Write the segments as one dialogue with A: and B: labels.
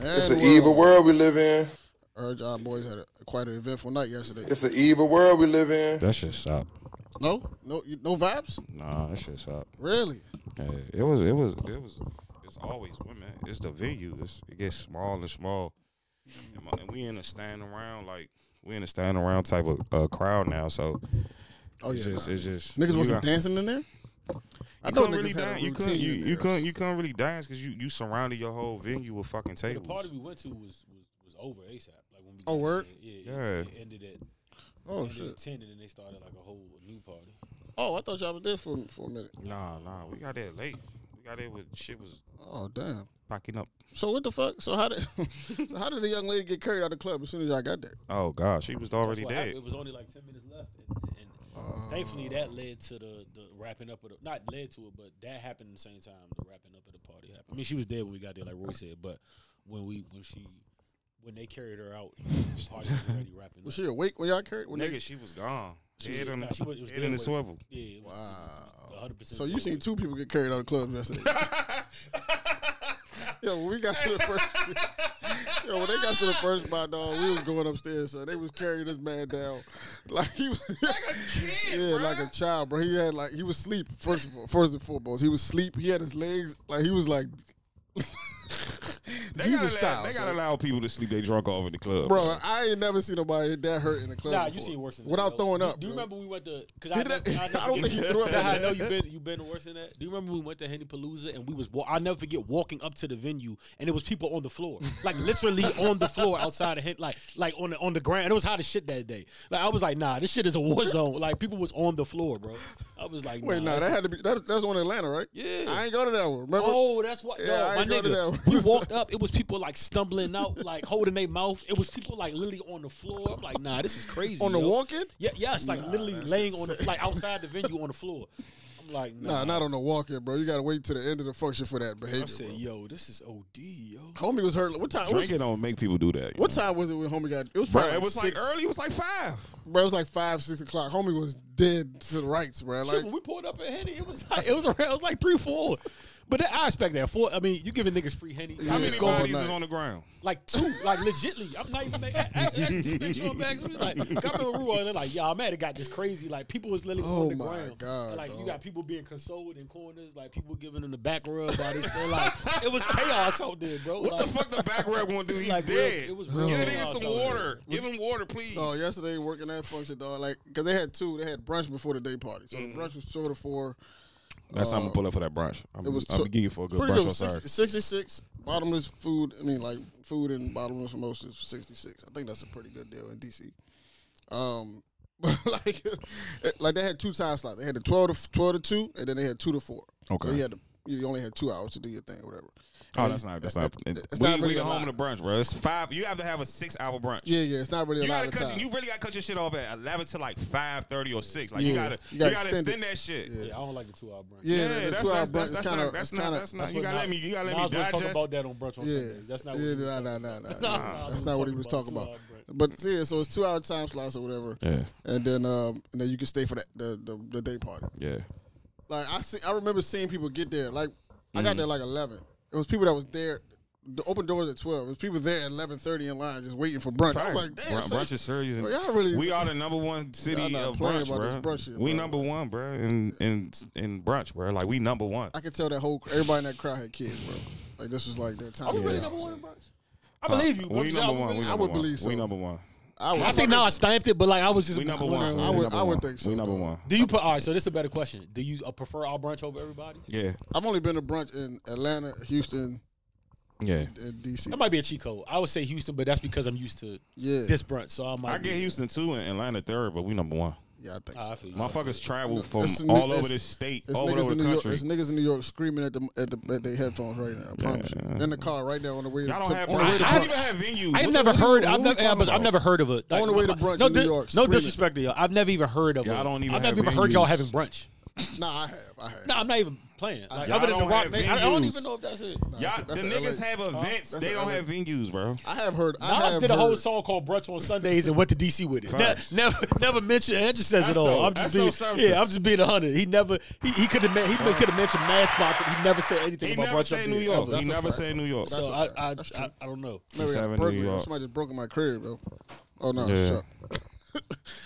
A: It's an evil world we live in.
B: I heard y'all boys had a, quite an eventful night yesterday.
A: It's an evil world we live in.
C: That shit sucked.
B: No, no, you- no vibes.
C: Nah, that shit sucked.
B: Really?
C: Yeah, it was. It was. It was. It's always women. It's the venue. It's, it gets small and small, and, my, and we in a stand around like we in a stand around type of uh, crowd now. So
B: Oh yeah.
C: it's just it's just
B: niggas
C: you
B: wasn't
C: know,
B: dancing in there. I
C: You
B: know
C: couldn't
B: niggas
C: really
B: had a
C: dance. You
B: routine
C: couldn't. You,
B: in
C: you
B: there.
C: couldn't. You couldn't really dance because you you surrounded your whole venue with fucking
D: The
C: tables.
D: party we went to was was, was over ASAP. Like when we
B: Oh,
D: got
B: word?
D: there, yeah,
C: Yeah.
D: yeah. It, it ended at
B: Oh
D: ended at
B: shit.
D: ten, and then they started like a whole new party.
B: Oh, I thought y'all were there for for a minute.
C: Nah, nah. We got there late. We got there with shit was
B: Oh damn.
C: packing up.
B: So what the fuck? So how did so how did the young lady get carried out of the club as soon as y'all got there?
C: Oh god, she was already
D: That's what happened.
C: dead.
D: It was only like ten minutes left, and, and thankfully
B: Oh.
D: that led to the, the wrapping up of the not led to it, but that happened at the same time the wrapping up of the party happened. I mean, she was dead when we got there, like Roy said, but when we when she when they carried her out, the party was already wrapping up.
B: Was she awake when y'all carried? When
C: Nigga, she was gone. She
D: was-
C: head on
D: nah,
C: the,
D: she was- it was
C: head in the
D: dead weight.
C: swivel.
D: yeah, it was,
B: Wow.
D: one hundred percent.
B: So you seen two people get carried out of clubs yesterday. yo, when we got to the first Yo, when they got to the first by dog, we was going upstairs, so they was carrying this man down. Like he was like a kid. Yeah, like a child, bro. He had like he was asleep, first of all, first and foremost. He was asleep. He had his legs like he was like
C: They
B: Jesus
C: gotta,
B: style.
C: allow, they
B: son.
C: gotta allow people to sleep. They drunk all over the club,
B: Bro, I ain't never seen nobody that hurt in the club.
D: Nah, you
B: before.
D: seen worse than that.
B: Without
D: though.
B: throwing
D: Do-
B: up.
D: Do you
B: bro.
D: remember we went to? Because
B: He
D: I,
B: didn't-
D: never- I, never
B: I don't
D: forget-
B: think he threw up
D: That's how I
B: in
D: know
B: there.
D: you been you been worse than that. Do you remember we went to Henny Palooza and we was wa- I'll never forget walking up to the venue and it was people on the floor, like literally on the floor outside of Hen, like like on the on the ground. It was hot as shit that day. Like I was like, nah, this shit is a war zone. Like people was on the floor, bro. I was like,
B: Wait, nah,
D: that's-
B: that had to be that's that's one in Atlanta, right?
D: Yeah.
B: I ain't go to that one. Remember?
D: Oh, that's why,
B: Yeah,
D: dog,
B: I
D: my
B: ain't go to
D: nigga.
B: that one.
D: We walked up. It was people like stumbling out, like holding their mouth. It was people like literally on the floor. I'm like, nah, this is crazy.
B: on the
D: yo.
B: walk in?
D: Yeah, yes, like
B: Nah,
D: literally
B: that
D: laying
B: shit's
D: on the
B: sick.
D: like outside the venue on the floor. I'm like, nah,
B: Nah, not on the walk in, bro. You gotta wait to the end of the function for that
D: I
B: behavior.
D: said,
B: bro.
D: yo, this is OD, yo.
B: Homie was hurt. What time? What,
C: Drinking don't make people do that. you
B: what
C: know?
B: time was it when homie got? It was
C: Bro,
B: probably
C: it was like
B: six.
C: early. It was like five.
B: Bro, it was like five, six o'clock. Homie was dead to the rights, bro.
D: Shit,
B: Like,
D: when we pulled up at Henny, it was like it was around, it was like three, four. But that, I expect that. Four, I mean, you giving niggas free Henny.
B: Yeah,
D: I
C: How
D: mean,
C: many
B: it's
D: it's
B: going
D: going
C: bodies
B: all
C: is
B: night.
C: on the ground?
D: like two, like legitly. I'm not even. Like, I, I, I just make sure I'm back. It was like, come in Rua, and they're like, y'all mad. It got this crazy. Like people was literally
B: Oh
D: on the
B: my
D: ground. And,
B: God,
D: like
B: dog.
D: you got people being consoled in corners. Like people giving them the back rub. While they still like, it was chaos out there, bro.
C: What
D: like,
C: the fuck? The back rub won't do. He's
D: like, real-
C: dead.
D: it was real
C: Give it in
D: chaos
C: some
D: out there.
C: water. Give him water, please.
B: oh, yesterday working that function, dog. Like, cause they had two. They had brunch before the day party, so the brunch was sort of four.
C: That's how I'm gonna pull up for that brunch. I'm,
B: It was
C: I'm
B: tw-
C: gonna give you for a good
B: pretty
C: brunch.
B: good.
C: I'm sorry.
B: 60 Sixty-six bottomless food. I mean, like food and bottomless mimosas for sixty-six. I think that's a pretty good deal in DC. Um, but like, like they had two time slots. They had the twelve to twelve to two, and then they had two to four.
C: Okay.
B: So you had to, you only had two hours to do your thing, or whatever.
C: Oh, that's not. That's not.
B: It's
C: we
B: not really
C: we
B: a
C: home
B: lot.
C: to brunch, bro. It's five. You have to have a six hour brunch.
B: Yeah, yeah. It's not really a
C: You
B: lot
C: gotta
B: of
C: cut.
B: time.
C: You really gotta cut your shit off at eleven to like five thirty or six. Like you
B: Yeah.
C: gotta.
B: You
C: You
B: gotta
C: gotta,
B: extend
C: extend,
B: it.
C: that shit.
B: Yeah.
D: Yeah, I don't like the two hour brunch.
B: yeah,
C: Yeah,
B: the
C: that's,
B: two-hour
C: not,
B: brunch
C: that's,
B: is
C: that's,
B: kinda-
C: not, that's
B: it's
C: not.
B: kinda-
C: That's not.
D: That's
C: You
D: what
C: gotta
D: Nas-
C: let me. You gotta let
D: Nas
C: me
D: wasn't
C: digest.
D: talking about that on brunch on
B: yeah,
D: Sundays. That's not
B: yeah,
D: what he was
B: nah,
D: talking
B: nah,
D: about.
B: nah, nah, nah.
D: Nah,
B: That's
D: I'm
B: not what he
D: talking
B: was
D: about
B: talking
D: two
B: about.
D: hour break.
B: But yeah, so it's two hour time slots or whatever,
C: Yeah,
B: and then um, and then you can stay for that the, the the day party.
C: yeah.
B: Like I see, I remember seeing people get there. Like I got there
C: Mm-hmm.
B: like eleven. It was people that was there. The open doors at twelve. It was people there at eleven thirty in line just waiting for brunch. I was like, damn,
C: Brun-
B: son,
C: brunch is serious.
B: bro, y'all really-
C: we are the number one
B: Y'all
C: city
B: not
C: of
B: playing
C: brunch,
B: about this
C: bro.
B: brunch shit,
C: we
B: bro.
C: number one, bro, in in in brunch, bro. Like we number one.
B: I could tell that whole everybody in that crowd had kids, bro. Like this was like their time.
D: Are we
B: to
D: really
B: get out.
D: number one in brunch? I believe you.
C: Uh, We
D: I'm
C: number
D: saying-
C: one. we
B: I
C: number
B: would
C: one.
B: believe so.
C: We number one.
B: I, was,
D: I think now I stamped it, but like I was just
C: We number
D: I
C: one.
D: wonder-
C: son.
B: I
C: We
B: would-
C: number
B: I would
C: one.
B: think so,
C: We number
B: bro.
C: one.
D: Do you put all right? So this is a better question. Do you uh, prefer our brunch over everybody's?
C: Yeah,
B: I've only been to brunch in Atlanta, Houston,
C: yeah.
B: and DC.
D: That might be a cheat code. I would say Houston, but that's because I'm used to
B: Yeah,
D: this brunch. So I might.
C: I get Houston two and Atlanta third, but we number one.
B: yeah, I think
D: Ah,
B: so.
D: I feel you.
C: Motherfuckers travel from
B: it's ni-
C: all
B: it's-
C: over this state,
B: There's
C: all
B: niggas
C: over
B: in
C: the
B: New York.
C: country.
B: There's niggas in New York screaming at the at the at their headphones right now. I promise you. In the car right now on the way.
C: Y'all
B: to,
C: don't have.
B: on the way
C: I,
B: to
C: I
B: brunch.
C: don't even have venues.
D: I've
C: What
D: never
C: the-
D: heard.
C: what
D: I've
C: we
D: never.
C: talking
D: I've, I've
C: about?
D: never heard of it.
B: On the way to brunch
D: no,
B: in New
D: di-
B: York,
D: No
B: screaming.
D: disrespect to y'all. I've never even heard of it.
C: Y'all don't even
D: I've never
C: have
D: even heard y'all
C: venues.
D: having brunch.
B: Nah, I have. I have.
D: No, I'm not even playing. Like,
C: Y'all
D: other than the
C: don't
D: Rock,
C: have
D: Nation, I don't
C: venues.
D: even know if that's it.
B: Nah,
C: Y'all,
B: that's- that's
C: the
B: a
C: niggas
B: LA.
C: have events.
B: That's
C: they
B: a
C: don't
B: LA.
C: have venues, bro.
B: I have heard. I
D: Nas
B: have
D: did a whole
B: heard-
D: song called "Brunch on Sundays" and went to DC with it.
C: Facts.
D: Ne- never, never mentioned. That just says
C: That's
D: it all.
C: dope.
D: I'm just being,
C: That's dope
D: yeah,
C: service.
D: I'm just being a hundred. He never, he, he could have, he could have mentioned Mad Spots. and He never said anything
C: He
D: about
C: never
D: Brunch
C: say
D: on
C: New
D: Sundays,
C: York.
D: ever.
C: He
B: a
C: never
B: fact.
C: say New York.
B: That's
D: So
B: a
D: I,
B: fact.
D: I,
B: That's true.
D: I, I don't know.
B: Maybe
C: Seven
B: a
C: in New
B: burglary. or
C: York.
B: Somebody just broke in my crib, though. Oh no,
C: Yeah.
B: shut.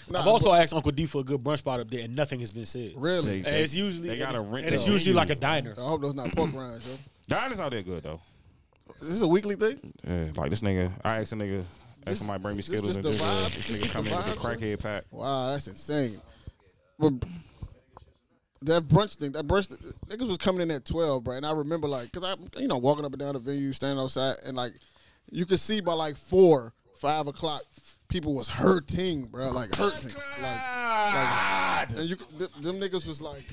B: nah,
D: I've also asked Uncle D for a good brunch spot up there, and nothing has been said.
B: but- really.
C: They-
D: And it's usually
C: They gotta
D: and it's,
C: rent
D: and it's
C: the
D: usually
C: venue.
D: like a diner.
B: I hope those not pork rinds, yo.
C: Diners out there good though.
B: Is this a weekly thing?
C: Yeah, like this nigga. I asked a nigga. Asked somebody bring me
B: this just
C: Skittles and
B: the
C: this, uh,
B: vibe?
C: this
B: This
C: nigga
B: just
C: come
B: the
C: in with a
B: vibe,
C: crackhead pack.
B: Wow, that's insane. But that brunch thing, that brunch, niggas was coming in at twelve, bro. And I remember like, cause I, you know, walking up and down the venue, standing outside, and like, you could see by like four, five o'clock, people was hurting, bro, like hurting, like,
C: God.
B: and you, could- them, them niggas was like.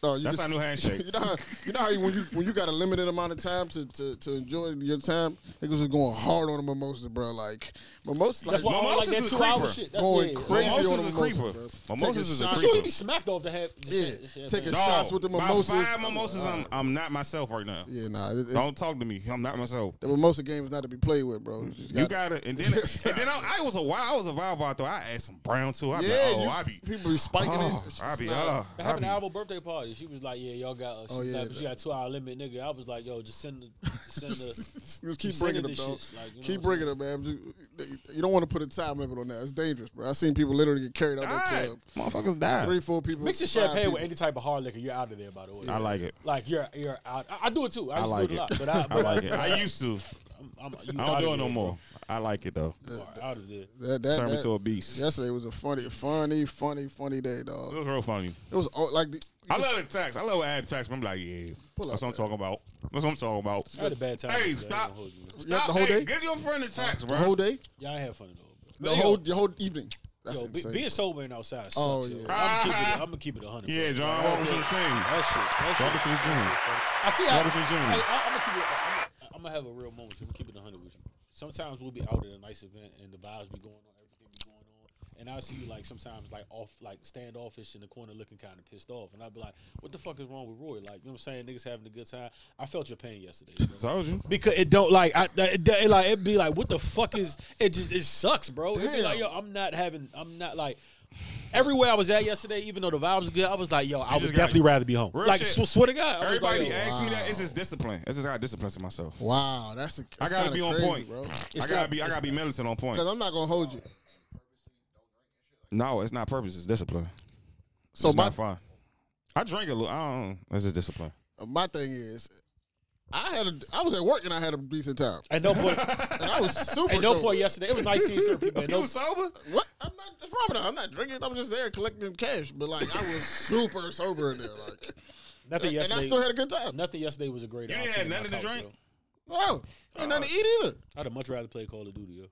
B: Oh, you
C: That's
B: could
C: our
B: see-
C: new handshake.
B: You know how you know how you, when you when you got a limited amount of time to, to, to enjoy your time, niggas was going hard on the mimosas, bro. Like mimosas,
D: That's
B: like,
D: why I don't
C: Mimosas
D: like
C: is
D: that
C: a
D: two hour
C: creeper.
D: shit. That's
B: going
D: yeah.
B: crazy on
C: Mimosas
B: the
C: is a
B: mimosas.
C: creeper.
B: bro.
C: Mimosas
B: Taking
C: is a
B: shots.
D: You should
C: creeper.
D: be smacked off to have. just-
B: Yeah,
D: just- yeah,
B: take a
D: man.
C: No,
B: shots with the mimosas.
C: By five mimosas, I'm, I'm not myself right now.
B: Yeah, nah. It, it's,
C: Don't talk to me. I'm not myself.
B: the mimosa game is not to be played with, bro. You just
C: You
B: gotta-
C: gotta, and then, and then I, I was a wild, I was a vibe out there. I asked some brown too. I be,
B: yeah,
C: like, oh,
B: you,
C: I be,
B: people be spiking
C: oh,
B: it. It's
C: I
B: just
C: be,
B: not-
C: uh, I
D: It happened
C: be.
D: at our birthday party. She was like, "Yeah, y'all got us.
B: Oh,
D: she,
B: yeah,
D: like, she got a two hour limit, nigga." I was like, "Yo, just send the send the."
B: Just keep bringing
D: sending
B: them,
D: this
B: dog.
D: shits, like, you know
B: keep
D: what I'm
B: bringing them, man. Just- You don't want to put a time limit on that. It's dangerous, bro. I seen people literally get carried out that
C: died.
B: club.
C: Motherfuckers died.
B: Three, four people.
D: Mix your
B: five
D: champagne
B: people.
D: with any type of hard liquor. You're out of there, by the way.
C: I like it.
D: Like you're you're out. I, I do it too. I,
C: I
D: used
C: like
D: to do it,
C: it.
D: a lot, but I,
C: I
D: but
C: like it. I used to.
D: I'm, I'm, you
C: I
D: outta
C: don't do it no
D: there.
C: more. I like it though.
D: You are Out of there.
B: That, that,
C: Turned me
B: that-
C: to a beast.
B: Yesterday was a funny, funny, funny, funny day,
C: It
B: dog.
C: was real funny.
B: It was all, like the,
C: I love the tax. I love ad tax. I'm like, yeah,
B: Pull
C: that's
B: up,
C: what I'm talking about. That's what I'm talking about.
D: I had a bad time.
C: Hey,
D: today, I ain't
C: stop.
D: gonna hold you.
B: Yeah,
C: Stop.
B: the whole
C: hey,
B: day?
C: Give your friend a tax, bro.
B: the whole day,
D: Y'all had fun though.
B: the
D: But yo,
B: whole the whole evening. That's
D: yo, be,
B: insane.
D: being sober and outside. Sucks,
B: Oh,
D: yo.
B: yeah.
D: I'm keeping it. I'm gonna keep it hundred.
C: yeah, John Robinson sing.
D: That shit. That shit.
C: Robinson Jr.
D: I see. I,
C: Robinson Jr.
D: Hey, I, I'm gonna keep it. I'm, I'm gonna have a real moment. I'm gonna keep it 100 with you. Sometimes we'll be out at a nice event and the vibes be going on, everything be going on, and I see you like sometimes like off, like standoffish in the corner, looking kind of pissed off, and I'd be like, "What the fuck is wrong with Roy?" Like, you know what I'm saying? Niggas having a good time. I felt your pain yesterday. bro.
C: Told you.
D: Because it don't like I it, it, like it'd be like what the fuck is it just it sucks, bro. It'd be
B: Damn.
D: like yo, I'm not having I'm not like everywhere I was at yesterday, even though the vibe was good, I was like yo, I
C: just
D: would
C: gotta-
D: definitely rather be home.
C: Real
D: Like
C: shit.
D: sw- swear to God, I was like,
C: Everybody
D: yo,
C: asks me
B: wow.
C: that. It's just discipline. It's just I discipline to myself.
B: wow, that's. A,
C: I
B: that's
C: gotta
B: kinda
C: be on
B: crazy,
C: point.
B: bro.
C: I gotta be. I gotta be militant on point.
B: Because I'm not gonna hold you.
C: No, it's not purpose. It's discipline.
B: So
C: it's
B: my
C: not fun. I drink a little. I don't. That's just discipline.
B: my thing is, I had a, I was at work and I had a decent time,
D: At no point,
B: and I was super.
D: at no
B: sober.
D: point yesterday, it was nice seeing certain people. At no,
C: sober?
B: What? I'm not. What's wrong with that? I'm not drinking. I'm just there collecting cash. But like, I was super sober in there, like,
D: nothing
B: and I
D: yesterday.
B: still had a good time.
D: nothing yesterday was a great.
C: You didn't have
D: option on my
C: nothing to
D: couch,
C: drink?
D: yo.
B: Wow, ain't nothing to eat either.
D: I'd have much rather play Call of Duty. Yo.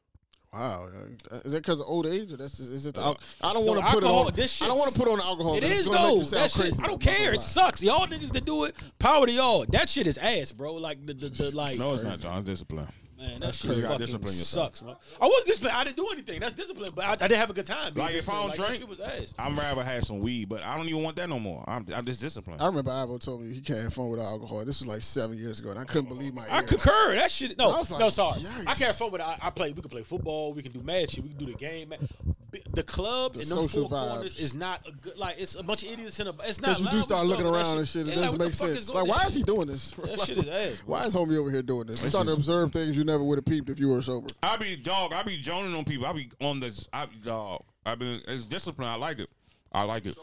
B: Wow, uh, is that because of old age? Or that's just, is it the al- I don't
D: Uh, the
B: want to put
D: alcohol.
B: it on.
D: This
B: I don't
D: shit's-
B: want to put on alcohol.
D: It
B: but it's
D: is
B: Oh, gonna make
D: though.
B: you sound
D: That shit.
B: crazy,
D: I
B: though.
D: don't
B: I'm not
D: care.
B: gonna
D: It sucks. Y'all niggas that do it, power to y'all. That shit is ass, bro. Like the, the, the like.
C: No, it's not. John. It's discipline.
D: Man, that shit
C: crazy. You gotta
D: fucking
C: discipline yourself.
D: sucks, man. I was disciplined. I didn't do anything. That's discipline, but I, I didn't have a good time. being
C: Like, if I don't
D: disciplined. that
C: drink-
D: shit was ass.
C: I'm rather have some weed, but I don't even want that no more. I'm, I'm just disciplined.
B: lie. I remember Ivo told me he can't have fun without alcohol. This was like seven years ago, and I couldn't believe my.
D: I
B: ears.
D: concur. That shit. No,
B: I was like,
D: no, sorry. I
B: yikes.
D: can't fuck with. it. I, I play. We can play football. We can do mad shit. We can do the game. man. B- The club and those
B: social
D: four
B: vibes.
D: corners is not a good. Like it's a bunch of idiots in a. It's not.
B: Because you do
D: loud,
B: start
D: but
B: looking
D: some of that
B: around and shit, it
D: yeah,
B: doesn't
D: what the
B: make
D: fuck
B: sense.
D: going-
B: Like, why
D: this
B: is he doing this?
D: That shit is ass. Bro.
B: Why is homie over here doing this? I'm starting to observe things you never would have peeped if you were sober.
C: I be dog. I be joning on people. I be on this. I be dog. I been. It's discipline. I like it. I like it.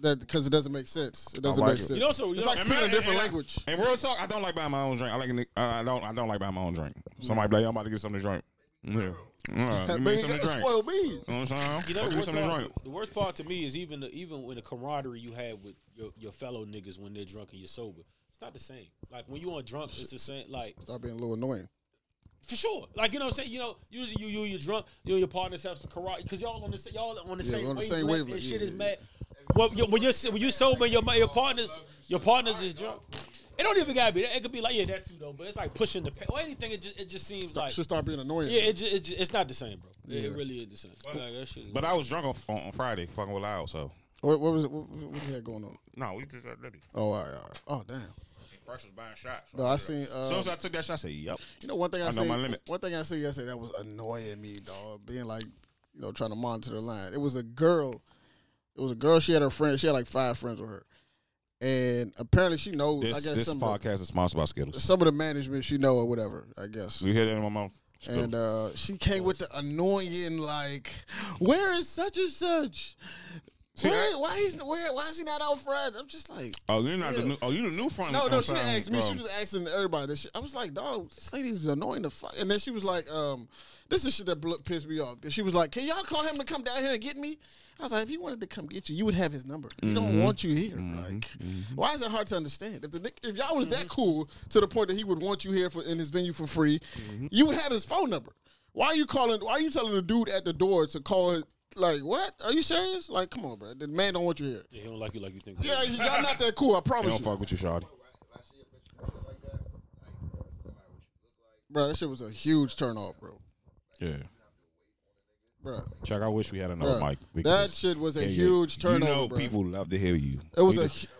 B: That because it doesn't make sense. It doesn't
C: like
B: make
C: it.
B: sense.
D: You know, so- you
B: it's
D: know-
B: like
D: And
B: speaking a
C: man,
B: different
C: and-
B: language.
C: And real talk, I don't like buying my own drink. I like. Uh, I don't. I don't like buying my own drink. Somebody be like, I'm about to get something to drink. Yeah. Yeah, you
B: Man,
C: make
B: you
C: something
B: gotta
C: to drink.
B: spoil me.
C: You know what I'm saying?
D: You know,
C: Go
D: the
C: get
D: worst,
C: something to drink.
D: part, the worst part to me is even the, even when the camaraderie you have with your, your fellow niggas when they're drunk and you're sober, it's not the same. Like when you on drunk, it's the same. Like
B: Start being a little annoying.
D: for sure, like you know what I'm saying. You know, usually you you you're drunk, you and your partners have some karate because y'all on the sa- y'all on the
B: Yeah,
D: same
B: we're on the
D: wavelength.
B: same wavelength,
D: and shit
B: yeah,
D: is
B: yeah.
D: mad. Well, you, when you're si- when you sober, your your partners your partners is drunk. It don't even gotta be that. It could be like yeah, that too though. But it's like pushing the pa- or anything. It just it just seems like
B: Should start being annoying.
D: yeah, it, ju- it ju- it's not the same, bro. It, it really is the same. Like, that shit is-
C: But I was drunk on, on, on Friday, fucking with Loud, so
B: What, what was it? What, what we had going on?
C: No, we just uh, had Liddy.
B: Oh, all right, all right. Oh, damn.
C: Fresh was buying shots.
B: No, I seen.
C: As soon
B: Uh,
C: as I took that shot, I said, "Yep."
B: you know, one thing I,
C: I know
B: seen.
C: my limit.
B: One thing I seen yesterday that was annoying me, dog. Being like, you know, trying to monitor the line. It was a girl. It was a girl. She had her friend. She had like five friends with her, and apparently she knows. I
C: This,
B: guess
C: this
B: some of,
C: podcast is sponsored by
B: the,
C: Skittles.
B: some of the management she know or whatever. I guess.
C: You hear that in my mouth? Skittles.
B: And uh, she came with the annoying like, "Where is such and such?
C: See,
B: where, why he's where? Why is he not out front?" I'm just like,
C: oh, you're not
B: yeah.
C: the new. Oh, you the new front.
B: "No,
C: I'm
B: no." She
C: sorry.
B: didn't ask me. She
C: Oh.
B: was just asking everybody. This shit. I was like, "Dog, this lady's annoying the fuck." And then she was like, "Um, this is shit that bl- pissed me off." She was like, "Can y'all call him to come down here and get me?" I was like, "If he wanted to come get you, you would have his number. He
C: Mm-hmm.
B: don't want you here. Like, why is it hard to understand? If the nick- if y'all was that cool to the point that he would want you here for in his venue for free,
C: Mm-hmm.
B: you would have his phone number." Why are you calling? Why are you telling the dude at the door to call? it? Like what? Are you serious? Like come on, bro. The man don't want you here.
D: Yeah, he don't like you like you think.
B: Yeah, y- y'all not that cool. I
C: They
B: promise
C: don't
B: you,
C: fuck with you, Shawty.
B: bro. That shit was a huge turnoff, bro.
C: Yeah.
B: Bro,
C: Chuck, I wish we had another
B: bro.
C: mic. Oh, We
B: that
C: could-
B: shit was a
C: Yeah, yeah.
B: huge turnoff,
C: You know,
B: bro.
C: people love to hear you.
B: it was
C: We
B: a.
C: just-
B: hu-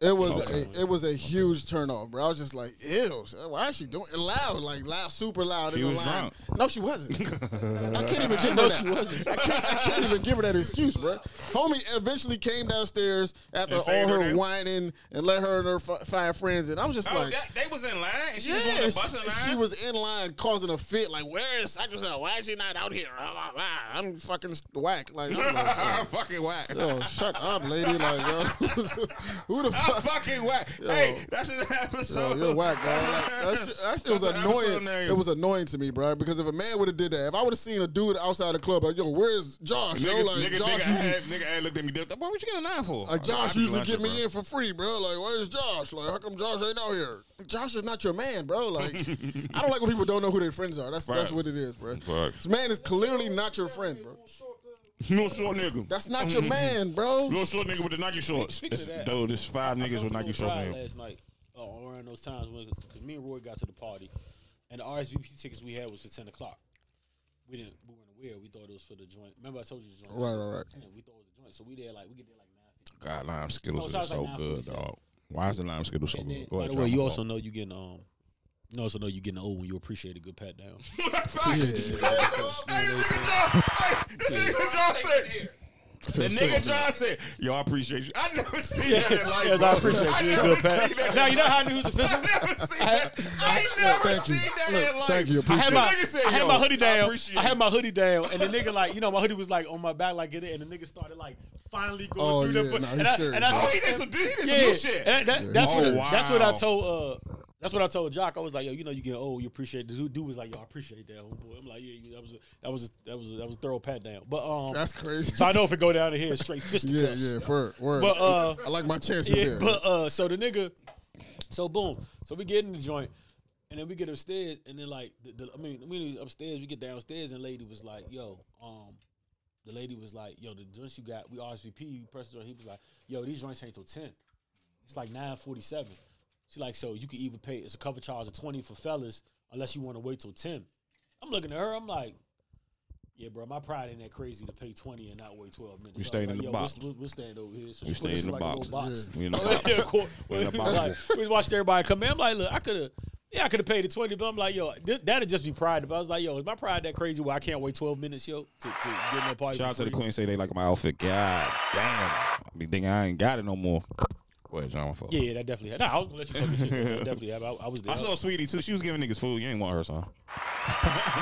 B: It was
C: Okay.
B: a it was a huge turnoff, bro. I was just like, ew, why is she doing it loud, like loud, super loud
C: She
B: in the
C: was
B: line?
C: drunk.
B: No, she wasn't. I can't even give her
D: No,
B: that.
D: she wasn't.
B: I can't, I can't even give her that excuse, bro. Homie eventually came downstairs after
C: And
B: all
C: saved her
B: her
C: name?
B: whining and let her and her fi- five friends in. I was just
C: Oh,
B: like,
C: that, they was in line, and she was on the
B: Yes,
C: bus in line.
B: she was in line causing a fit. Like, where is such and such? Why is she not out here? Blah, blah, blah. I'm fucking whack. Like, I'm like,
C: fucking whack.
B: yo, shut up, lady. Like, yo, who the
C: I'm
B: fuck?
C: fucking whack. Hey, that's an
B: Yo,
C: episode.
B: you're whack, bro. Like, that shit, that shit was
C: That's an episode
B: annoying.
C: name.
B: It was annoying to me, bro. Because if a man would have did that, if I would have seen a dude outside the club, like, yo, where's Josh? Yo,
C: Niggas,
B: like,
C: nigga,
B: Josh,
C: nigga,
B: usually-
C: had, nigga had looked at me. Like, what you getting an eye for?
B: like, Josh usually get me in for free, bro. Like, where's Josh? Like, how come Josh ain't out here? Josh is not your man, bro. Like, I don't like when people don't know who their friends are. That's that's
C: Right.
B: what it is, bro.
C: Right.
B: This man is clearly not your friend, bro.
C: in. Little short nigga.
B: That's not your man, bro.
C: Little short nigga with the Nike shorts.
D: Speaking of
C: This-
D: that,
C: Dude, there's five niggas with Nike shorts on him.
D: last night. Oh, around those times when, because me and Roy got to the party, and the RSVP tickets we had was for ten o'clock. We didn't, we weren't aware. We thought it was for the joint. Remember I told you the joint.
B: Right, right, right.
D: 10. We thought it was the joint, so we there like we get there like
C: God,
D: nine.
C: lime Skittles
D: Oh,
C: are
D: sounds
C: so
D: like
C: good,
D: 947.
C: dog. Why is the lime Skittles so
D: And then,
C: good? Go
D: by
C: ahead,
D: the way,
C: John,
D: you
C: my
D: also
C: fault.
D: know you getting um, you also know you getting old when you appreciate a good pat down.
C: Fuck. Hey, this nigga John. Hey, this nigga John said. The nigga John said, "Yo, I appreciate you. I never seen that in life.
D: Yes, I
C: bro.
D: appreciate you. It's
C: I
D: a
C: never
D: good pat.
C: seen that.
D: Now you know how I knew who's
C: I
D: official.
C: never seen that. I ain't
B: Look,
C: never
B: thank you.
C: seen that
B: Look,
C: in life.
B: thank you.
D: I
B: Appreciate
D: had
B: it.
C: The
D: my,
C: nigga said,
D: I had
C: "Yo,
D: my hoodie
C: I
D: down.
C: appreciate
D: I, had
C: it."
D: my hoodie down, and the nigga like, you know, my hoodie was like on my back like it, and the nigga started like finally going
B: Oh,
D: through
B: yeah,
D: the.
B: nah,
D: and,
B: he's
D: I,
B: serious,
D: and I
B: bro.
C: Oh,
D: said-
C: he did some, he did some
D: yeah,
C: new shit.
D: and that- that's
C: Oh,
D: what
C: wow.
D: that's what I told. Uh, that's what I told Jock. I was like, yo, you know, you get old, you appreciate. The dude, dude was like, yo, I appreciate that, homeboy. I'm like, yeah, you- that was a, that was a, that was a, that was a thorough pat down. But um,
B: That's crazy.
D: so I know if it go down to here, it's straight
B: Yeah,
D: fisticuffs.
B: yeah, for word.
D: But, uh,
B: I like my chances
D: Yeah,
B: there.
D: but uh, so the nigga, so boom, so we get in the joint, and then we get upstairs, and then like, the, the, I mean, we was upstairs, we get downstairs, and lady was like, yo, um, the lady was like, yo, the joints you got, we RSVP, you press the joint. He was like, yo, these joints ain't till ten. It's like nine forty seven. She like, so you can either pay it's a cover charge of twenty for fellas, unless you want to wait till ten. I'm looking at her, I'm like. Yeah, bro, my pride ain't that crazy to pay twenty and not wait twelve minutes.
C: We
D: I was
C: staying
D: like,
C: in the
D: yo,
C: box.
D: We're, we're staying over here. So
C: We
D: she
C: staying
D: put us
C: in the
D: like a little
C: box.
D: box.
C: We in the box.
D: Yeah, of course.
C: We in the box.
D: Like, we watched everybody come in. I'm like, look, I could have, yeah, I could have paid the twenty, but I'm like, yo, th- that'd just be pride. But I was like, yo, is my pride that crazy? Where I can't wait twelve minutes, yo, to, to get in a party.
C: Shout out
D: for
C: to the
D: free?
C: queen. Say they like my outfit. God damn. I be thinking I ain't got it no more. Go ahead, John. My fault.
D: Yeah, yeah, that definitely. Nah, I was gonna let you talk your shit. That definitely. happened. I, I was there.
C: I saw Sweetie too. She was giving niggas food. You ain't want her, son.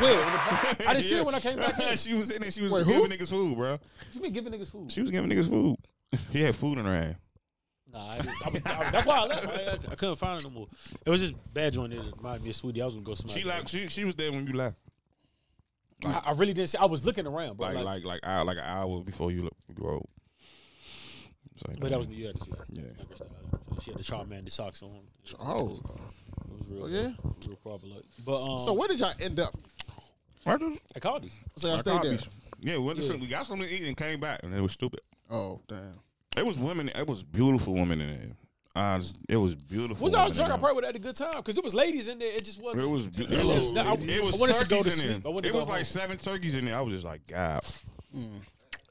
D: Where? In the park? I didn't see
C: Yeah.
D: it when I came back. in.
C: she was in there. She was
B: Wait, who?
C: giving niggas food, bro.
D: You been giving niggas food?
C: She was giving niggas food. She had food in her hand.
D: Nah, I didn't. I was, I, that's why I left. I, I, I couldn't find it no more. It was just bad joint. It reminded me of Sweetie. I was gonna go smack.
C: She
D: her.
C: like she she was there when you left.
D: I, I really didn't see. I was looking around, but
C: Like like
D: like,
C: like, hour, like an hour before you look bro. It's like,
D: but uh, that was you had to see. Her.
C: Yeah.
D: Like, uh, She had the Charmander socks on.
B: oh,
D: It was real.
B: Oh, yeah?
D: real proper look. But um,
C: Oh.
B: so where did y'all end up?
C: I just-
D: I called these.
B: So y'all
C: I
B: stayed
C: caught
B: there.
C: these. Yeah, we, went to, we got something to eat and came back, and it was stupid.
B: Oh, damn.
C: It was women. It was beautiful women in there. I just- it was beautiful.
D: Was I
C: women in
D: drunk? I
C: there.
D: probably would have had a good time because it was ladies in there. It just wasn't.
C: It was. bu- It
D: Hello,
C: was.
D: ladies.
C: It was
D: I wanted to
C: turkeys
D: go Mm. to
C: in there.
D: sleep. I wanted to
C: It
D: go
C: was
D: home.
C: like seven turkeys in there. I was just like, God.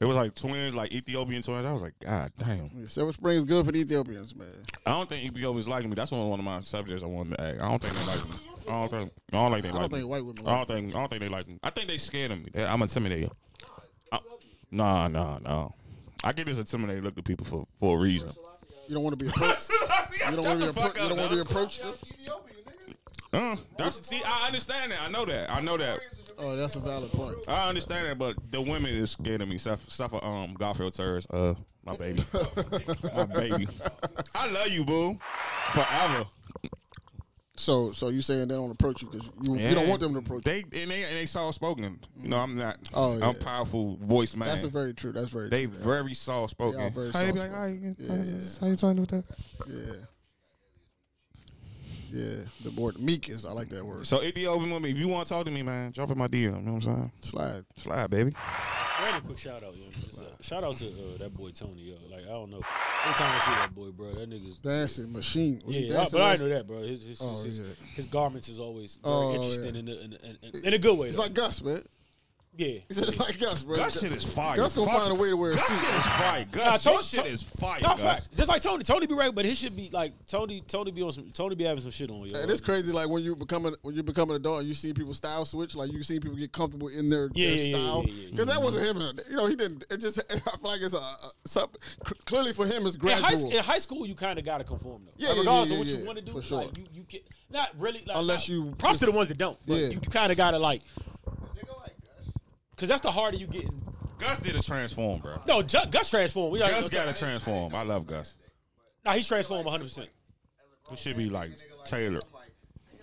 C: It was like twins, like Ethiopian twins. I was like, God damn.
B: Yeah, Silver Spring's good for the Ethiopians, man.
C: I don't think Ethiopians like me. That's one one of my subjects I wanted to ask. I don't think they like me. I don't think. I don't like they
B: I don't
C: like me.
B: think white women
C: I
B: like
C: don't think. I don't think they like me. I think they scared of me. They- I'm intimidated. I, nah, nah, nah. I get this intimidated look to people for for a reason.
B: You don't want to be approached. You don't want to be approached. You don't want to be approached.
C: Uh, that's, see, I understand that. I know that. I know that.
B: Oh, that's a valid point.
C: I understand that, but the women is scared of me. Stuff, stuff. Um, Garfield Terrace. Uh, my baby, my baby. I love you, boo, forever.
B: So, so you saying they don't approach you because you, you
C: Yeah.
B: don't want them to approach you?
C: They and they and they soft spoken. You know, I'm not.
B: Oh, yeah.
C: I'm powerful voice man.
B: That's a very true. That's very
C: they
B: true.
C: very soft spoken.
B: They are very How you be like, soft-spoken. "Oh, you- Yeah, yeah.
C: how you talking with that?
B: Yeah. Yeah. The board meek is. I like that word.
C: So Ethiopian woman, if you want to talk to me, man, drop in my DM. You know what I'm saying?
B: Slide.
C: Slide, baby.
D: Random quick shout out, yo. Just, uh, shout out to uh, that boy Tony, yo. Like I don't know, every time I see that boy, bro, that nigga's
B: Dancing machine. Was he
D: Yeah, I-
B: dancing
D: but I
B: last-
D: know that, bro. His his,
B: Oh,
D: his,
B: yeah.
D: his garments is always very
B: Oh,
D: interesting
B: yeah.
D: in, a, in, a- in, a- in a good way.
B: It's
D: though.
B: like Gus, man.
D: yeah,
B: It's like Gus, bro.
C: That shit is fire.
B: Gus gonna
C: Fuck-
B: find a way to wear a
C: Gus
B: suit.
C: shit is fire.
D: Nah,
C: Gus,
D: Tony-
C: your shit
D: Tony-
C: is fire.
D: no
C: Gus.
D: fact. Just like Tony, Tony be right, but his should be like Tony. Tony be on some. Tony be having some shit on yo.
B: And it's crazy, like when you become an, when you become an adult, you see people style switch. Like you see people get comfortable in their,
D: Yeah,
B: their
D: yeah, yeah,
B: style.
D: yeah, yeah, yeah.
B: Cause that wasn't him. You know, he didn't. It just I feel like it's a, a some, c- clearly for him it's
D: in high,
B: gradual.
D: in high school, you kind of gotta conform though.
B: Yeah,
D: Like,
B: yeah,
D: regardless
B: yeah,
D: of what
B: yeah,
D: you want to do,
B: for sure.
D: like you, you can not really like,
B: Unless
D: not-
B: you
D: props to the
B: just-
D: ones that don't. But
B: Yeah.
D: you, you kind of gotta like because that's the harder you get.
C: Gus did a transform, bro.
D: No, Ju- Gus transformed. We already
C: Gus
D: know-
C: got to transform. I love Gus.
D: Nah, he's transformed 100. percent
C: It should be like Taylor.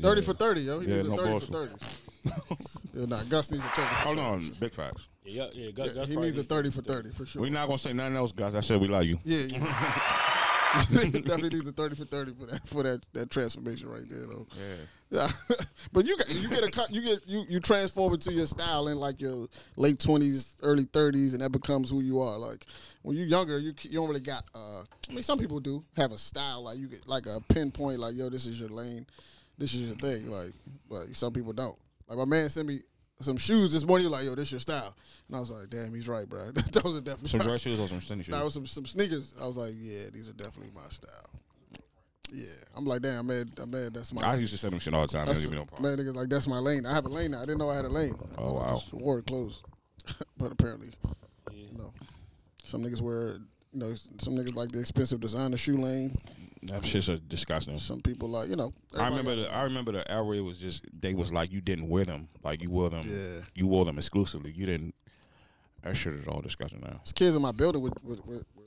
B: thirty for thirty, yo. He
C: Yeah,
B: needs a
C: no
B: thirty for
C: bullshit.
B: thirty. yeah, nah, Gus needs a thirty. For
C: Hold on, big facts.
D: Yeah, yeah, Oh, yeah, Gus, Gus
B: he
D: probably
B: needs a thirty for thirty for sure.
C: We not gonna say nothing else, Gus. I said we love you.
B: Yeah, yeah. definitely needs a thirty for thirty for that for that, that transformation right there though. Yeah. but you get you get a cut you get you you transform into your style in like your late twenties, early thirties, and that becomes who you are. Like when you're younger, you c- you don't really got. Uh, I mean, some people do have a style like you get like a pinpoint like yo, this is your lane, this is your thing. Like, but some people don't. Like my man sent me some shoes this morning. He was like yo, this your style, and I was like, damn, he's right, bro. Those are definitely
C: Some
B: my-
C: dress shoes or some skinny shoes.
B: I was some some sneakers. I was like, yeah, these are definitely my style. Yeah, I'm like, damn, man, I'm mad. That's my.
C: I used to send them shit all the time. I didn't
B: that's,
C: even know.
B: man, niggas like that's my lane. I have a lane now. I didn't know I had a lane. I
C: Oh,
B: thought I
C: wow.
B: just wore clothes, but apparently, you know, some niggas wear. You know, some niggas like the expensive designer shoe lane.
C: That shit's a disgusting.
B: Some people like, you know.
C: I
B: everybody
C: remember
B: got-
C: the I remember the era. It was just they was like you didn't wear them, like you wore them.
B: Yeah.
C: You wore them exclusively. You didn't. That shit is all disgusting now.
B: There's kids in my building with with, with, with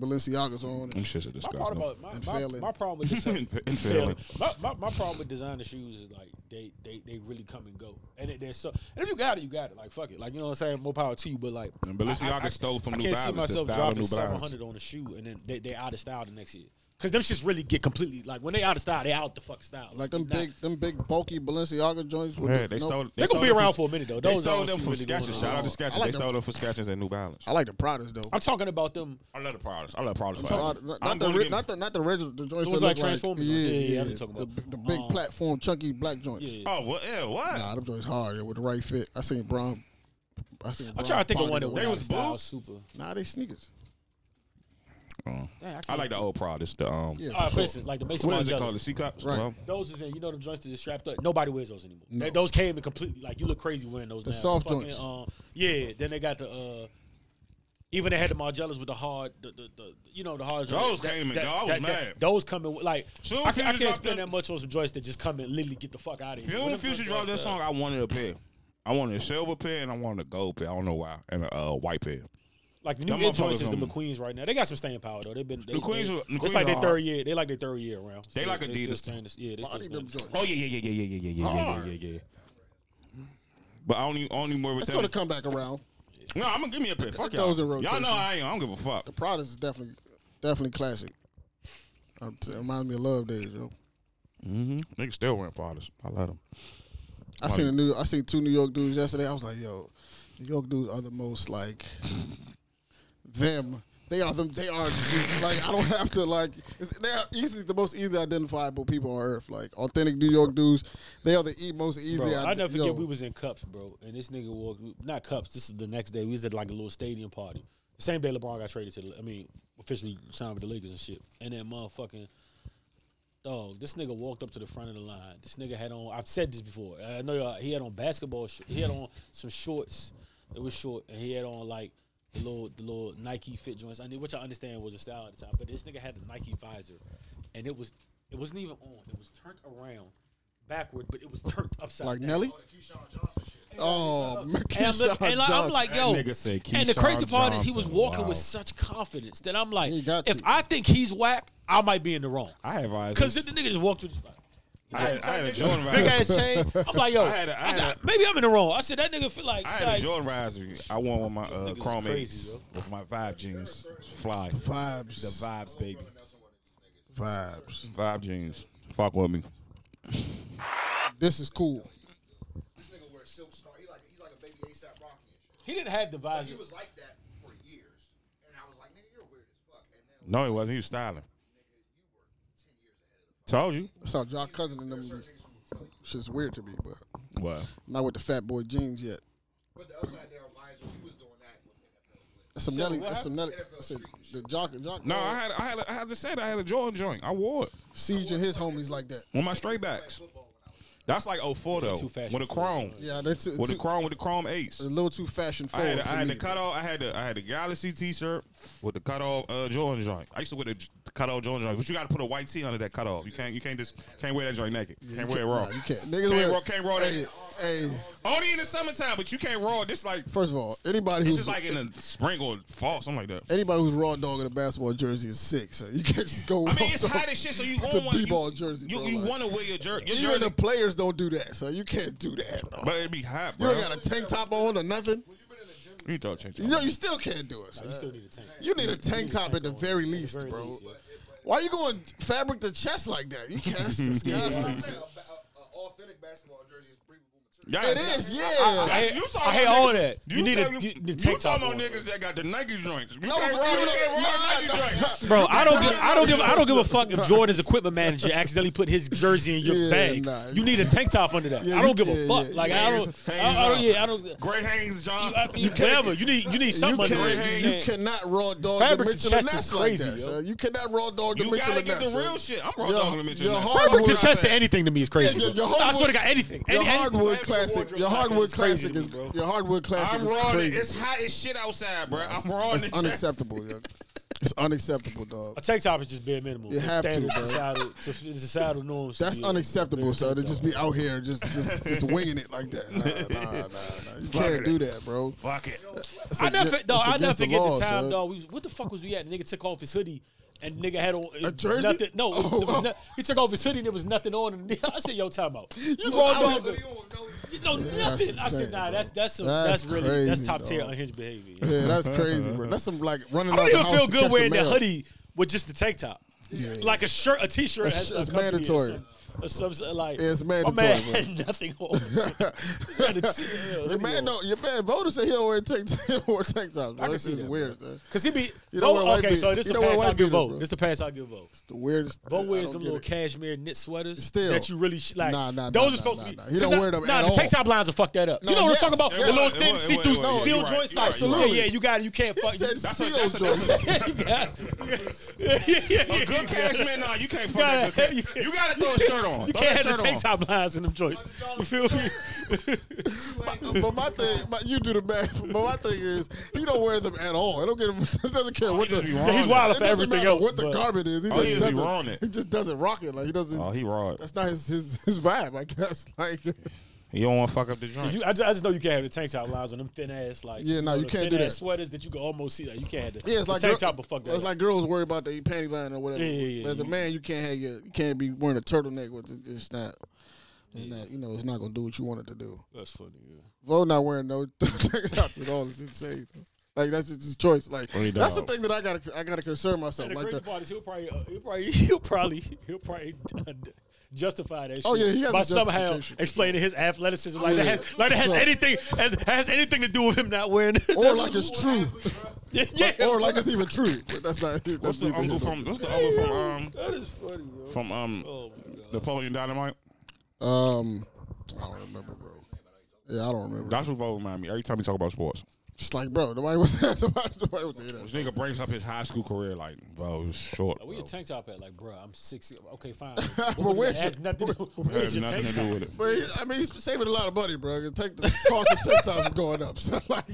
B: Balenciagas on.
C: Them shits are
D: My part
C: disgusting.
D: about my,
B: And
D: my,
B: failing.
D: my problem with this
C: And fa- and
D: failing.
C: failing.
D: My, my, my problem with designer shoes is like they they, they really come and go, and it, they're so. And if you got it, you got it. Like fuck it, like you know what I'm saying. More power to you, but like
C: And Balenciaga
D: I- I- I-
C: stole from
D: I
C: New
D: can't see
C: Balance, the
D: myself
C: style of
D: dropping
C: New
D: seven
C: Balance.
D: hundred on a shoe and then they they out of style the next year. Cause them shits really get completely like when they out of style, they out the fuck style.
B: Like them
D: Nah.
B: big, them big bulky Balenciaga joints. With
C: Yeah,
B: the-
C: they
B: no-
C: stole.
D: They gonna
C: stole
D: be
C: them
D: around
C: from-
D: for a minute, though.
C: They
D: Those-
C: stole
D: those
C: them
D: shit
C: from
D: really going
C: Skechers.
D: on.
C: Shout out to
B: I
C: Skechers.
B: like
C: they
B: them.
C: stole them from Skechers and New Balance.
B: I like the products though.
D: I'm talking about them.
C: I love the products. I love products.
B: So, uh, not, not the ri- not the not the original the joints
D: Those
B: that
D: like
B: look like
D: Transformers
B: Yeah,
D: ones.
B: yeah,
D: Yeah, yeah,
B: yeah,
D: I know what you're talking
B: The,
D: about.
B: the big
D: Um,
B: platform chunky black joints.
D: Yeah.
C: Oh what? Yeah, what?
B: Nah, them joints hard yeah, with the right fit. I seen Brom. I seen
D: I'm
B: Brom
D: trying to think of
B: body
D: one that
B: though.
D: went
C: They
D: out
C: was
D: of style.
C: blue?
D: Super.
B: Nah, they sneakers.
C: Oh.
D: Dang, I
C: I
D: can't-
C: like the old products. The um.
B: Yeah,
D: All right,
B: for
D: for
B: sure.
D: instance, like the Mason
C: What is it
D: Margellas.
C: called? The C cups.
B: Right.
C: Well,
D: Those is in, you know, the joints that just strapped up. Nobody wears those anymore. They- those came in completely, like you look crazy wearing those.
B: The
D: now.
B: soft
D: Fucking,
B: joints.
D: Um, yeah. Then they got the. uh Even they had the Margellas with the hard, the, the, the you know, the hard. joints.
C: Those came in, dog. I was mad.
D: those come in like
C: Soon
D: I, can, I
C: Future
D: can't
C: dropped
D: spend
C: that-
D: that much on some joints that just come and literally get the fuck out of here.
C: Future
D: When them
C: Future
D: joints
C: dropped that
D: dropped,
C: song, I wanted a pair. I wanted a silver pair and I wanted a gold pair. I don't know why. And a uh, white pair.
D: Like the new
C: Them
D: hit joints
C: motherfuckers
D: is the
C: on-
D: McQueens right now. They got some staying power though. They've been they,
C: McQueens
D: They,
C: are-
D: it's
C: McQueens
D: like their
C: are
D: third
C: hard.
D: year. They like their third year around.
C: They like
D: still
C: Adidas.
D: staying this- Yeah, they still
B: Body
D: staying
B: them
D: this.
B: joints.
C: Oh yeah, yeah, yeah, yeah, yeah, yeah, yeah, yeah, yeah, yeah, yeah, yeah. But I only only more with
B: It's gonna
C: that.
B: come back around.
C: No, I'm gonna give me a pair. Fuck
B: that
C: y'all.
B: goes in
C: Y'all
B: rotation.
C: know I ain't. I don't give a fuck.
B: The products is definitely definitely classic. Uh, It reminds me of Love Days, yo.
C: Mm-hmm. Niggas still wearing products. I love them.
B: I seen a new. I seen two New York dudes yesterday. I was like, yo, New York dudes are the most like them They are them. They are like I don't have to like. it's- They are easily the most easily identifiable people on earth. Like authentic New York dudes. They are the e- most
D: Bro,
B: easily.
D: I
B: ide-
D: never forget
B: yo,
D: we was in Cups, bro, and this nigga walked. Not Cups. This is the next day. We was at like a little stadium party. The same day LeBron got traded to. the I mean, officially signed with the Lakers and shit. And then motherfucking dog, this nigga walked up to the front of the line. This nigga had on. I've said this before. I know y'all, he had on basketball. Sh- he had on some shorts. It was short, and he had on like. The little, the little Nike fit joints, I mean, which I understand was a style at the time, but this nigga had a Nike visor, and it was, it wasn't even on. It was turned around, backward, but it was turned upside.
B: like
D: down.
B: Nelly. Oh,
D: And, I'm, look- and
B: Keyshawn
D: I'm
B: Johnson.
D: like,
C: That
D: yo.
C: nigga said
D: and the
C: Keyshawn
D: crazy part is he was
C: Johnson.
D: walking
C: Wow.
D: with such confidence that I'm like,
B: He got
D: if
B: you.
D: I think he's whack, I might be in the wrong.
C: I have eyes.
D: Because the nigga just walked through the spot.
C: I had, I had a Jordan
D: Big
C: ride.
D: ass chain. I'm like, yo,
C: I
D: I
C: had a- I
D: said,
C: had a-
D: maybe I'm in the wrong. I said, that nigga feel like,
C: I had
D: like-
C: a Jordan ride. I won with my uh,
D: Niggas is
C: Chrome
D: crazy,
C: 8s
D: yo.
C: with my Vibe jeans. Fly. The
B: vibes,
C: vibes, baby.
B: vibes.
C: Vibe jeans. Fuck with me.
B: This is cool.
E: This nigga wears silk star. He like he's like a baby ASAP Rocky and shit.
D: he didn't have the
E: But
D: visor.
E: he was like that for years, and I was like, nigga, you're weird as fuck. And then
C: No, he wasn't. He was styling. Told you.
B: That's how John Cousin and them shit's weird to me, but
C: What?
B: not with the fat boy jeans yet.
E: but the upside down visor, he was doing that with NFL. players.
B: That's some Nelly. That's some Nelly. That's a, the jock, jock.
C: No, I had, I had, I had to say that I had a Jordan joint. I wore it
B: Siege and his homies like that.
C: with my straight backs. That's like 04 though.
D: too
C: With
D: fashion
C: a
D: forward.
C: chrome.
B: Yeah, that's a,
C: With a
B: too,
C: chrome. With the chrome eights.
B: a little too fashion
C: I
B: forward.
C: had, I
B: for
C: had
B: me.
C: the cut off. I had the I had the Galaxy T-shirt with the cut off uh, Jordan joint. I used to wear the j- the cut off Jordan joint, but you got to put a white tee under that cut off. You can't you can't just can't wear that joint naked. Can't wear it raw.
B: Nah, you can't. Niggas
C: Can't
B: wear-
C: raw- can't raw that.
B: Hey, hey,
C: Only in the summertime, but you can't raw. This like
B: first of all, anybody
C: this
B: who's
C: is like in the spring or fall, something like that.
B: anybody who's raw dog in a basketball jersey is sick. So you can't just go.
C: I mean, it's
B: raw dog.
C: hot as shit, so you
B: It's
C: gonna
B: a
C: want
B: b-ball
C: you,
B: jersey,
C: You,
B: bro,
C: you
B: like-
C: want to wear your, jer- your
B: Even
C: jersey,
B: the players don't do that, so you can't do that. Bro.
C: but it'd be hot,
B: You
C: bro.
B: don't got a tank top on or nothing.
C: you don't change.
B: You know, you still can't do it. son.
D: You still need a tank.
B: You need a tank top at the very least,
D: very
B: bro.
D: least, yeah.
B: Why you going fabric to chest like that? You can't. That's disgusting.
E: Saying a, a, a authentic basketball jersey is breathable material.
C: Yeah,
B: It is, yeah.
D: I-
C: you saw
D: I hate
C: them
D: all
C: niggas-
D: that. You need a-
C: saw-
D: you need a
C: you
D: tank
C: saw
D: top
C: them
D: on.
C: niggas that got the Nike joints. You
B: No,
C: can't
B: but
C: rock,
B: even
C: you can't
B: though- no,
C: rock
B: no,
C: Nike
B: no.
C: joints.
D: Bro, I don't give I don't give I don't give a fuck if Jordan's equipment manager accidentally put his jersey in your
B: Yeah,
D: bag.
B: nah.
D: you need a tank top under that.
B: Yeah,
D: I don't give
B: yeah,
D: a fuck.
B: yeah.
D: like I don't, I,
C: Hands
D: I don't.
C: off.
D: Yeah, I don't.
C: Great Haynes, John.
D: I- you- whatever. You need you need
B: You,
D: something. under
B: can't,
D: it.
B: you cannot raw dog
D: Fabric
B: the Mitchell
D: to
B: and
D: chest is
B: Ness like
D: crazy,
B: that.
D: yo.
B: son. You cannot raw dog the
C: You
B: Mitchell
C: gotta
B: and
C: get
B: Ness.
C: the real
B: son.
C: shit. I'm
B: Your-
C: raw dogging the Mitchell.
B: your
C: Ness.
B: hard-
D: Fabric to
B: Hardwood-
D: chest to anything to me is crazy.
B: Yeah, your-
D: bro.
B: your
D: I swear
B: hardwood-
D: to God, anything.
B: Your
D: Any- any-
B: hardwood
D: every
B: classic.
D: wardrobe
B: Your
D: item
B: hardwood
D: is crazy
B: classic
D: to
B: is
D: me, bro.
B: your hardwood classic
C: I'm
B: is
C: raw.
B: crazy.
C: It's hot as shit outside, bro. I'm raw. in
B: It's
C: the dress.
B: unacceptable. yo. It's unacceptable, dog.
D: A tank top is just bare minimum.
B: You
D: It's
B: have to,
D: standard
B: bro.
D: societal, to, societal norms. to
B: That's
D: be a-
B: unacceptable,
D: bare
B: so to
D: tank
B: just
D: top.
B: be out here just just just winging it like that. Nah, nah, nah, nah. You can't do that, bro.
C: Fuck it.
B: It's
D: I
B: ag-
D: never,
B: it's
D: dog, I never
B: against
D: forget the,
B: law,
D: time,
B: son.
D: dog. We was, what the fuck was we at? The nigga took off his hoodie. And nigga had on it-
B: jersey?
D: Nothing, no, it-
B: Oh,
D: there was
B: oh.
D: no- he took off his hoodie and there was nothing on. And I said, "Yo, time out. You,
B: was
D: raw
B: out
D: dog,
B: here.
E: You don't know.
D: you know
B: that's
D: nothing." I
B: insane,
D: said, "Nah,
B: bro.
D: that's that's some,
B: That's
D: that's, really that's
B: crazy,
D: top tier
B: dog.
D: unhinged behavior."
B: Yeah, that's crazy, bro. That's some like running
D: I
B: out
D: don't
B: the
D: even
B: house
D: feel
B: to
D: good
B: catch
D: wearing
B: the
D: that
B: mail.
D: hoodie with just the tank top. Like a shirt, a t-shirt.
B: It's-
D: has
B: it's
D: accompanied it or
B: mandatory.
D: some- Or some, like,
B: It's
D: my man
B: mandatory, bro.
D: had nothing on. He had a t- a
B: Your
D: hoodie
B: man,
D: on.
B: don't, your man voter said he don't wear tank, he don't wear tank tops. Bro.
D: can
B: This
D: see
B: is
D: that,
B: weird. Son.
D: Cause he be
B: You don't wear
D: vote,
B: white
D: okay,
B: beaters.
D: so this
B: You
D: the
B: don't wear
D: pass
B: white
D: I give
B: beaters,
D: vote.
B: bro.
D: This the pass I give vote.
B: The weirdest.
D: Vote
B: I
D: wears
B: don't
D: them
B: get
D: little
B: it.
D: cashmere knit sweaters
B: Still.
D: that you really sh- like.
B: Nah, nah,
D: those
B: nah,
D: are supposed
B: nah,
D: to be.
B: nah. He don't
D: 'cause
B: wear them
D: Nah,
B: at
D: the
B: all.
D: tank top lines will fuck that up.
B: No,
D: you know what
B: yes.
D: I'm talking about?
B: It
D: the
B: was,
D: little
C: it
D: thin
C: was, it
D: see through
C: was, it was.
D: seal
C: You're right,
D: joints.
C: you're
D: Like,
B: right, you're right.
D: yeah, yeah, you got it. You can't
B: He
D: fuck.
B: said
D: You,
C: That's a-
B: seal
C: that's a-
B: joints.
C: that's a-
D: you got it. yeah, yeah, yeah.
C: Good cashmere, nah, you can't fuck
D: gotta-
C: that. good ca- You gotta throw a shirt on. Throw
D: You can't
C: that
D: have the
C: shirt
D: tank
C: on.
D: top lines in them joints. You feel me?
B: But my thing, my, you do the math. But my thing is, he don't wear them at all. I don't get him. It doesn't care what
C: Oh, he
B: the.
C: just be wrong.
D: Yeah, he's wild
B: it
D: for
B: doesn't
D: everything
B: matter
D: else.
B: what the
D: but-
B: garment is. He
C: Oh,
B: just,
C: he just be
B: doesn't,
C: wrong it.
B: he just doesn't rock it. Like he doesn't.
C: Oh, he raw.
B: that's not his, his his vibe. I guess. Like,
C: He don't want to fuck up the joint.
D: You, I, just, I just know you can't have the tank top lines on them thin ass like
B: Yeah, no,
D: know,
B: you
D: the
B: can't
D: thin
B: do
D: ass
B: that.
D: sweaters that you can almost see that you can't have the,
B: yeah, it's
D: the
B: like
D: tank
B: girl-
D: top will fuck that
B: It's
D: up.
B: like girls worry about their panty line or whatever.
D: Yeah, yeah, yeah.
B: But as a man, you can't have your, you can't be wearing a turtleneck with it. It's not. it's not- you know, it's not gonna do what you want it to do.
D: that's funny. Yeah.
B: Vote not wearing no tank top at all is insane. Like that's just his choice. Like
C: Well, he
B: that's the
C: don't.
B: thing that I gotta I gotta concern myself.
D: And the
B: Like
D: crazy
B: the,
D: part is he'll probably uh, he'll probably he'll probably he'll probably justify that shit
B: Oh, yeah, he has
D: by
B: a
D: somehow
B: justification.
D: explaining his athleticism like that
B: Yeah.
D: has like that has
B: So-
D: anything has, has anything to do with him not wearing
B: Or like it's true.
D: yeah.
B: Or like it's even true. But that's not. That's
C: What's the
B: neither
C: uncle
B: here nor
C: from? What's the uncle from? Um,
D: that is funny, bro.
C: from um,
D: Oh my god.
C: Napoleon Dynamite.
B: there. Um, I don't remember, bro. Yeah, I don't remember.
C: That's what Vogue remind me every time we talk about sports.
B: It's like, bro, nobody was nobody, nobody was in
C: This
B: that.
C: nigga brings up his high school career like, bro, it was short.
D: Like, where your
C: bro.
D: tank top at? Like, bro, I'm six. Okay, fine.
B: But where's
D: has
B: your-
D: nothing to do-
C: It
D: where's
C: has
D: your
C: nothing
D: tank
C: to
D: top?
C: do with it.
B: But he, I mean, he's saving a lot of money, bro. Take the cost of tank tops is going up. So like,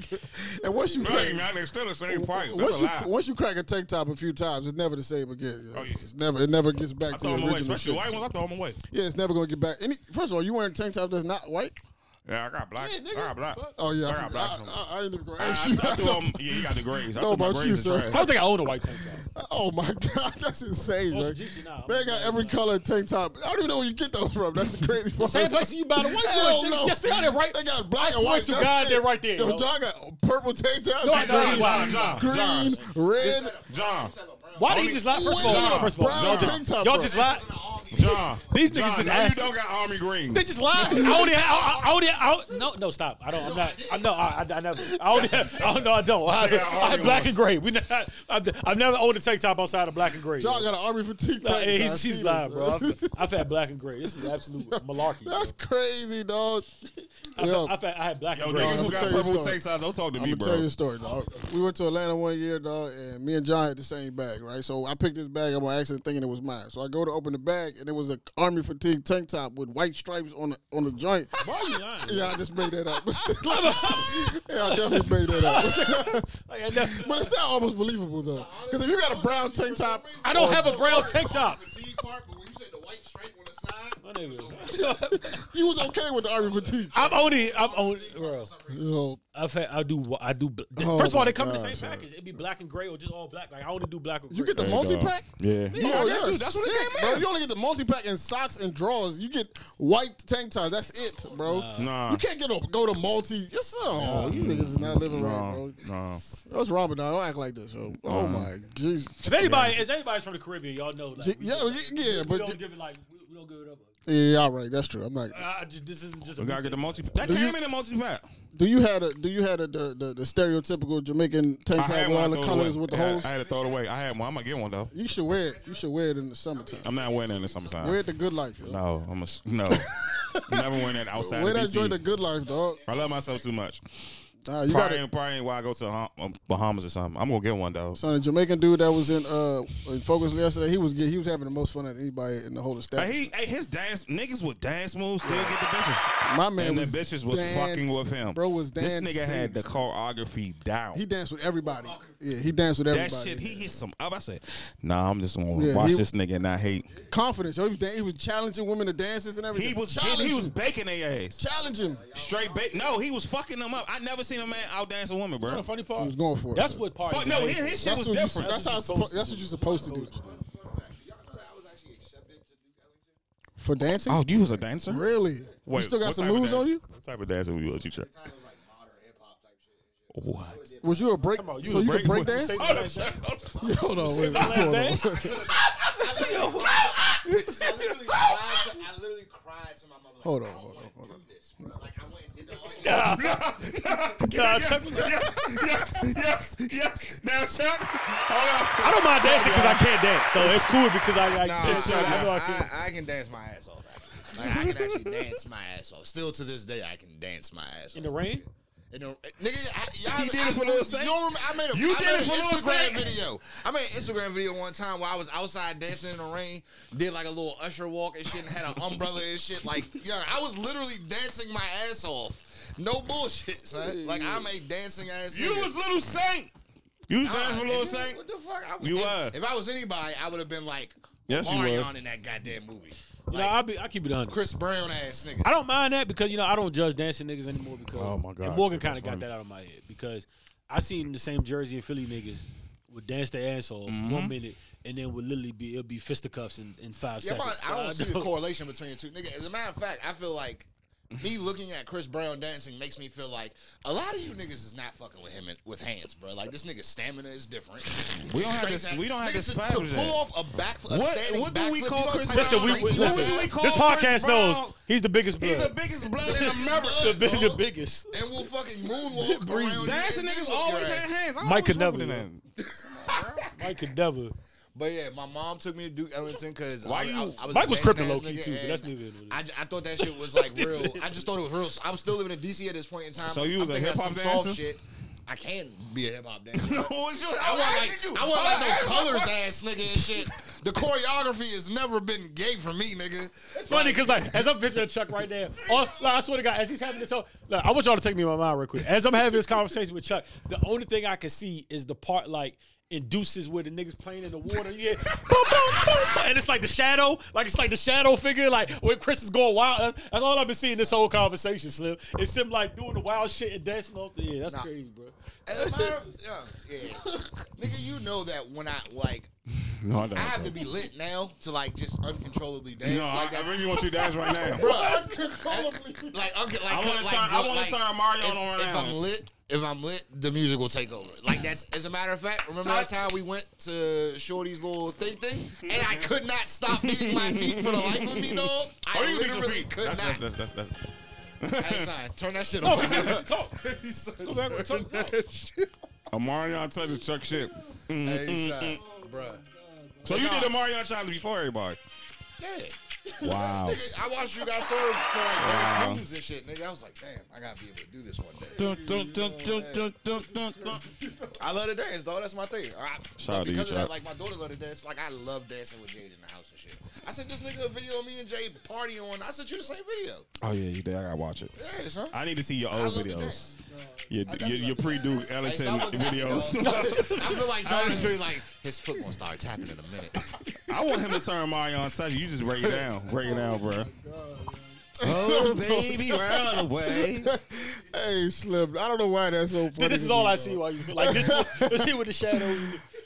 B: and once you
C: No,
B: crack,
C: man, they still the same price.
B: once
C: That's a
B: you
C: lie.
B: once you crack a tank top a few times, it's never the same again. you know?
C: Oh, yeah.
B: It's never it never gets back to
C: I
B: the
C: throw them away,
B: original
C: especially
B: shit.
C: white ones. I throw them away.
B: Yeah, it's never gonna get back. Any first of all, you wearing a tank top that's not white?
C: Yeah, I got black.
D: Yeah, nigga,
C: I got black.
D: fuck.
B: Oh yeah,
C: I
B: I,
C: got black
B: forgot.
C: ones.
B: I, I, I ain't even gonna
C: I,
B: ask
C: I,
B: you.
C: I threw 'em- Yeah, you got the grays. I
B: No,
C: threw my
B: about
C: grays
B: you,
C: in
B: sir.
C: trash.
D: I don't think I own a white tank top.
B: Oh my god, that's insane.
D: Oh,
B: man.
D: it's Gucci now.
B: Man, got every color tank top. I don't even know where you get those from. That's the crazy part.
D: Same place you buy the white
B: Hell
D: ones.
B: no.
D: Yes, they are. They're right.
B: They got
D: I
B: black
D: swear
B: and white.
D: to
B: That's
D: God,
B: it.
D: they're right there,
B: Yo,
D: yo.
B: John got purple tank tops.
D: No, I know
B: green,
D: he wild.
C: John,
B: green,
C: John,
B: red.
C: John,
D: Why did he just lie? First of all,
C: John,
D: first of all,
B: brown
D: y'all
B: tank
D: just,
B: top,
D: y'all
B: bro.
D: just lied.
C: John.
D: These niggas just
C: no,
D: ass-
C: You don't got army green.
D: They just lied. I only, I, I only, I, don't- no, no, stop. I don't. I'm not. I no, I, I, I never. I only, I don't know. I don't. I, I, black and gray. We not. I've, I've never owned a tank top outside of black and gray.
B: John got an army fatigue
D: Nah,
B: tank.
D: hey,
B: I've
D: he's, he's
B: seen
D: lying,
B: them,
D: bro.
B: son.
D: I've, I've had black and gray. This is absolute malarkey. bro.
B: That's crazy, dog.
D: I've,
B: Yo,
D: had, I've had, I had black
C: Yo,
D: and gray.
C: niggas
B: I'ma tell
C: who got
B: you a
C: purple
B: story.
C: tanks out, don't talk to
B: I'm
C: me,
B: gonna tell you
C: bro.
B: a story, dog. We went to Atlanta one year, dog, and me and John had the same bag, right? So I picked this bag up on accident, thinking it was mine. So I go to open the bag, and it was an army fatigue tank top with white stripes on the on the joint.
D: Why are you lying?
B: Yeah, I just made that up. yeah, I definitely made that up.
D: Like, I, never-
B: but it sounds almost believable though, because if you got a brown tank top,
D: I don't have a brown tank top.
E: Fatigue part, but when you said the white stripe on the side,
D: My nigga.
B: you was okay with the army fatigue.
D: I'm only. I'm only. Bro.
B: Yo,
D: I've had. I do. I do. bl-
B: Oh
D: First of all,
B: my
D: they come in the
B: God,
D: same package. It'd be black and gray or just all black. Like I only do black or gray.
B: you get the
C: There you go.
B: multi pack. Oh,
C: Yeah.
D: that's
B: you're
D: what- that's what it
B: sick,
D: came
B: bro.
D: in.
B: You only get the multi pack and socks and drawers. You get white tank tops. That's it, bro.
C: Nah.
B: You can't get a, go to multi. Yes, oh, you niggas is not living right,
C: No,
B: bro.
C: no.
B: That's Ramadan. Don't act like this, yo. Oh my Jesus.
D: If anybody, if anybody's from the Caribbean, y'all know. Like,
B: Yeah,
D: we-
B: yeah, yeah,
D: we
B: but
D: don't give it like we, we don't give it up.
B: yeah, all right, that's true. I'm not.
D: I I just, this isn't just. a
C: We gotta get
D: weekend.
C: the multi. That came in the multi pack.
B: Do you had a do you had a the, the, the stereotypical Jamaican
C: I
B: tank top
C: had
B: with all
C: one. I
B: the
C: threw it
B: colors
C: away.
B: with the
C: Yeah,
B: holes?
C: I had to throw it away. I had one. I'm gonna get one though.
B: You should wear it. You should wear it in the summertime.
C: I'm not wearing it in the summertime.
B: Wear it the good life, yo.
C: No, I'm a s- no. Never wearing that outside.
B: Wear
C: Of
B: that joint the
C: DC.
B: good life, dog.
C: I love myself too much.
B: Nah, you got
C: Probably,
B: to
C: ain't- probably ain't why I go to the Hom- um, Bahamas or something. I'm gonna get one though.
B: Son, the Jamaican dude that was in uh in Focus yesterday, he was get, he was having the most fun out of anybody in the whole
C: Hey,
B: establishment.
C: he, hey, his dance niggas with dance moves still get the bitches.
B: My man
C: and
B: was
C: the bitches was
B: dance-
C: fucking with him.
B: Bro was
C: This
B: dancing.
C: nigga had the choreography down.
B: He danced with everybody. Yeah, he danced with everybody.
C: that shit, he hit some up. I said, Nah, I'm just gonna
B: Yeah,
C: watch
B: he-
C: this nigga and I hate.
B: confidence. Yo, he, was dan- he was challenging women to dances and everything.
C: He was
B: challenge
C: getting, he
B: him.
C: was baking their ass.
B: challenge him.
C: Straight bake. No, he was fucking them up. I never seen a man out dance a woman,
D: You know
C: bro.
D: The funny
B: He
D: part.
B: was going for it.
D: That's what part.
C: Fuck no, his, his shit
B: That's
C: was
B: what you-
C: different.
B: That's how. it's suppo- That's what you're supposed to do
E: fun fact. Did y'all know that I was actually accepted to Duke Ellington?
B: for dancing.
C: Oh, you was a dancer?
B: Really? you still got
C: what
B: some
C: type of
B: moves
C: dan-
B: on you?
C: What type of dancer was you, Chuck?
E: Kind of like modern hip hop type shit.
C: What?
B: Was you a break?
D: you
B: so
D: was
B: you
D: break-
B: could break
D: what-
B: dance?
D: say-
B: Yo,
C: Hold up, Chuck. Hold up.
B: Hold on, wait, what's
D: Last
B: going
D: dance?
B: on?
D: ah!
E: I literally cried. To, I literally cried to my mother. Like,
B: Hold on,
E: I don't
B: hold
E: wanna
B: on, hold
E: do
B: on.
E: This, bro. Like I went and did the
D: Nah, Chuck-
C: yes, yes, yes. Now, Chuck. Hold
D: I don't mind dancing because I can't dance, so it's cool because I, I,
E: Nah,
D: it's-
E: nah,
D: I know I can.
E: I, I can dance my ass off. actually. Like, I can actually dance my ass off. Still to this day, I can dance my ass off.
D: In the rain?
E: You know, uh, nigga, I, y'all,
C: He did
E: I,
C: it for Lil Saint.
E: You don't remember, I made a,
C: You
E: I
C: did
E: made
C: it for
E: an
C: Lil
E: Instagram
C: Saint.
E: video. I made an Instagram video one time where I was outside dancing in the rain, did like a little usher walk and shit, and had an umbrella and shit. Like, yeah, I was literally dancing my ass off. No bullshit, son. Like, I'm a dancing ass.
C: You
E: nigga.
C: was Little Saint. You was dancing for
E: Nah,
C: Little
E: nigga,
C: Saint.
E: What the fuck? I
C: You
E: if,
C: was.
E: If I was anybody, I would have been like
C: Yes, you
E: Marion
C: was.
E: in that goddamn movie.
D: You know, I'll be. I keep it on.
E: Chris Brown ass nigga.
D: I don't mind that because you know I don't judge dancing niggas anymore because
C: Oh, my God.
D: and Morgan
C: Shit, that's
D: kind of got
C: funny.
D: that out of my head because I seen the same Jersey and Philly niggas would dance their ass off one minute and then would literally be it'll be fisticuffs in, in five
E: Yeah, but
D: seconds.
E: I don't
D: So
E: see the correlation between the two. Nigga, as a matter of fact, I feel like me looking at Chris Brown dancing makes me feel like a lot of you niggas is not fucking with him in, with hands, bro. Like this nigga's stamina is different.
C: We don't have
E: Straight
C: to-
E: back-
C: we don't have to
E: Nigga, to,
C: establish
E: to
C: that.
E: pull off a back a
C: What-
E: standing
C: what do we
E: backflip,
C: call
E: you know
C: Chris
E: the
C: Brown?
E: type
D: Listen,
E: of
D: we,
E: shit
D: we
E: he
D: listen.
E: does?
C: do we call
D: This podcast
C: Chris Brown?
D: knows he's the biggest blood.
C: He's the biggest blood in
D: the,
C: America.
D: big,
E: dog.
D: the biggest.
E: and we'll fucking moonwalk around.
C: Dancing
E: you and
C: niggas
E: deal with
C: always
E: your
C: had
E: ass.
C: hands. I
D: Mike
C: always
D: Cadaver.
C: fuck with that.
D: Mike could never.
E: But yeah, my mom took me to Duke Ellington because
C: Why
E: I,
C: you-
E: I, I was a
D: Mike was
E: dancing
D: crippin'
E: ass
D: low key
E: nigga,
D: too, but
E: and
D: that's neither here nor there.
E: I, ju- I thought that shit was like real. I just thought it was real. I was still living in DC at this point in time.
C: So you
E: I'm
C: was a
E: thinking that's
C: hip-hop
E: some soft
C: dancer?
E: shit. I can be a hip hop dancer.
C: No, it's you.
E: I
C: I'm
E: want like
C: asking you.
E: I want
C: I'm
E: like no
C: asking you.
E: colors ass nigga and shit. The choreography has never been gay for me, nigga. It's
D: Funny because like as I'm picturing Chuck right there, all, like, I swear to God, as he's having this, whole- look, I want y'all to take me in my mind real quick. As I'm having this conversation with Chuck, the only thing I can see is the part like induces where the niggas playing in the water. Yeah, boom, boom, boom, boom. and it's like the shadow, like it's like the shadow figure, like when Chris is going wild. That's- That's all I've been seeing this whole conversation, Slim. It's him like doing the wild shit and dancing off the. Yeah, that's
E: Nah.
D: crazy, bro.
E: As a matter of- yeah, yeah. nigga, you know that when I like
C: No, I don't.
E: I have to be lit now to like just uncontrollably dance.
C: No, I,
E: like
C: I
E: that's-
C: really want you to dance right now.
E: Uncontrollably. Like, unco- like,
C: I wanna
E: like,
C: turn- I wanna
E: like,
C: turn Mario
E: if,
C: on
E: If
C: around.
E: I'm lit, if I'm lit, the music will take over. Like that's as a matter of fact. Remember that time we went to Shorty's little thing thing, and I could not stop beating my feet for the life of me, dog. I
C: Oh, you can beat your
E: literally
C: feet.
E: could
C: that's,
E: not.
C: That's, that's, that's, that's.
E: Hey, son, turn that shit
D: Oh,
E: off.
D: he's having some talk.
E: He said,
D: Go back and
E: "Turn
D: talk.
E: that shit off."
C: A Marion touch Chuck shit.
E: Hey, son, bruh.
C: So you did a Marion challenge before everybody.
E: Yeah.
C: Wow.
E: Nigga, I watched you guys serve for like
C: Wow.
E: dance moves and shit, nigga. I was like, damn, I gotta be able to do this one day.
C: dun, dun, dun, dun, dun, dun, dun, dun.
E: I love to dance, though. That's my thing. All right.
C: Shout out
E: But
C: to you,
E: because of that,
C: Chuck.
E: like my daughter love to dance. Like I love dancing with Jade in the house and shit. I sent this nigga a video of me and Jade partying. on. I sent you the same video.
C: Oh yeah, you did. I gotta watch it.
E: Yes, huh?
C: I need to see your
E: I
C: old
E: love to
C: videos.
E: dance.
C: Your
E: definitely
C: your, your
E: love
C: pre Duke
E: Hey,
C: Ellington
E: stop looking at me, dog.
C: videos.
E: I feel like John is really like his foot won't start tapping in a minute.
C: I want him to turn Marion touch. You just break it down. Break it down, bro.
B: Oh,
C: baby, run away.
B: hey, Slim. I don't know why that's so funny.
D: This
B: to
D: is
B: me,
D: all I
B: dog.
D: see while you like this. This here with the shadow.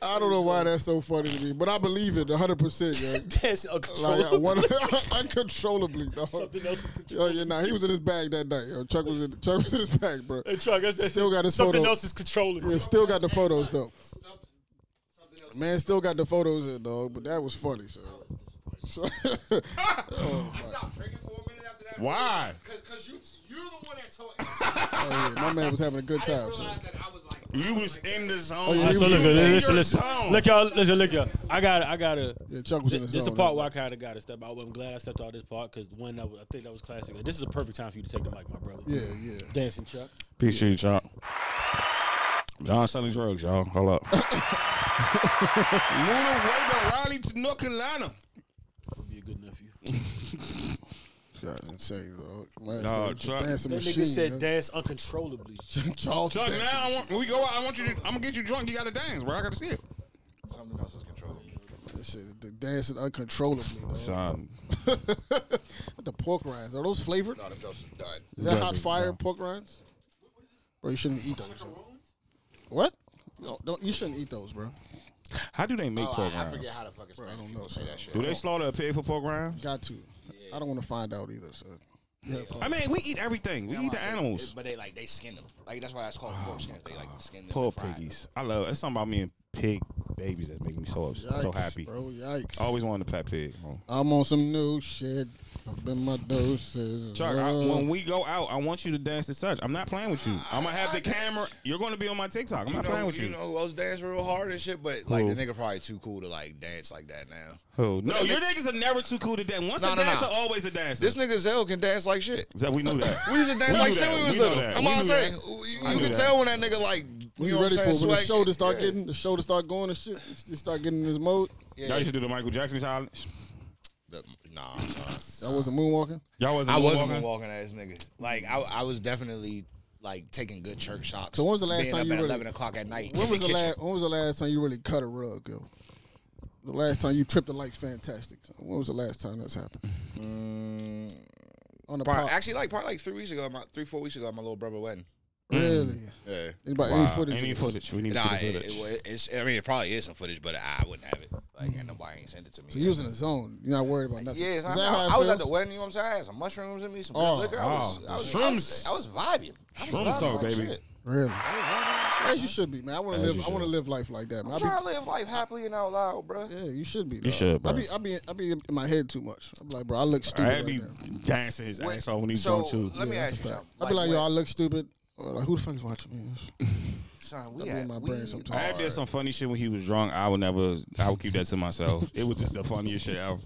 B: I don't know why that's so funny to me, but I believe it 100. percent
D: That's
B: Like, I
D: uncontrollable.
B: wanna- uncontrollably, dog.
D: Something else. is
B: Yo, yeah, nah, he was in his bag that night. Yo, Chuck was in, Chuck was in his bag, bro.
D: Hey, Chuck, that's,
B: Still got his
D: something
B: photo.
D: else is controlling.
B: Yeah,
D: me.
B: still got the photos though.
E: Something- something else.
B: Man, still got the photos in, dog. But that was funny, so. so
E: I stopped drinking for a minute after that.
C: Why?
E: Cause, 'cause you you're the one that told. I
B: oh, yeah, my man was having a good
E: didn't
B: time. So.
E: realize that I was like.
C: You was in the zone.
B: yeah,
D: All right, so
B: You
D: look,
B: was in
D: listen, listen, look, y'all, listen, look, y'all. I got, I got to.
B: Yeah, Chuck was in his
D: This is the
B: zone,
D: part
B: though.
D: where I kind of got to step out. I'm glad I stepped out this part because one, I, was, I think that was classic. And this is a perfect time for you to take the mic, my brother.
B: Yeah, yeah.
D: Dancing, Chuck.
C: Peace to you, John. John selling drugs, y'all. Hold up. Moving away to Raleigh to North Carolina.
D: You'll Be a good nephew.
B: God, insane, dog. Man,
C: Nah,
B: said,
C: Chuck-
B: dancing
D: That
B: machine.
D: nigga said
B: yo.
D: dance uncontrollably.
B: Charles
C: Chuck,
B: dancing
C: now I want, when we go out. I want you to. I'm gonna get you drunk. You gotta dance, bro. I gotta see it.
E: Something else is controlling. me.
B: That shit, the dancing uncontrollably. Dog.
C: Son,
B: the pork rinds are those flavored?
E: No, the jokes is done.
B: Is that hot
C: Doesn't,
B: fire pork rinds? Bro, you shouldn't eat those. yo. What? No, don't, you shouldn't eat those, bro.
C: how do they make
E: Oh,
C: pork
E: I, I
C: rinds?
E: forget how to fucking.
B: Bro, I
E: Spanish
B: don't
E: people
B: know,
E: Say
B: son.
E: that shit.
C: Do they slaughter a pig for pork rinds?
B: Got to. I don't want to find out either. So. Yeah, fuck.
C: I mean, we eat everything. We
E: That's
C: eat
E: why
C: the
E: I said
C: animals.
E: it- but they like they skin them. Like that's why it's called pork skins. They like skin them. and
C: Poor
E: fry them.
C: piggies. I love. It's something about me and pig babies that make me so ups- so
B: Yikes,
C: happy.
B: bro. Yikes.
C: I always wanted a pet pig. Oh.
B: I'm on some new shit. I've been my doses.
C: Chuck, I,
B: Uh,
C: when we go out, I want you to dance to such. I'm not playing with you. I'm gonna have the camera. You're gonna be on my TikTok. I'm
E: You
C: not
E: know,
C: playing with
E: you
C: you.
E: know who else dance real hard and shit, but like
C: Who?
E: the nigga probably too cool to like dance like that now.
C: Who? No, your niggas are never too cool to dance. Once
E: No,
C: a
E: no, no.
C: dancer, always a dancer.
E: This nigga Zell can dance like shit.
C: Zach, we knew that.
E: We used to dance
C: We
E: like
C: knew
E: shit
C: that.
E: when we
C: We
E: was
C: knew
E: little.
C: that.
E: I'm
C: We
E: all
C: knew
E: saying,
C: that.
E: you,
C: I
E: you
C: knew
E: can
C: that.
E: tell when that nigga like
B: we
E: you know
B: ready
E: what
B: for
E: I'm
B: it.
E: saying,
B: when the
E: swag-
B: shoulder start
E: yeah.
B: getting the shoulder start going and shit. They start getting in this mode.
E: Yeah.
C: Y'all used to do the Michael Jackson challenge.
E: The- Nah, I'm sorry.
B: That wasn't moonwalking.
C: Y'all wasn't.
E: I wasn't
C: moonwalking?
E: walking ass niggas. Like I, I was definitely like taking good church shots.
B: So when was the last
E: being
B: time
E: up
B: you
E: at
B: really-
E: eleven o'clock at night?
B: When
E: in
B: was the
E: kitchen.
B: last? When was the last time you really cut a rug, yo? The last time you tripped a light, fantastic. When was the last time that's happened? On the
E: Probably-
B: pop,
E: Actually, like probably like three weeks ago, my three four weeks ago, at my little brother wedding.
B: really?
E: Yeah.
B: Anybody
C: Wow.
B: any footage? of
C: Any
B: this?
C: footage? We need to
E: Nah,
C: see the
E: it,
C: footage.
E: it, it's. I mean, it probably is some footage, but I wouldn't have it. Like, Like, and nobody ain't sent it to me.
B: So you was in the zone. You're not worried about nothing.
E: Yeah, it's
B: Is
E: not,
B: that how it
E: I was at the
B: feels?
E: wedding. You know what I'm saying? I had some mushrooms in me, some
B: Oh,
E: good liquor. I
C: oh,
E: was, I, was, I, was,
C: shrooms.
E: I was vibing. I was
C: Shroom
E: vibing
C: talk,
E: like
C: baby.
E: Shit.
B: Really?
E: I was vibing like shit.
B: As you should be, man. I want to
C: As
B: live.
C: you
B: I want to
C: should.
B: live life like that, man. I
E: I'm
B: be,
E: trying to live life happily and out loud, bro.
B: yeah, you should be. dog.
C: should,
B: I
C: bro.
B: be. I be. I be in my head too much. I'm like, bro, I look stupid.
C: I
B: Right
C: be
B: now.
C: dancing his
E: Wait,
C: ass off when he's
E: so
C: drunk too.
E: let me
B: Yeah, that's
E: ask
B: a
E: you
B: fact.
E: something.
B: I be like,
E: when-
B: yo, I look stupid. Or like, who the fuck is watching me?
E: son,
B: I
E: we
B: be
E: had
B: in my
E: we
B: brain sometimes.
E: are-
C: I had did some funny shit when he was drunk. I would never. I would keep that to myself. it was just the funniest shit ever.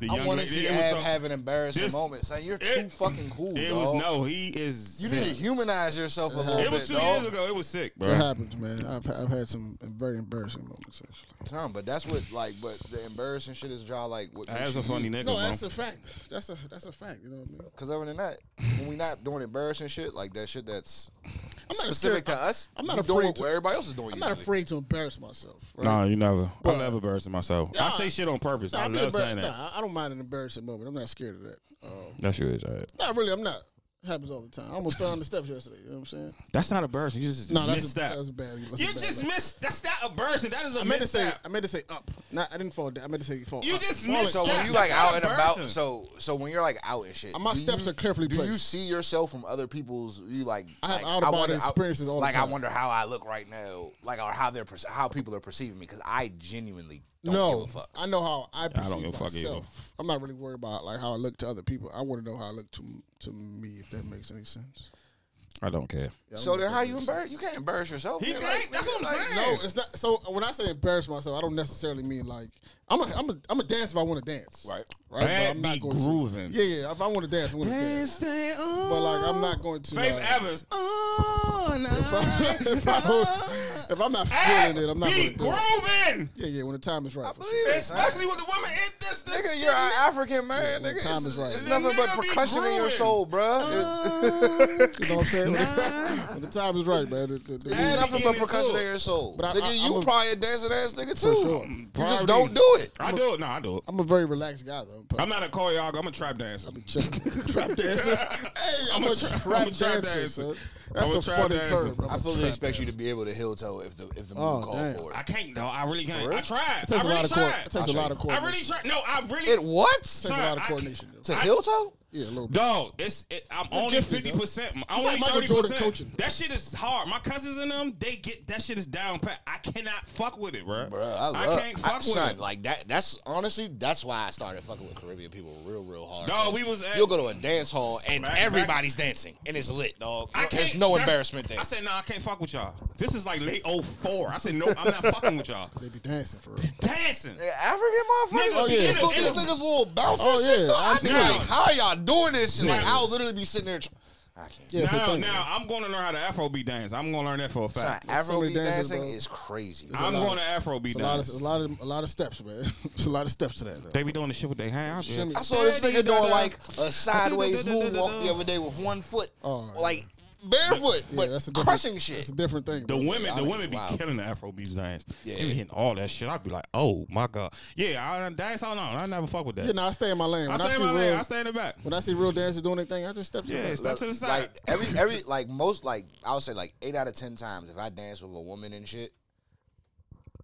C: The
E: I
C: young
E: want to
C: lady-
E: see
C: it was
E: Ab
C: so-
E: have an embarrassing
C: this-
E: moment, son. You're
C: it-
E: too fucking cool,
C: It
E: dog.
C: was no. He is.
E: you need to
C: sick.
E: humanize yourself
B: Uh-huh.
E: a little
C: It was
E: bit,
C: two
E: dog.
C: years ago. It was sick,
B: It
C: bro.
B: happens, man. I've I've had some very embarrassing moments actually.
E: Son, but that's what like, but the embarrassing shit is y'all like. What
C: That's a funny nigga,
B: No,
C: bro.
B: that's a fact. That's a that's a fact. You know what I mean?
E: Because other than that, when we not doing embarrassing shit like that, shit that's
B: I'm not
E: specific to
B: scared-
E: us,
B: I'm not
E: we
B: afraid
E: doing
B: to-
E: what everybody else is doing.
B: I'm not
E: usually.
B: afraid to embarrass myself. Right?
C: Nah, you never.
B: Bruh.
C: I love embarrassing myself. I
B: Nah.
C: say shit on purpose.
B: Nah,
C: I
B: I, be
C: love
B: embar-
C: saying that.
B: nah, I- I don't mind an embarrassing moment. I'm not scared of that. Um,
C: That shit is all right.
B: not really. I'm not. It happens all the time. I almost fell on the steps yesterday. You know what I'm saying?
C: That's not embarrassing. You just
B: No, that's a,
C: missed that.
B: that's a bad. That's
C: You
B: a bad
C: just
B: look.
C: missed. That's not embarrassing. That is a
B: I meant to say. uh,
C: misstep.
B: I meant to say up. Not. I didn't fall down. I meant to say fall.
C: You
B: up.
C: just
B: Falling-
C: missed
E: So when
C: Yeah,
E: you
C: that's
E: like
C: not
E: out and about,
C: embarrassing.
E: so so when you're like out and shit,
B: My
E: do
B: steps
E: you-
B: are carefully
E: Do you
B: placed.
E: see yourself from other people's? You like
B: I have
E: like,
B: out-of-body
E: wonder-
B: experiences all the
E: like
B: time.
E: I wonder how I look right now, like or how they're perce- how people are perceiving me because I genuinely don't
B: no,
E: give a fuck.
B: I know how I
C: don't
B: perceive
C: give a fuck either.
B: myself. I'm not really worried about like how I look to other people. I want to know how I look to to me, if that makes any sense.
C: I don't care.
B: Yeah, I
E: So
B: don't
E: then
B: think
E: how
B: that
E: you
B: makes
E: embarrass? You can't embarrass yourself.
C: He
E: man.
C: can't.
E: Like,
C: That's what I'm
E: like,
C: saying.
B: No, it's not. So when I say embarrass myself, I don't necessarily mean like I'm a I'm a, I'm a dance if I want to dance.
E: Right.
B: Right.
C: That
B: But I'm not
C: be
B: going
C: grooving.
B: to. Yeah, yeah. If I want to dance, I want to dance. But like I'm not going to.
C: Faith
B: like,
C: Evans. Oh,
B: If, I, if, I don't, if I'm not feeling it, I'm not
C: be
B: going to. do it.
C: grooving.
B: Yeah, yeah. When the time is right. for
E: believe
B: sure.
E: it, son.
C: Especially with the women in this. this
E: Nigga, you're an African man.
B: Yeah,
E: nigga,
B: time
E: it's,
B: is right.
E: it's
B: The
E: nothing but
C: nigga be
E: percussion in your
C: growing.
E: soul, bruh. Uh,
B: You know what I'm saying? When the, when the time is right, man. The, the, the,
E: it's nothing but
C: beginning
E: percussion
C: too.
E: in your soul.
B: But I-
E: nigga,
B: I-
E: you
B: I'm a-
E: probably a dancing ass nigga
B: for
E: too.
B: sure.
E: You
C: Probably.
E: just don't do it.
C: I do it. No, I do it.
B: I'm a very relaxed guy though. But
C: I'm not a choreographer. I'm a trap dancer.
B: chill. trap dancer. Hey, I'm, a, trap,
C: I'm a trap
B: dancer.
C: dancer.
B: son.
C: I'm
B: That's
C: a
B: a,
C: trap
B: funny
C: dancer.
B: term. bro. I'm
E: I
B: a
E: fully
B: trap
E: expect you
B: dancer.
E: to be able to heel toe if the if the move
B: Oh,
E: called
B: damn.
E: for
C: I
E: it.
C: can't though. I really can't.
E: real?
C: I tried.
B: It takes a
C: I really
B: lot of
C: tried.
B: coor- it takes a
E: I'll
B: lot of
E: show
C: I
B: coordination.
C: really tried. No, I really.
E: It what?
B: It takes a
C: Son,
B: lot of
C: I-
B: coordination. though.
E: To heel toe?
B: Yeah, a little bit.
C: Dog, it's it, I'm only
B: gifted,
C: fifty percent. I'm
B: It's
C: only
B: like Michael
C: thirty
B: Jordan coaching.
C: percent. That shit is hard. My cousins and them, they get that shit is down pat. I cannot fuck with it, bro.
E: Bruh, I love
C: can't fuck
E: I-
C: with
E: son,
C: it.
E: Like that that's honestly that's why I started fucking with Caribbean people real, real hard.
C: Dog,
E: 'Cause
C: we was at-
E: You'll go to a dance hall and
C: Matter of fact-
E: everybody's dancing and it's lit, dog.
C: I can't,
E: There's no
C: that's-
E: embarrassment there.
C: I said, no, nah, I can't fuck with y'all. This is like late 04. I said, no, I'm not fucking with y'all.
B: They be dancing for real.
C: Dancing.
E: Yeah, African motherfuckers,
C: Nigga,
E: oh,
C: Oh,
E: yeah.
C: yeah.
E: these,
C: it's-
E: these
C: it's-
E: niggas little bounce
B: Oh,
E: and shit.
B: yeah,
E: though. I be
B: absolutely.
E: like, how are y'all doing this shit? Like,
C: Yeah.
E: I'll literally be sitting there. Tr- I can't.
B: Yeah, it's a
C: now,
B: thing,
C: now I'm going to learn how to Afrobeat dance. I'm going to learn that for a
E: Son,
C: fact.
E: Afrobeat
B: so many dances,
E: dancing
B: bro.
E: is crazy.
C: I'm
B: lot
C: going to
B: It's
C: Afrobeat
B: a lot
C: dance.
B: of a lot of a lot of steps, man. It's a lot of steps to that. Though.
C: they be doing the shit with their hands.
B: Shimmy.
E: I saw this nigga doing like a sideways
C: Da-da-da-da-da-da.
E: moonwalk the other day with one foot,
B: Oh, yeah.
E: like barefoot,
B: Yeah,
E: but
B: that's a different-
E: crushing
B: That's
E: shit.
B: a different thing.
C: The
B: bro.
C: women, the
E: Y'all
C: women
E: niggas
C: be
E: wild.
C: killing the Afrobeat dance.
E: Yeah.
C: They be hitting all that shit. I'd be like, oh my god. Yeah, I done dance all on. I never fuck with that.
B: Yeah, no, I stay in my lane.
C: I
B: When I,
C: stay in
B: see
C: my
B: real,
C: lane. I stay in the back.
B: when I see real dancers doing anything, I just step to
C: Yeah,
B: the
C: step to the side.
E: Like every every like most like I would say like eight out of ten times if I dance with a woman and shit,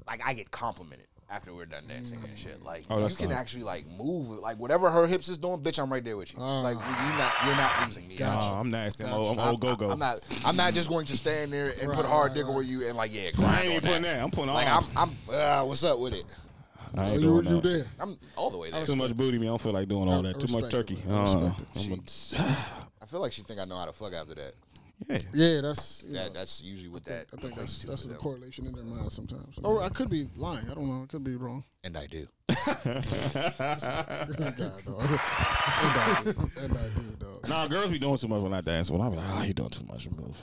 E: like I get complimented after we're done dancing and shit.
B: Mm.
E: Like
C: Oh,
E: you
C: that's
E: can
C: fine.
E: actually like move like whatever her hips is doing, bitch, I'm right there with you.
B: Ah.
E: like you not you're not losing me.
C: Oh,
E: I'm-
C: I'm nasty. I'm old, I'm
E: I'm,
C: old go go.
E: I'm not. I'm not just going to stand there and
B: Right,
E: put hard
B: right,
E: dick
B: right.
E: on you and like yeah.
C: I
E: grind
C: ain't
E: on
C: putting that. I'm putting all.
E: Like I'm. I'm. Uh, what's up with it?
C: I
B: Oh,
C: ain't
B: you,
C: doing
B: you
C: that.
B: there.
E: I'm all the way there.
C: Too much booty, man. I don't feel like doing all
B: I
C: that. Too much
B: respect
C: turkey.
B: it, man. I
C: Uh,
B: respect it.
C: I'm a-
E: I feel like she think I know how to fuck after that.
C: Uh, yeah.
B: Yeah, that's yeah.
E: That that's usually what that.
B: I think that's
E: equates to
B: that's
E: for
B: the
E: them.
B: correlation in their mind sometimes. Or I could be lying. I don't know. I could be wrong.
E: And I do.
B: God, dog. and I do. And I do, dog.
C: Nah, girls be doing too much when I dance. When I'm like, ah, you doing too much. Remove.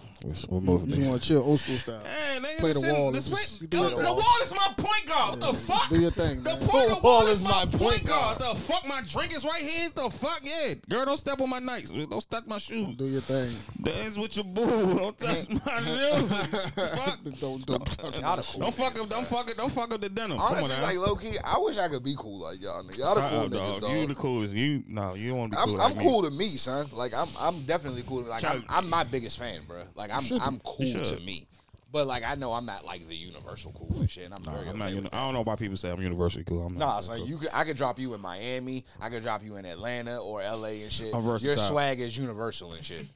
C: Remove
B: You just
C: me.
B: want to chill, old school style.
C: Hey, nigga,
B: Play the
C: listen,
B: wall
C: this
B: and
C: way-
B: just- you
C: the,
B: do it.
C: the wall is my point guard. the fuck?
B: do your thing,
C: The
B: man.
C: point
E: The
C: the wall
E: wall
C: is
E: is
C: my
E: my point
C: point guard.
E: guard.
C: The fuck? My drink is right here. The fuck? Yeah. Girl, don't step on my nights. Don't step my shoes.
B: Do your thing.
C: Dance with your boo. Don't touch my music. fuck.
B: don't don't touch
E: Y'all
B: my
E: the
B: shit.
E: cool
C: Don't fuck up. Don't fuck up. Don't fuck up the denim.
E: Honestly,
C: Come on,
E: like
C: now.
E: low key, I wish I could be cool like y'all niggas. Y'all the
C: Shut
E: cool
C: up,
E: niggas,
C: Uh-uh, dog. You the
E: dog.
C: coolest. You no, you don't want to be
E: I'm,
C: cool.
E: I'm
C: like me.
E: cool to me, son. Like I'm, I'm definitely cool. Like I'm,
C: Child-
E: I'm my biggest fan, bro. Like I'm, I'm cool
C: should.
E: to me. But like I know I'm not like the universal cool and shit. And I'm
C: Nah,
E: very
C: I'm
E: okay
C: not.
E: with
C: Uni- I don't know why people say I'm universally cool. I'm not.
E: Nah, it's like you. Could, I could drop you in Miami. I could drop you in Atlanta or L.A. and shit.
C: I'm
E: Your
C: versatile.
E: swag is universal and shit.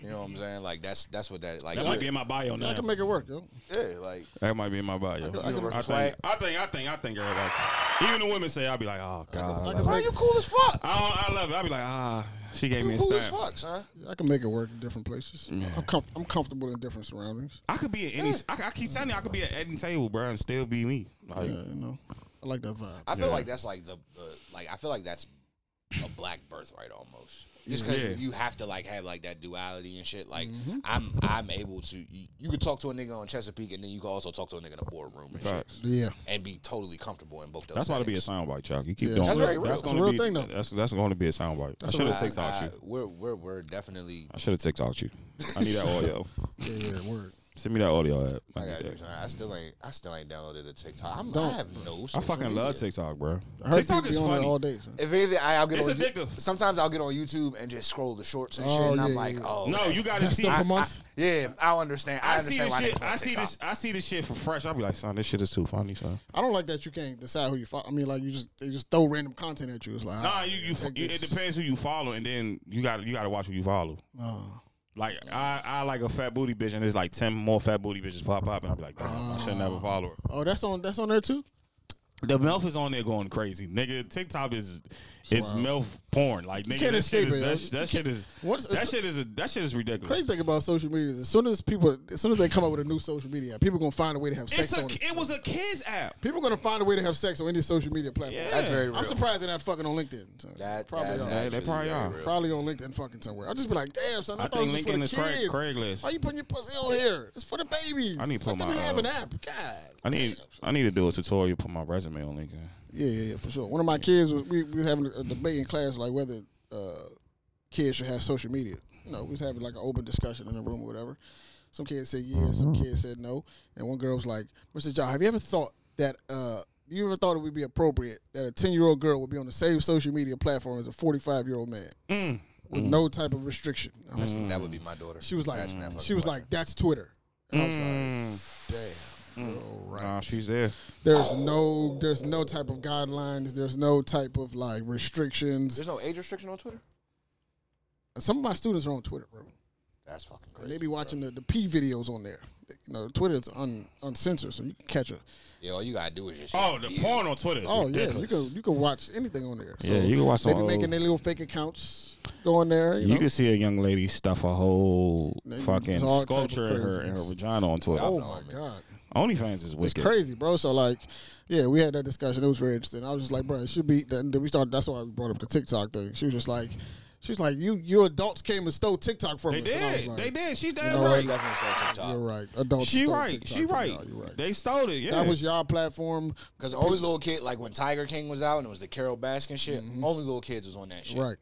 E: You know what I'm saying? Like that's that's what that like.
C: That might be in my bio now.
B: I can make it work, yo.
E: yeah, like
C: That might be in my bio. I,
B: I can-
C: think, I think. I think. I think. girl, like, even the women say, I'll be like, oh god. I,
B: I can
E: bro,
B: make,
E: you cool as fuck.
C: don't, I love it. I'll be like, ah, she gave me
E: You
C: a
E: cool as
C: stamp.
E: fuck, son.
B: I can make it work in different places. I'm, comf- I'm comfortable in different surroundings.
C: I could be at any. I, I keep telling you, I could be at any table, bro, and still be me. Like,
B: Yeah, you know, I like that vibe.
E: I feel
C: Yeah.
E: like that's like the, the like I feel like that's a black birthright almost. Just because
C: Yeah. Mm-hmm.
E: you have to like have like that duality and shit. Like I'm I'm able to. You, you could talk to a nigga on Chesapeake and then you can also talk to a nigga in a boardroom and shit,
C: facts.
B: yeah,
E: and be totally comfortable in both those.
C: That's about to be a
E: settings.
C: soundbite, Chuck. You keep
B: Yeah,
C: doing
B: that's
C: that.
E: very real.
C: That's
E: It's a
C: gonna
B: real
C: be,
B: thing, though.
C: That's that's going to be a soundbite. I should have
E: I-
C: six out
E: I-
C: you.
E: We're we're we're definitely.
C: I should have six out you. I need that audio.
B: yeah, yeah. Word.
C: Send me that audio app. I,
E: I,
C: need
E: got you,
C: that.
E: son. I still ain't. I still ain't downloaded a TikTok. I'm, I
B: Don't,
E: have no.
C: I
E: social
C: fucking love
E: media.
C: TikTok, bro.
B: I heard
C: TikTok
B: people be
C: is
B: on there
C: funny.
B: all day. son.
E: If anything, I, I'll get
C: It's
E: on.
C: addictive.
E: Sometimes I'll get on YouTube and just scroll the shorts and shit,
B: Oh,
E: and I'm
B: yeah,
E: like,
B: yeah.
E: oh
C: No, you got to see.
B: Stuff
C: I-
B: a month.
E: yeah, I understand. I,
C: I see
E: understand
C: this
E: why
C: shit.
E: niggas want
C: I see
E: TikTok.
C: this. I see this shit for fresh. I'll be like, son, this shit is too funny, son.
B: I don't like that you can't decide who you follow. I mean, like you just they just throw random content at you. It's like
C: Nah, you, you
B: take
C: you- it
B: this.
C: depends who you follow, and then you got you got to watch who you follow.
B: Oh.
C: Like I, I like a fat booty bitch, and there's like ten more fat booty bitches pop up, and I'm like, damn, I should never follow her.
B: oh, that's on that's on there too.
C: The milf is on there going crazy, nigga. TikTok is it's milf porn, like nigga.
B: can't
C: that
B: escape
C: shit is-
B: it,
C: that
B: yo.
C: sh- That, shit is
B: What's-
C: that shit is a, that shit is ridiculous.
B: Crazy thing about social media is as soon as people, as soon as they come up with a new social media, app, people gonna find a way to have sex
C: It's a
B: on it.
C: it was a kids app.
B: People gonna find a way to have sex on any social media platform.
C: Yeah.
E: That's very real.
B: I'm surprised they're not fucking on LinkedIn. So
E: That
B: probably
E: that's
B: are.
C: They- they
E: actually
C: probably
E: very
C: are.
E: real.
B: Probably on LinkedIn fucking somewhere. I'll just be like, damn, son, I,
C: I
B: thought this
C: think
B: was for the
C: LinkedIn is Craig-
B: kids.
C: Craigslist.
B: Why you putting your pussy on here? It's for the babies.
C: I need to
B: Let
C: put
B: them
C: my,
B: have
C: uh,
B: an app. God.
C: I need I need to do a tutorial, put my resume on LinkedIn.
B: Yeah, yeah, yeah, for sure. One of my kids was we, we was having a debate in class like whether uh, kids should have social media. You know, we was having like an open discussion in the room or whatever. Some kids said yeah, some kids said no, and one girl was like, "Mr. John, have you ever thought that uh, you ever thought it would be appropriate that a ten year old girl would be on the same social media platform as a forty five year old man with no type of restriction?" I was-
E: That would be my daughter.
B: She was like,
E: Imagine that
B: she was
E: fucking
B: like, "That's Twitter." And I was like, "Damn, girl, right."
C: Nah, she's there.
B: There's no there's no type of guidelines. There's no type of like restrictions.
E: There's no age restriction on Twitter.
B: Some of my students are on Twitter, bro.
E: That's fucking
B: And
E: crazy.
B: they be watching the, the P videos on there. You know, Twitter's un, uncensored, so you can catch a
E: Yeah, all you gotta do is just.
C: Oh, the
E: Yeah.
C: porn on Twitter. Is
B: Oh
C: ridiculous.
B: yeah, you can you can watch anything on there. So
C: Yeah, you can watch
B: They
C: some
B: be making
C: old-
B: their little fake accounts. Go on there. You,
C: You
B: know?
C: can see a young lady stuff a whole
B: They-
C: fucking
B: it's all type of
C: sculpture in her in her
B: craziness.
C: vagina on Twitter.
B: oh my god,
C: OnlyFans is
B: it's
C: wicked.
B: crazy, bro. So like, yeah, we had that discussion. It was very interesting. I was just like, bro, it should be. Then then we started. That's why I brought up the TikTok thing. She was just like, she's like, you you adults came and stole TikTok from
C: They
B: us. And I was
C: did.
B: like,
C: they did. She damn
B: You know
C: right.
E: Definitely start TikTok.
B: You're right. Adults.
C: She
B: stole
C: right.
B: TikTok
C: She
B: from
C: right.
B: y'all. You're right.
C: They stole it. Yeah.
B: that was y'all platform.
E: Because only little kid, like when Tiger King was out and it was the Carol Baskin shit, only little kids was on that shit.
B: Right.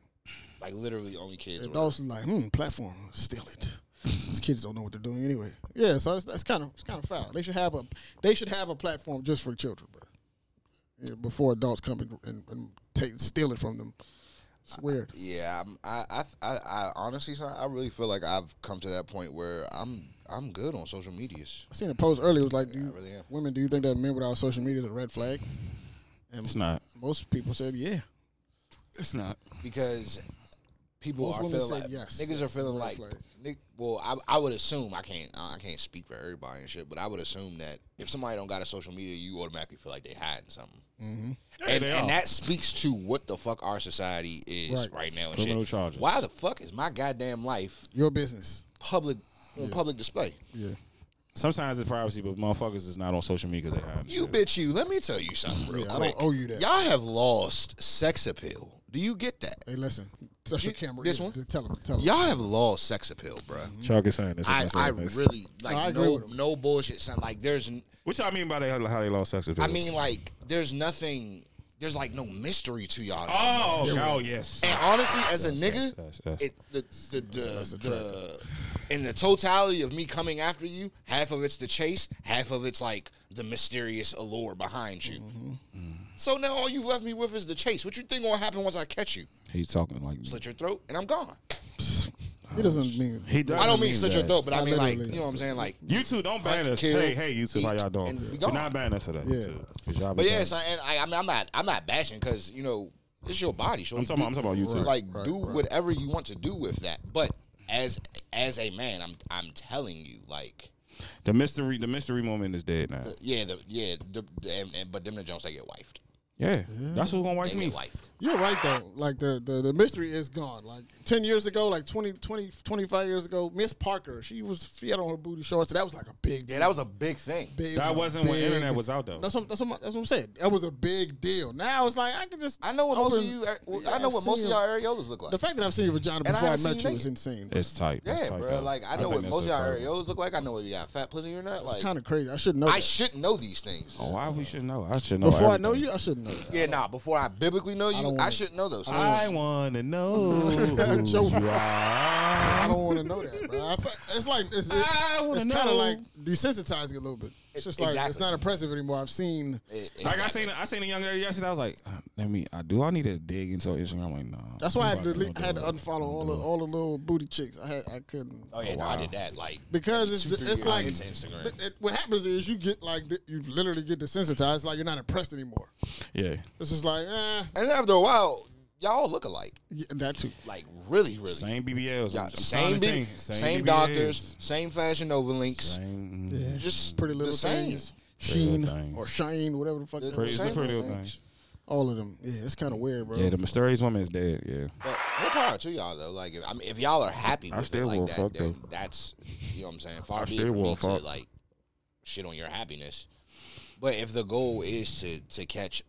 E: Like literally only kids. were-
B: Adults was like, hmm, platform, steal it. These kids don't know what they're doing anyway. Yeah, so that's, that's kind of it's kind of foul. They should have a they should have a platform just for children, bro. Yeah, before adults come and, and, and take steal it from them. It's weird.
E: Yeah, I'm, I, I, I, I honestly, son, I really feel like I've come to that point where I'm, I'm good on social medias.
B: I seen a post earlier. It was like, do you,
E: really am.
B: women, do you think that men without social media is a red flag?
C: It's not.
B: Most people said, yeah.
C: It's not.
E: because people
B: Most
E: are
B: women
E: feeling
B: said
E: like
B: yes.
E: niggas are
B: That's
E: feeling
B: the red
E: like
B: flag.
E: ni- well I, I would assume I can't I can't speak for everybody and shit but I would assume that if somebody don't got a social media you automatically feel like they hiding something
B: Mm-hmm.
E: and,
C: they
E: and
C: are.
E: that speaks to what the fuck our society is right,
B: Right.
E: now and
C: Criminal
E: shit
C: charges.
E: why the fuck is my goddamn life
B: Your business.
E: public on public display
B: Yeah.
C: Sometimes it's privacy, but motherfuckers is not on social media because they hide.
E: you bitch you let me tell you something real
B: Yeah, I
E: quick
B: don't owe you that.
E: y'all have lost sex appeal do you get that
B: Hey, listen. That's
E: You-
B: your camera.
E: this
B: Yeah,
E: one?
B: Tell them. Tell them.
E: y'all have lost sex appeal bruh
B: Mm-hmm.
C: Chuck is saying this.
E: I, I really like
B: I agree
E: no
B: with him.
E: no bullshit son. Like there's n-
C: What y'all mean by they, how they lost sex appeal?
E: I mean like there's nothing there's like no mystery to y'all.
C: Oh, oh yes.
E: And honestly, as a
C: yes,
E: nigga,
C: yes, yes.
E: it the the, the, the in the totality of me coming after you, half of it's the chase, half of it's like the mysterious allure behind you.
B: Mm-hmm.
E: So now all you've left me with is the chase. What you think gonna happen once I catch you?
C: He's talking like me.
E: Slit your throat and I'm gone.
B: He
E: Oh,
B: doesn't mean.
C: He does.
E: I don't mean such a
C: dope.
E: dope, but I
B: Not
E: mean like you
B: literally.
E: know what I'm saying, like.
C: You two don't ban
E: Hunt,
C: us.
E: kill,
C: hey, hey, you two, how
E: eat,
C: y'all doing?
E: and be
C: You're
E: gone.
C: not ban us for that. you
B: Yeah.
C: two, 'cause y'all be
E: But yeah,
C: doing-
E: so, and I, I mean, I'm not, I'm not bashing because you know it's your body. Shorty.
C: I'm talking. About, I'm talking about you two.
E: like
B: right,
E: do
B: right.
E: whatever you want to do with that. But as as a man, I'm I'm telling you, like
C: the mystery, the mystery moment is dead now.
E: yeah, the, yeah, the, the and, and, but them the Jones they get wifed.
C: Yeah, that's who's gonna
E: They
C: wife me.
E: get wifed.
B: You're right though. Like the, the the mystery is gone. Like ten years ago, like 20, 20 25 years ago, Miss Parker, she was she had on her booty shorts. So that was like a big
E: Yeah, that was a big thing.
B: big.
C: That wasn't when internet was out though.
B: That's what, that's what that's what I'm saying. That was a big deal. Now it's like I can just.
E: I know what most of
B: open-
E: you, well,
B: Yeah,
E: I know
B: I've
E: what most
B: seen
E: of y'all areolas look like.
B: The fact that I've seen your vagina
E: I
B: before I,
E: haven't seen
B: met
E: you
B: you is
E: naked.
B: insane.
C: It's tight. That's
E: yeah,
C: tight,
E: bro.
C: though.
E: Like I know
C: think
E: what
C: that's
E: most of
C: a
E: y'all
C: problem.
E: areolas look like. I know what you got fat pussy in your nut.
B: It's
E: Like
B: kind of crazy. I should know.
E: I
B: that.
E: should know these things.
C: Oh, why we should know? I should know.
B: before I know
C: everything.
B: you, I should know. That.
E: yeah, nah. Before I biblically know you,
B: don't
E: I,
B: wanna-
E: should know those. things.
C: I wanna know who
B: Joe-
C: you are.
B: I don't want to know that, bro. I fe- it's like it's,
C: I wanna
B: it's kind
C: know.
B: of like desensitizing a little bit. It's just like it's
E: Exactly.
B: not impressive anymore. I've seen.
E: It- it's-
C: Like I seen, I seen a young lady yesterday. I was like, um, let me. I do. I need to dig into her Instagram. I'm like, nah.
B: That's why I had
C: Nobody
B: to,
C: gonna
B: delete,
C: do
B: I had to
C: it.
B: unfollow all the all the little booty chicks. I had I couldn't
E: oh yeah, no, I did that. Like
B: because it's
E: two, three uh,
B: it's
E: years
B: like
E: into Instagram.
B: but it- what happens is you get like th- you literally get desensitized. Like you're not impressed anymore.
C: Yeah.
B: It's just like eh,
E: and after a while, y'all look alike.
B: yeah, that too.
E: Like really, really.
C: Same BBLs.
E: Yeah,
C: I'm- I'm
E: same,
C: trying to
E: big-
C: sing.
E: same,
C: BBLs.
E: doctors, same fashion overlinks,
C: Same. mm-hmm.
E: just
B: Pretty little
E: the same.
B: things. Sheen
C: Little Things.
B: or Shane, whatever the fuck.
E: The-
B: that
C: Pretty,
B: was.
C: it's the
E: Same
C: pretty
E: thing.
C: thing.
B: All of them. Yeah, it's kind of weird, bro.
C: Yeah, the mysterious woman is dead. Yeah.
E: But more power to y'all though. Like if, I mean, if y'all are happy with it
C: still
E: like
C: will
E: that,
C: fuck
E: then
C: though.
E: that's you know what I'm saying. Far
C: I
E: be it
C: still
E: from
C: will
E: me
C: fuck.
E: to like shit on your happiness. But if the goal is to to catch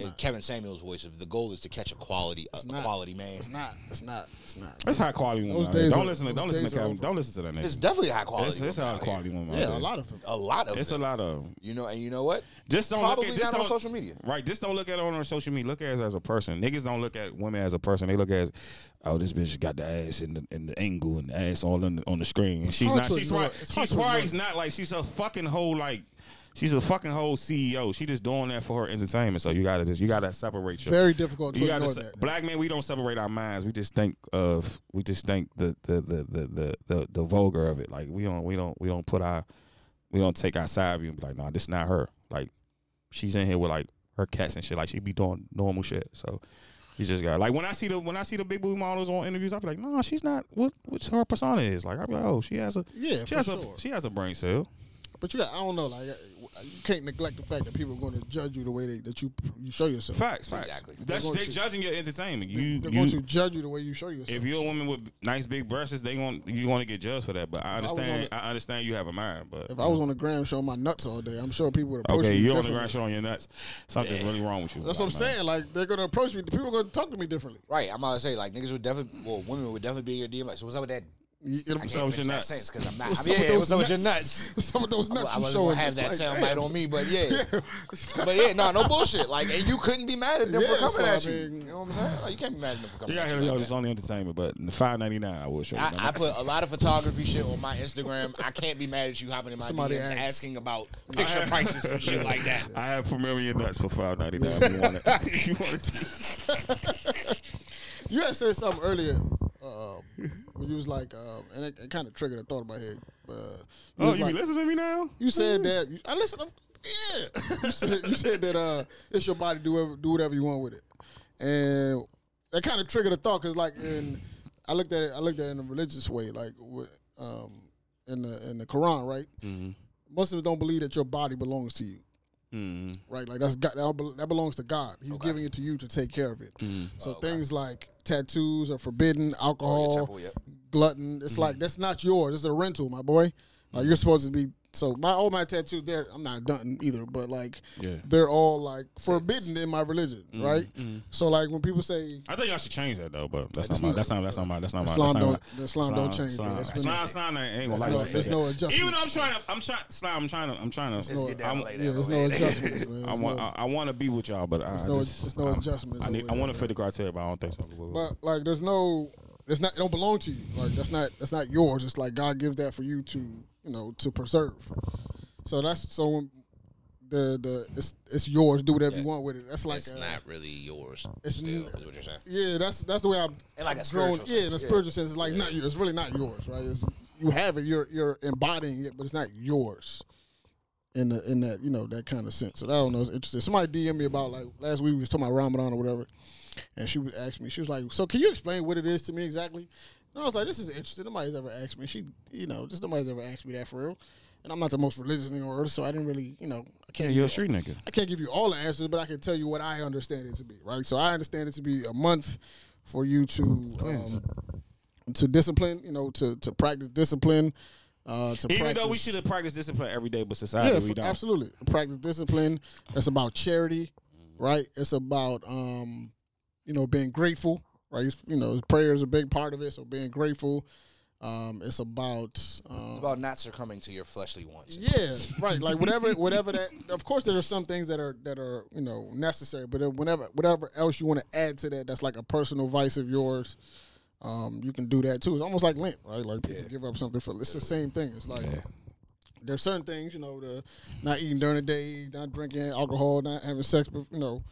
E: in Kevin Samuel's voice, if the goal is to catch a quality a,
B: not.
E: quality man,
B: it's not. It's not. It's not.
C: That's high quality woman.
B: Those
C: out here.
B: days
C: don't
B: are-
C: listen to
B: those
C: don't listen
B: days
C: to
B: are
C: Kevin.
B: over.
C: Don't listen to that nigga.
E: it's definitely high quality.
C: It's, it's a
E: women
C: high
E: out here.
C: quality woman. out
B: Yeah,
C: there.
B: a lot of them.
E: A lot of
C: It's a
E: them.
C: lot of. 'em.
E: You know, and you know what?
C: Just don't
E: Probably
C: look at just
E: not on
C: don't-
E: social media.
C: Right. Just don't look at her on her social media. Look at us as a person. Niggas don't look at women as a person. They look at, oh, this bitch got the ass in the, in the angle and the ass all on the, on the screen. And she's
B: hard
C: not.
B: to
C: She's
B: ignore.
C: right.
B: It's hard
C: She's
B: to
C: right.
B: ignore.
C: She's not like she's a fucking whole like. She's a fucking whole CEO. She just doing that for her entertainment. So you gotta just you gotta separate your
B: Very difficult to
C: you gotta
B: ignore
C: se-
B: that.
C: black men we don't separate our minds we just think of we just think the the the the the, the, the vulgar of it like we don't we don't we don't put our we don't take our side view and be like nah this not her like she's in here with like her cats and shit like she be doing normal shit so you just got like when I see the when I see the big booty models on interviews I be like nah she's not what what's her persona is like I be like oh she has a
B: Yeah,
C: she
B: for
C: has
B: sure.
C: a she has a brain cell
B: But you got, I don't know, like uh, you can't neglect the fact that people are going to judge you the way they, that you you show yourself.
C: facts facts
E: Exactly.
C: That's,
B: They're
C: they
B: going to-
C: judging your entertainment you
B: They're
C: you
B: going to judge you the way you show yourself.
C: If you're a woman with nice big breasts, they want you want to get judged for that. But I
B: was on
C: understand.
B: the-
C: I understand you have a mind, but
B: if I was on the gram showing my nuts all day, I'm sure people would approach me.
C: okay, you're on the
B: differently.
C: ground showing your nuts. Something's really wrong with you.
B: That's what I'm
C: Like, man.
B: saying. Like they're going to approach me. The people are going to talk to me differently.
E: Right, I'm about to say like niggas would definitely, well, women would definitely be in your DM. Like, so what's up with that?
B: You- it'll-
E: I
C: What's up
E: can't
C: with your
E: finish that
C: nuts?
E: sentence because I'm not.
B: What's
E: I'm,
B: up with
E: yeah,
B: those
E: what's up with your
B: nuts?
E: nuts?
B: Some of those nuts
E: I
B: you
E: wasn't
B: showing
E: gonna have
B: it's
E: that
B: like,
E: sound
B: damn.
E: bite on me, but yeah. but yeah, no, no bullshit. Like, and you couldn't be mad at them
B: Yeah,
E: for
B: so,
E: coming at
B: I
E: you.
B: mean-
E: you know what I'm saying? Like, you can't be mad at them for coming
C: You got
E: at
C: here.
E: you.
C: Yo,
E: like
C: it's
E: that.
C: only entertainment, but in the five ninety nine, I will show you. my
E: I, I
C: nuts.
E: put a lot of photography shit on my Instagram. I can't be mad at you hopping in my
B: Somebody
E: DMs
B: asked.
E: asking about picture prices and shit like that.
C: I have familiar nuts for five ninety nine. You want it? You want it?
B: You had said something earlier. Uh, when you was like, um, and it, it kind of triggered a thought in my head. But uh, you
C: Oh,
B: was
C: you be
B: like-
C: listening to me now?
B: You said that. You, I listen. Yeah. You said, you said that. Uh, it's your body. Do whatever, do whatever you want with it. And that kind of triggered a thought because, like, in I looked at it. I looked at it in a religious way, like, with, um, in the in the Quran, right? Muslims don't believe that your body belongs to you. Right, like that's God, that bel- that belongs to God. He's giving it to you to take care of it. So things like tattoos are forbidden, alcohol,
E: temple, yep.
B: glutton. It's
C: Mm-hmm.
B: like that's not yours. It's a rental, my boy. Like you're supposed to be. So my all my tattoos, there I'm not done either, but like
C: Yeah. Mm-hmm.
B: they're all like forbidden in my religion, right? So like when people say
C: I think y'all should change that though, but that's not my. That's not. That's not my. That's not my.
B: Islam
C: that's not
B: don't-
C: my-
B: the Islam don't change that.
C: Islam,
B: That's been-
C: Islam, Islam ain't gonna like
B: no-
C: what you
B: there's
C: said.
B: no adjustments.
C: Even though I'm trying to, I'm trying. Islam, I'm trying to, I'm trying to.
E: Let's get down
C: I'm-
E: and lay
B: yeah,
E: down.
B: there's no adjustments, man.
C: I
B: There's
C: want
B: no-
C: I, I want to be with y'all, but I, I
B: no-
C: just
B: it's no
C: I'm-
B: adjustments
C: I, need,
B: over
C: I
B: there,
C: want to
B: man.
C: fit the criteria, but I don't think so.
B: but like there's no it's not it don't belong to you. Like that's not that's not yours. It's like God gives that for you to, you know, to preserve. So that's so when, the the it's it's yours. Do whatever you
E: Yeah.
B: want with it. That's like
E: it's
B: a-
E: not really yours.
B: It's
E: still,
B: n-
E: is what you're saying.
B: yeah. That's that's the way I've
E: In like a
B: I've
E: spiritual
B: Yeah, in a
E: sense, yeah.
B: spiritual sense, it's like not you. It's really not yours, right? It's, you have it. You're you're embodying it, but it's not yours. In the in that you know that kind of sense. So I don't know. It's interesting. Somebody DM me about like last week we was talking about Ramadan or whatever, and she was asked me. She was like, "So can you explain what it is to me exactly?" And I was like, "This is interesting. Nobody's ever asked me." She, you know, just nobody's ever asked me that for real. And I'm not the most religious in the world, so I didn't really, you know, I
C: Yeah,
B: can't.
C: you're
B: do-
C: a street nigga.
B: I can't give you all the answers, but I can tell you what I understand it to be, right? So I understand it to be a month for you to um, to discipline, you know, to to practice discipline. Uh, to
C: Even
B: practice,
C: though we should have practiced discipline every day, but society
B: yeah,
C: we
B: f-
C: don't.
B: absolutely practice discipline. It's about charity, right? It's about um, you know, being grateful, right? It's- you know, prayer is a big part of it, so being grateful. Um, it's about um,
E: It's about not succumbing to your fleshly wants.
B: yeah, right. Like whatever, whatever that. Of course, there are some things that are that are you know necessary, but then whenever whatever else you want to add to that, that's like a personal vice of yours. Um, you can do that too. It's almost like lint, right? Like people give up something for. It's the same thing. It's like there's certain things you know, the not eating during the day, not drinking alcohol, not having sex, but you know,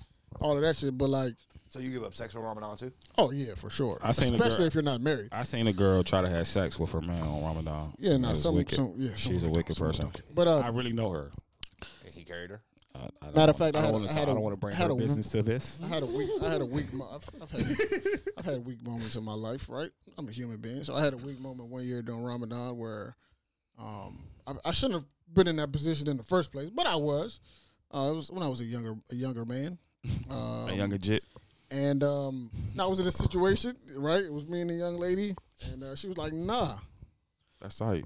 B: all of that shit. But like,
E: So you give up sex for Ramadan too?
B: oh yeah, for sure.
C: I seen a girl-
B: Especially if you're not married.
C: I seen a girl try to have sex with her man on Ramadan.
B: Yeah,
C: It
B: no,
C: was
B: some,
C: wicked.
B: some, yeah, some
C: She's a
B: women don't-
C: wicked
B: some women
C: person.
B: don't care. But uh,
C: I really know her.
E: And he carried her.
C: I, I don't
B: Matter
C: wanna-
B: of fact, I
C: don't
B: had a-
C: wanna
B: I
C: talk-
B: had a-
C: I don't want to bring
B: I had
C: her
B: a-
C: business to this.
B: I had a weak. I had a weak. mo- I've, I've had. I've had weak moments in my life. Right. I'm a human being, so I had a weak moment one year during Ramadan where, um, I, I shouldn't have been in that position in the first place, but I was. Uh, it was when I was a younger, a younger man. Um,
C: A younger jit.
B: and um, I was in a situation. Right. It was me and a young lady, and uh, she was like, "Nah."
C: That's right.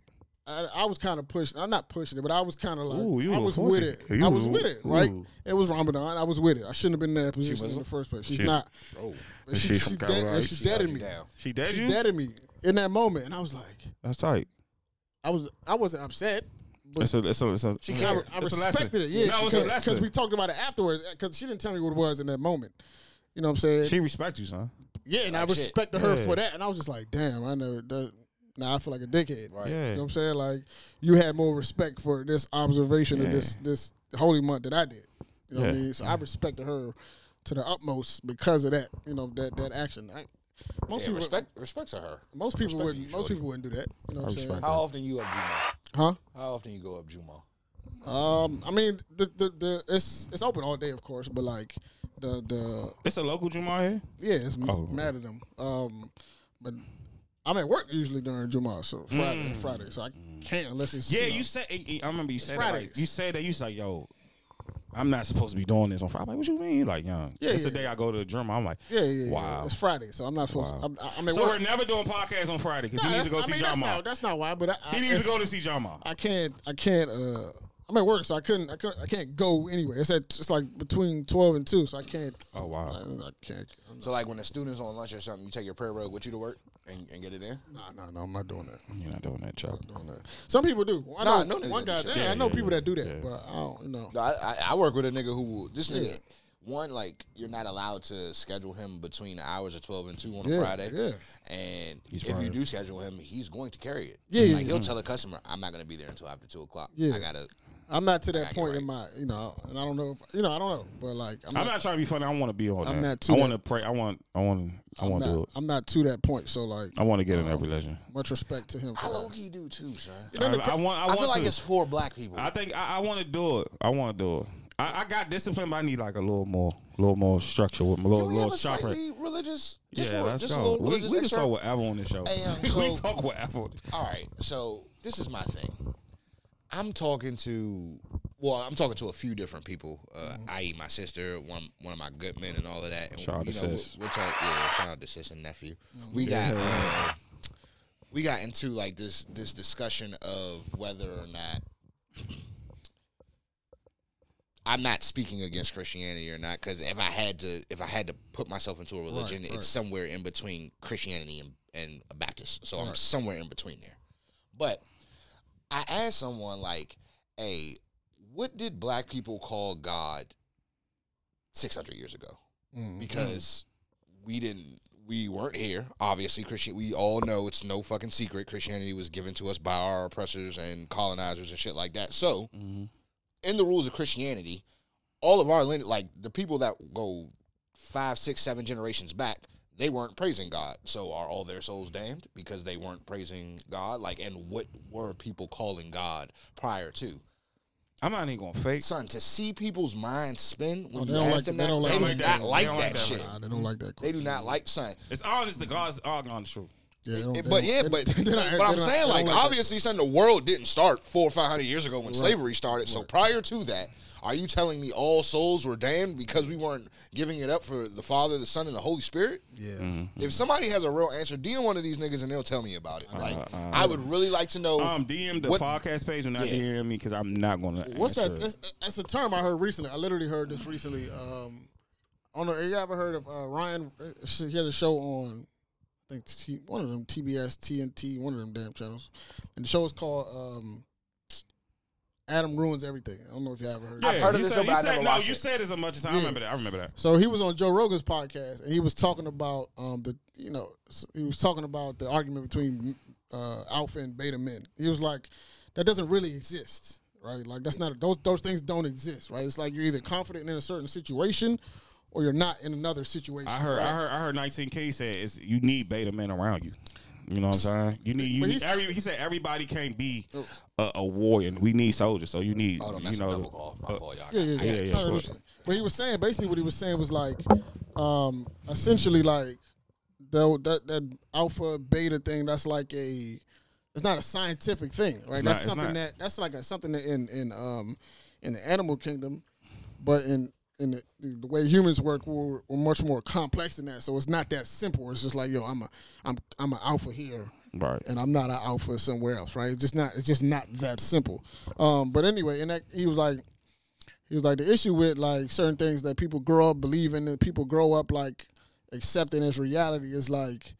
B: I, I was kind of pushing. I'm not pushing it, but I was kind of like,
C: Ooh, you
B: I
C: was
B: was with
C: pushing.
B: it.
C: You
B: I was
C: was-
B: with it, right?
C: ooh.
B: It was Ramadan. I was with it. I shouldn't have been in that position in the first place. She's
C: she-
B: not.
E: Oh,
B: And she,
C: She's
B: she,
C: from
B: dead,
C: Colorado.
B: and she
C: She
B: deaded
E: you
B: me.
E: down.
C: She dead
B: She
C: you?
B: deaded me in that moment, and I was like,
C: That's tight.
B: I was, I wasn't upset.
C: That's a, that's a, that's a, she
B: I, I respected it, yeah,
C: That was a lesson.
B: because we talked about it afterwards. Because she didn't tell me what it was in that moment. You know what I'm saying?
C: She respects you, son.
B: yeah, and I
E: Like shit.
B: respected her
C: Yeah.
B: for that. And I was just like, damn, I never. That, now I feel like a dickhead.
E: Right.
B: You
C: Yeah.
B: know what I'm saying? Like you had more respect for this observation
C: Yeah.
B: of this this holy month that I did. You know what I
C: Yeah.
B: mean? So I respected her to the utmost because of that. You know that that action. I, most
E: Yeah,
B: people
E: respect, respect to her.
B: Most people
E: Respect
B: wouldn't.
E: you,
B: most
E: surely.
B: people wouldn't do that. You know what I'm saying?
C: respect
E: How often you up Juma?
B: Huh?
E: How often you go up Juma?
B: Um, I mean, the, the the it's it's open all day, of course, but like the the
C: It's a local Jamal here.
B: yeah, it's m
C: Oh.
B: mad at them. Um, but I'm at work usually during Jummah, so Friday, Friday, so I can't unless it's
C: Mm. Yeah,
B: know,
C: you said. I remember you said.
B: Fridays.
C: That, like, you said that you was like, yo, I'm not supposed to be doing this on Friday. I'm like, what you mean? Like, young.
B: Yeah,
C: it's
B: yeah,
C: the day I go to the gym. I'm like,
B: yeah, yeah, yeah.
C: wow.
B: It's Friday, so I'm not supposed.
C: Wow.
B: To, I'm, I'm at
C: so we're
B: work.
C: never doing podcasts on Friday because
B: Nah,
C: he
B: that's-
C: needs to go
B: I
C: see
B: mean, that's
C: Jamal.
B: not, that's not why, but I, I,
C: He needs to
B: it's-
C: go to see Jamal.
B: I can't. I can't. Uh, I'm at work, so I couldn't. I couldn't. I can't go anywhere. It's at. It's like between twelve and two, so I can't.
C: Oh
B: I,
C: wow.
B: I can't. I'm
E: So like when the students on lunch or something, you take your prayer rug with you to work and, and get it in.
B: not, nah, nah, no, I'm not doing that.
C: You're not doing that, Chuck.
B: doing that. Some people do. I
E: Nah,
B: know
E: I know
B: one
E: niggas
B: guy.
E: that do
B: yeah,
C: shit.
B: I know
C: Yeah,
B: people
C: yeah,
B: that do that,
C: yeah.
B: but I don't know.
E: No, I, I, I work with a nigga who this nigga. One like you're not allowed to schedule him between the hours of twelve and two on
B: Yeah,
E: a Friday.
B: yeah.
E: And
C: He's
E: if you
C: fired.
E: do schedule him, he's going to carry it.
B: Yeah,
E: Like
B: yeah.
E: he'll tell a customer, I'm not gonna be there until after two o'clock.
B: Yeah.
E: I gotta
B: I'm not to that
E: get
B: point
E: right.
B: in my, you know, and I don't know, if, you know, I don't know, but like, I'm,
C: I'm
B: not,
C: not trying to be funny. I want to be on
B: I'm
C: that.
B: not too
C: I want to pray. I want. I want. I
B: I'm
C: want to do
B: not,
C: it.
B: I'm not to that point. So like,
C: I want to get in that religion.
B: much respect to him
E: I
B: for
E: low
B: that.
E: key do too, son.
C: I, I want. I,
E: I,
C: want
E: feel like
C: to.
E: it's for black people.
C: I think I, I want to do it. I want to do it. I, I got discipline, but I need like a little more, little more structure with my little,
E: Can we have
C: little
E: a
C: sharper.
E: slightly religious? Just
C: Yeah,
E: for,
C: let's
E: just A
C: go. We,
E: little
C: we
E: religious
C: can
E: excerpt?
C: talk whatever on this show.
E: Hey, um,
C: we
E: so-
C: talk whatever. on this-
E: All right, so this is my thing. I'm talking to, well, I'm talking to a few different people, uh, i.e., my sister, one one of my good men, and all of that. And
C: Mm-hmm. Shout out
E: you
C: to
E: know,
C: sis. Mm-hmm.
E: We're, we're talking, yeah, shout out to sis and nephew. We got, uh, we got into like this this discussion of whether or not I'm not speaking against Christianity or not because if I had to if I had to put myself into a religion,
B: right.
E: it's somewhere in between Christianity and and a Baptist. So I'm somewhere in between there. But I asked someone like, "Hey, what did black people call God 600 years ago?"
B: Mm-hmm.
E: Because we didn't we weren't here. Obviously, Christian we all know it's no fucking secret Christianity was given to us by our oppressors and colonizers and shit like that. So, in the rules of Christianity, all of our lineage, like the people that go five, six, seven generations back, they weren't praising God. So are all their souls damned because they weren't praising God? Like, and what were people calling God prior to?
C: I'm not even gonna fake.
E: Son, to see people's minds spin
B: Oh,
E: when
B: they
E: you
B: don't
E: ask
B: like
E: them
B: that-
E: that,
B: they don't
E: they
B: like
E: do
B: that.
E: not
C: They
E: like
C: don't like
E: that
C: that
E: shit.
B: Nah, they don't like that.
E: They
B: Question.
E: do not like, son.
C: It's honest to God. It's all gone true.
B: Yeah, they don't-
E: It-
B: they
E: but
B: don't-
E: yeah,
B: they-
E: but
B: they
E: but
B: don't- they
E: I'm
B: don't-
E: saying
B: they
E: like
B: don't that.
E: obviously, son, the world didn't start four or five hundred years ago when slavery started. So prior to that, are you telling me all souls were damned because we weren't giving it up for the Father, the Son, and the Holy Spirit?
B: Yeah,
E: If somebody has a real answer, DM one of these niggas and they'll tell me about it. Like
C: Mm-hmm. uh,
E: I would really like to
B: Oh,
E: know.
C: Um, DM the
E: What-
C: podcast page and not
E: Yeah.
C: DM me because I'm not gonna.
B: What's that?
C: answer.
B: That's, that's a term I heard recently. I literally heard this recently. Um, I don't know. You ever heard of uh, Ryan? He has a show on, I think T, one of them TBS, TNT, one of them damn channels, and the show is called um, "Adam Ruins Everything." I don't know if you ever heard.
E: I've
B: Of it.
C: Yeah,
E: heard of
C: you
E: this
C: said,
E: show,
C: you
E: but I
C: said,
E: never
C: no,
E: watched
C: you
E: it.
C: said this a bunch of time. I
B: Yeah.
C: remember that. I remember that.
B: So he was on Joe Rogan's podcast, and he was talking about um, the you know s- he was talking about the argument between uh, alpha and beta men. He was like, that doesn't really exist, right? Like that's not those those things don't exist, right? It's like you're either confident in a certain situation, or you're not in another situation.
C: I heard, I heard, I heard. 19K said it's you need beta men around you. You know what I'm saying? You need. You
B: But
C: need
B: he's- Oh.
C: every, he said everybody can't be a, a warrior. We need soldiers, so you need.
E: Hold on,
C: you
E: that's
C: know,
E: a double call. My
C: uh,
E: fault, y'all.
B: Yeah, yeah, yeah.
C: Yeah, yeah,
B: Kinda
C: of course.
B: interesting. But he was saying basically what he was saying was like, um, essentially like though that that alpha beta thing. That's like a, it's not a scientific thing, right?
C: It's not-
B: that's
C: it's
B: something
C: not.
B: that that's like a, something that in in um in the animal kingdom, but in in the, the way humans work, we're, we're much more complex than that. So it's not that simple. It's just like yo, I'm a I'm I'm an alpha here
C: Right.
B: and I'm not an alpha somewhere else, right? It's just not it's just not that simple. Um, but anyway, and that he was like he was like the issue with like certain things that people grow up believing that people grow up like accepting as reality is like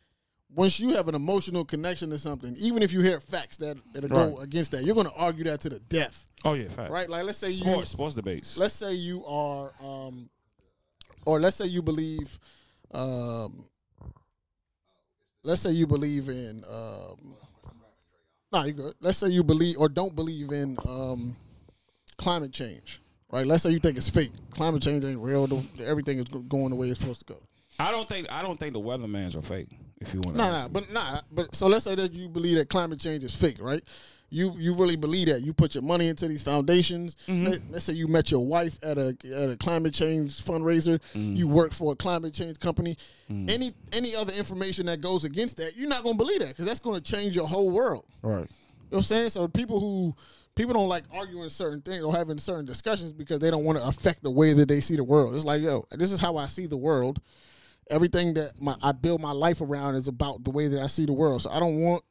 B: once you have an emotional connection to something, even if you hear facts that that'll go
C: Right.
B: against that, you're gonna argue that to the death.
C: Oh yeah, fact.
B: Right? Like let's say you
C: Sports, sports debates.
B: let's say you are um or let's say you believe um let's say you believe in um nah you good let's say you believe or don't believe in um climate change right let's say you think it's fake climate change ain't real the- everything is go- going the way it's supposed to go
C: I don't think. I don't think the weathermans are fake. If you want.
B: no, no, but nah, but so let's say that you believe that climate change is fake, right? You you really believe that you put your money into these foundations. Let, us say you met your wife at a at a climate change fundraiser. You work for a climate change company. Any any other information that goes against that, you're not gonna believe that because that's gonna change your whole world.
C: Right.
B: You know what I'm saying? So people who people don't like arguing certain things or having certain discussions because they don't want to affect the way that they see the world. It's like, yo, this is how I see the world. Everything that my I build my life around is about the way that I see the world. So I don't want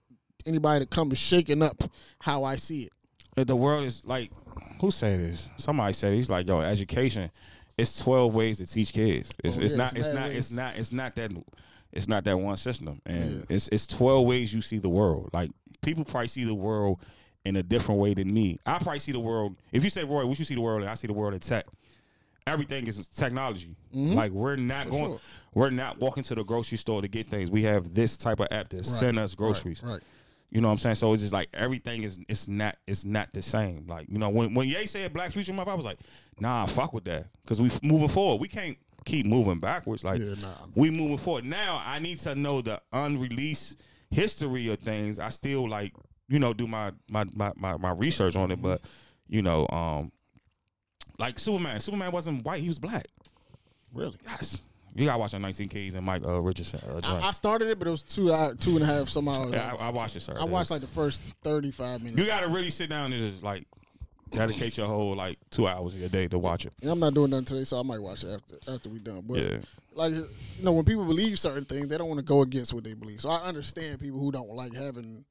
B: anybody to come shaking up how I see it.
C: If the world is like, who said this? Somebody said it. he's like, yo, education. It's twelve ways to teach kids. It's,
B: Oh,
C: it's
B: yeah,
C: not.
B: it's
C: It's
B: mad
C: not. It's
B: ways.
C: not. It's not that. It's not that one system, and it's it's twelve ways you see the world. Like people probably see the world in a different way than me. I probably see the world. If you say Roy, what you see the world, in? I see the world in tech. Everything is technology. Like we're not going.
B: Mm-hmm. sure.
C: We're not walking to the grocery store to get things. We have this type of app that send us groceries.
B: Right.
C: You know what I'm saying? So it's just like everything is it's not it's not the same. Like you know when when Ye said Black Future Month, I was like, nah, fuck with that because we f- moving forward. We can't keep moving backwards. Like
B: Yeah, nah.
C: we moving forward. Now I need to know the unreleased history of things. I still like you know do my my my my, my research on it, but you know um like Superman. Superman wasn't white. He was black.
B: Really.
C: Yes. You gotta watch the 19 Ks and Mike uh, Richardson. Uh, joint.
B: I, I started it, but it was two hou- two and a half some hours.
C: yeah, I, I watched it, sir.
B: I
C: It
B: watched
C: was-
B: like the first thirty five minutes.
C: You gotta really sit down and just like dedicate your whole like two hours of your day to watch it.
B: And I'm not doing nothing today, so I might watch it after after we done. But
C: Yeah.
B: like you know, when people believe certain things, they don't want to go against what they believe. So I understand people who don't like having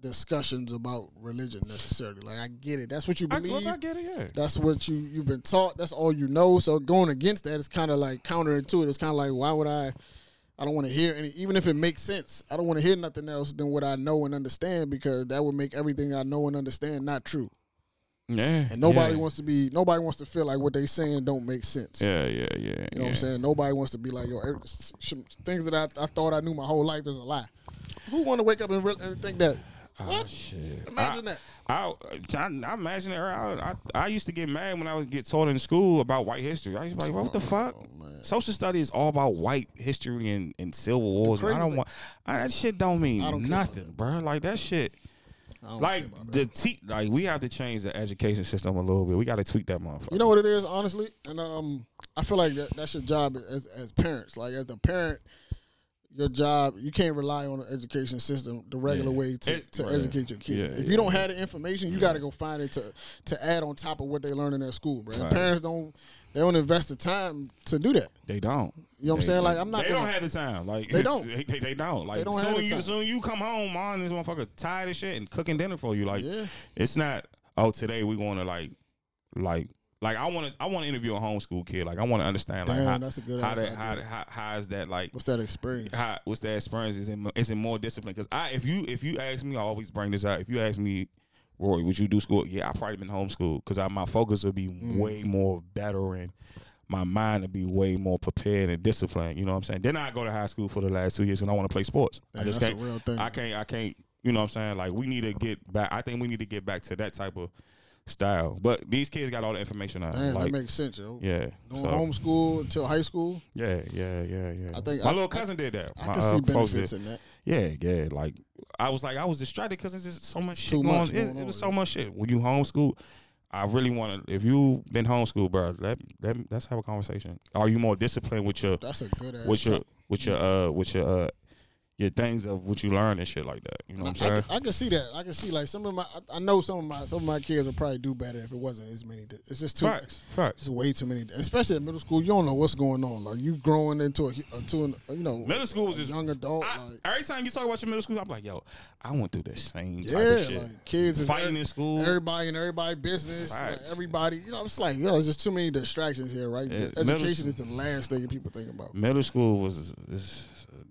B: discussions about religion necessarily. Like I get it. That's what you believe.
C: get it, yeah.
B: That's what you you've been taught. That's all you know. So going against that is kind of like counterintuitive. It's kind of like why would I? I don't want to hear any, even if it makes sense. I don't want to hear nothing else than what I know and understand because that would make everything I know and understand not true.
C: Yeah.
B: And nobody
C: yeah.
B: wants to be nobody wants to feel like what they saying don't make sense.
C: Yeah, yeah, yeah. You
B: You
C: know
B: know what I'm saying? Nobody wants to be like yo. every- s- s- Things that I, I thought I knew my whole life is a lie. Who want to wake up and, re- and think that?
C: What? Ah, shit.
B: Imagine
C: I,
B: that.
C: I, I, I imagine her. I, I, I used to get mad when I would get taught in school about white history. I used to be like, what the fuck?
B: Oh,
C: Social studies is all about white history and, and civil wars. And I
B: crazy
C: don't
B: thing-
C: want I, that shit. Don't mean
B: I don't care about
C: nothing, bro. Like that shit.
B: I don't
C: Like
B: care about that.
C: the te- like we have to change the education system a little bit. We got to tweak that motherfucker.
B: You know what it is, honestly, and um, I feel like that, that's your job as as parents. Like as a parent, your job you can't rely on the education system the regular
C: Yeah.
B: way to,
C: It-
B: to
C: right.
B: educate your kid.
C: Yeah,
B: if
C: yeah,
B: you don't have the information, you got to go find it to to add on top of what they learn in their school, bro. And
C: Right.
B: Parents don't they don't invest the time to do that.
C: They don't.
B: You know what I'm
C: They-
B: saying? Like I'm not.
C: They
B: gonna,
C: don't have the time. Like
B: They
C: it's-
B: don't.
C: They, they, they don't. Like
B: They don't
C: soon
B: have the
C: you
B: time.
C: soon you come home, mom, this motherfucker tired of shit and cooking dinner for you. Like
B: Yeah.
C: it's not. Oh, today we want to like, like, like I want to. I want to interview a homeschool kid. Like I want to understand like
B: Damn,
C: how
B: that's a good
C: how,
B: ass
C: that,
B: idea.
C: how how how is that like
B: what's that experience?
C: how, what's that experience? Is it mo- is it more discipline? Because I, if you if you ask me, I always bring this out. If you ask me, Roy, would you do school? Yeah, I probably been homeschooled because my focus would be
B: Mm.
C: way more better and my mind would be way more prepared and disciplined. You know what I'm saying? Then I go to high school for the last two years and I want to play sports. I
B: Hey,
C: just
B: that's a
C: can't.
B: real thing.
C: I can't. I can't. You know what I'm saying? Like we need to get back. I think we need to get back to that type of style. But these kids got all the information out.
B: Damn,
C: like,
B: that makes sense, yo.
C: yeah.
B: Doing
C: so-
B: homeschool until high school,
C: yeah, yeah, yeah, yeah.
B: I think
C: my
B: I-
C: little cousin did that.
B: I
C: My,
B: can
C: uh,
B: see
C: folks
B: benefits
C: did.
B: in that.
C: Yeah, yeah. Like I was like I was distracted because it's just so much shit
B: Too
C: going.
B: much
C: it-
B: going
C: it,
B: on,
C: was
B: yeah.
C: so much shit. When you homeschool, I really want to. If you been homeschooled, bro, let, let let's have a conversation. Are you more disciplined with your
B: That's a good ass.
C: with your
B: topic.
C: with your uh with your uh your things of what you learn and shit like that? You know what I'm
B: I,
C: saying?
B: I can see that. I can see like some of my. I- I know some of my some of my kids would probably do better if it wasn't as many. di- It's just too.
C: Facts, facts.
B: Just way too many, especially at middle school. You don't know what's going on. Like you growing into a, a to an, you know
C: Middle school
B: a
C: is just-
B: young adult.
C: I,
B: like,
C: every time you talk about your middle school, I'm like, yo, I went through the same type of
B: yeah,
C: shit.
B: like kids is
C: fighting
B: every-
C: in school.
B: Everybody and everybody business. Like
C: Facts.
B: everybody, you know, it's like yo, it's just too many distractions here, right?
C: Yeah, middle
B: Education
C: school-
B: is the last thing people think about
C: middle school was this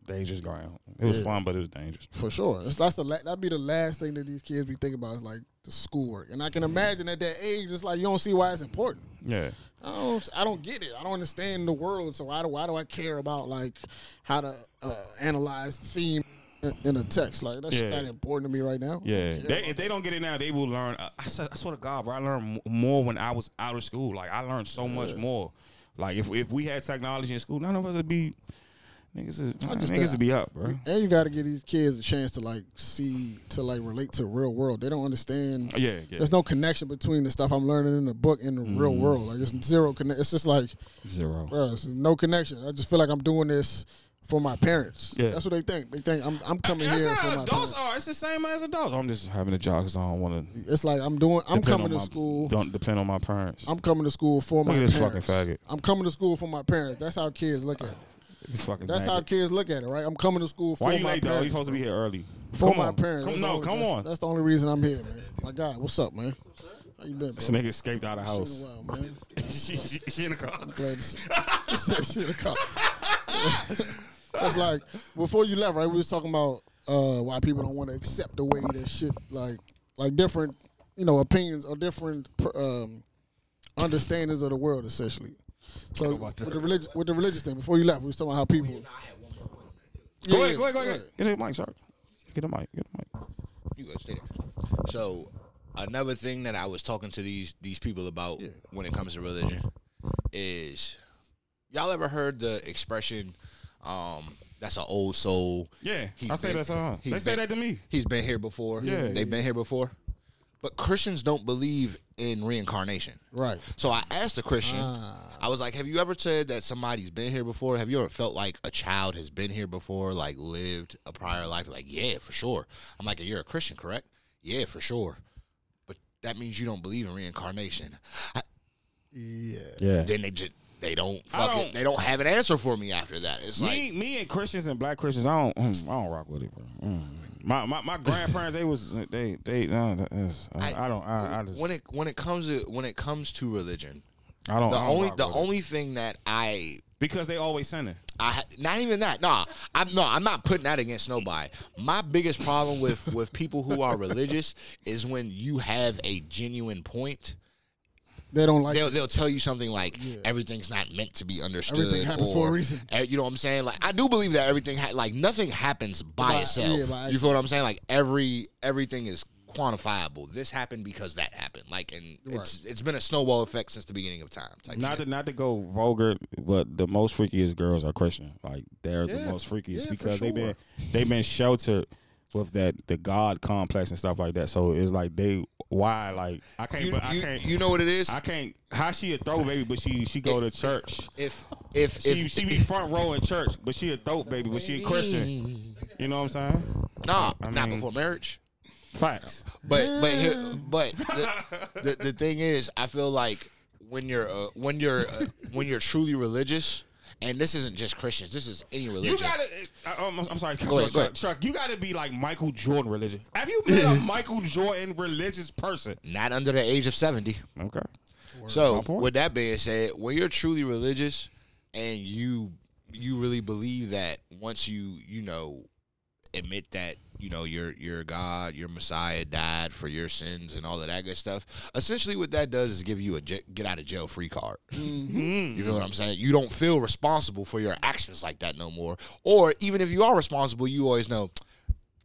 C: dangerous ground. It was
B: Yeah.
C: fun, but it was dangerous.
B: for sure. That's, that's the la- that'd be the last thing that these kids be thinking about is like the schoolwork. And I
C: Mm.
B: can imagine at that age, it's like you don't see why it's important.
C: Yeah.
B: I don't, I don't get it. I don't understand the world. So why do, why do I care about like how to uh, analyze theme in, in a text? Like that's
C: Yeah.
B: not important to me right now.
C: Yeah,
B: I don't
C: they,
B: care.
C: if they don't get it now, they will learn. I, I swear I swear to God, bro, I learned m- more when I was out of school. Like I learned so much more. Like if if we had technology in school, none of us would be niggas. Is,
B: just
C: niggas
B: thought-
C: would be up, bro.
B: and you got to give these kids a chance to like see to like relate to real world. They don't understand.
C: Oh, Yeah, yeah. Mm.
B: There's no connection between the stuff I'm learning in the book and the real world. Like it's zero connect. It's just like
C: Zero.
B: Bro, it's no connection. I just feel like I'm doing this for my parents.
C: Yeah.
B: That's what they think. They think I'm I'm coming
C: That's
B: here for
C: how
B: my parents.
C: adults are. It's the same as adults. I'm just having a job because I don't want to.
B: It's like I'm doing I'm coming to school.
C: Don't depend on my parents.
B: I'm coming to school for
C: Look
B: my
C: at this
B: parents.
C: fucking faggot.
B: I'm coming to school for my parents. That's how kids look at it.
C: This fucking
B: That's how
C: maggot.
B: kids look at it, right? I'm coming to school for
C: Why you
B: my
C: late though?
B: parents.
C: You supposed to be here early.
B: for
C: Come
B: my
C: on.
B: parents.
C: Come,
B: That's the
C: no,
B: only-
C: come
B: that's,
C: on.
B: That's the only reason I'm here, man. My God, what's up, man? How you been,
C: This
B: bro?
C: nigga escaped out of the house.
B: Wow, man.
C: she, she, she in the car.
B: Glad to see- said she in the car. That's like before you left, right? We was talking about uh, why people don't want to accept the way that shit, like, like different, you know, opinions or different per- um, understandings of the world, essentially. So with the religious, with the religious thing, before you left, we was talking about how people. Yeah,
C: Go ahead,
B: yeah,
C: go ahead, go ahead. Get the mic, sorry. Get the mic, get the mic.
E: You go stay there. So another thing that I was talking to these these people about when it comes to religion is y'all ever heard the expression um that's an old soul.
C: Yeah,
E: He's
C: I say
E: been-
C: that song.
E: he's
C: They say
E: been-
C: that to me.
E: He's been here before.
C: Yeah.
E: They've been here before. But Christians don't believe in reincarnation.
B: Right.
E: So I asked a Christian, I was like, Have you ever said that somebody's been here before? Have you ever felt like a child has been here before, like lived a prior life? Like, yeah, for sure. I'm like, You're a Christian, correct? Yeah, for sure. But that means you don't believe in reincarnation. I,
B: Yeah.
C: Yeah.
E: then they just, they don't fuck
C: don't-
E: it. They don't have an answer for me after that. It's like,
C: me, me and Christians and black Christians, I don't, mm, I don't rock with it, bro. Mm. My, my, my grandparents, they was, they, they, nah, that's- I, I don't, I, I just,
E: when it when it comes to when it comes to religion,
C: I don't.
E: the
C: I don't
E: only
C: rock
E: the
C: with it.
E: only thing that I
C: because they always sinning.
E: I ha- not even that. Nah, I'm no, I'm not putting that against nobody. My biggest problem with with people who are religious is when you have a genuine point
B: They don't like
E: they'll, they'll tell you something like
B: Yeah.
E: everything's not meant to be understood.
B: Everything happens for
E: or,
B: a reason.
E: eh, You know what I'm saying? Like I do believe that everything ha- like nothing happens by,
B: By-
E: itself.
B: yeah, by
E: you feel what I'm saying? Like every everything is quantifiable. This happened because that happened. Like and it's it's been a snowball effect since the beginning of time. Type
C: Not
E: shit.
C: to not to go vulgar, but the most freakiest girls are Christian. Like they're the most freakiest because they've been they've been sheltered with that the God complex and stuff like that. So it's like they why like I can't
E: you,
C: but I
E: you-
C: can't
E: you know what it is?
C: I can't how she a throw baby but she she go to church.
E: if if
C: She
E: if
C: she be front row in church, but she a dope baby, but she a Christian. You know what I'm saying?
E: nah,
C: I
E: not
C: mean-
E: before marriage.
C: Facts.
E: But but here, but the, the the thing is, I feel like when you're uh, when you're uh, when you're truly religious, and this isn't just Christians, this is any religion.
C: You gotta. I, I'm, I'm sorry,
E: Go ahead, go
C: Chuck,
E: ahead.
C: Chuck. You gotta be like Michael Jordan religious. Have you met a Michael Jordan religious person?
E: Not under the age of seventy.
C: Okay.
E: So
C: My point.
E: with that being said, when you're truly religious and you you really believe that once you you know admit that you know your your God, your Messiah died for your sins and all of that good stuff. Essentially, what that does is give you a j- get out of jail free card.
C: Mm.
E: You know what I'm saying? You don't feel responsible for your actions like that no more. Or even if you are responsible, you always know.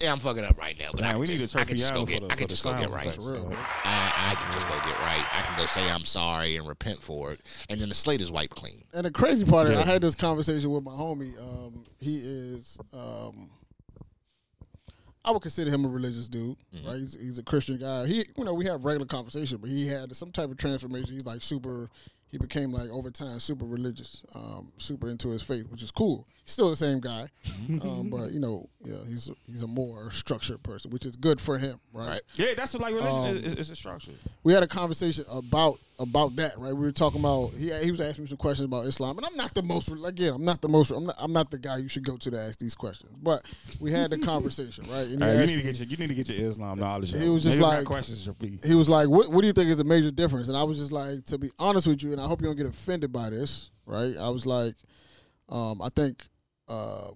E: Yeah, I'm fucking up right now, but I
C: Man,
E: can
C: we need to
E: just,
C: turn
E: I can just
C: piano
E: go get,
C: for the,
E: I
C: for
E: can
C: the
E: just go
C: sound
E: get right.
C: effects, bro.
E: I, I can just go get right. I can go say I'm sorry and repent for it, and then the slate is wiped clean.
B: And the crazy part is, I had this conversation with my homie. Um, he is, um, I would consider him a religious dude. Right? He's, he's a Christian guy. He, you know, we have regular conversation, but he had some type of transformation. He's like super. He became like over time super religious, um, super into his faith, which is cool. He's still the same guy, um, but you know, yeah, he's he's a more structured person, which is good for him, right?
C: Yeah, that's what, like religion is, is a structure.
B: we had a conversation about about that, right? We were talking about he he was asking me some questions about Islam, and I'm not the most again, I'm not the most, I'm not, I'm not the guy you should go to to ask these questions, but we had the conversation, right? And he,
C: Hey, you
B: asked
C: need to get your you need to get your Islam knowledge.
B: He
C: up.
B: was just
C: Niggas got
B: like-
C: questions. your feet.
B: he was like, what, what do you think is the major difference? And I was just like, to be honest with you, and I hope you don't get offended by this, right? I was like, um, I think uh,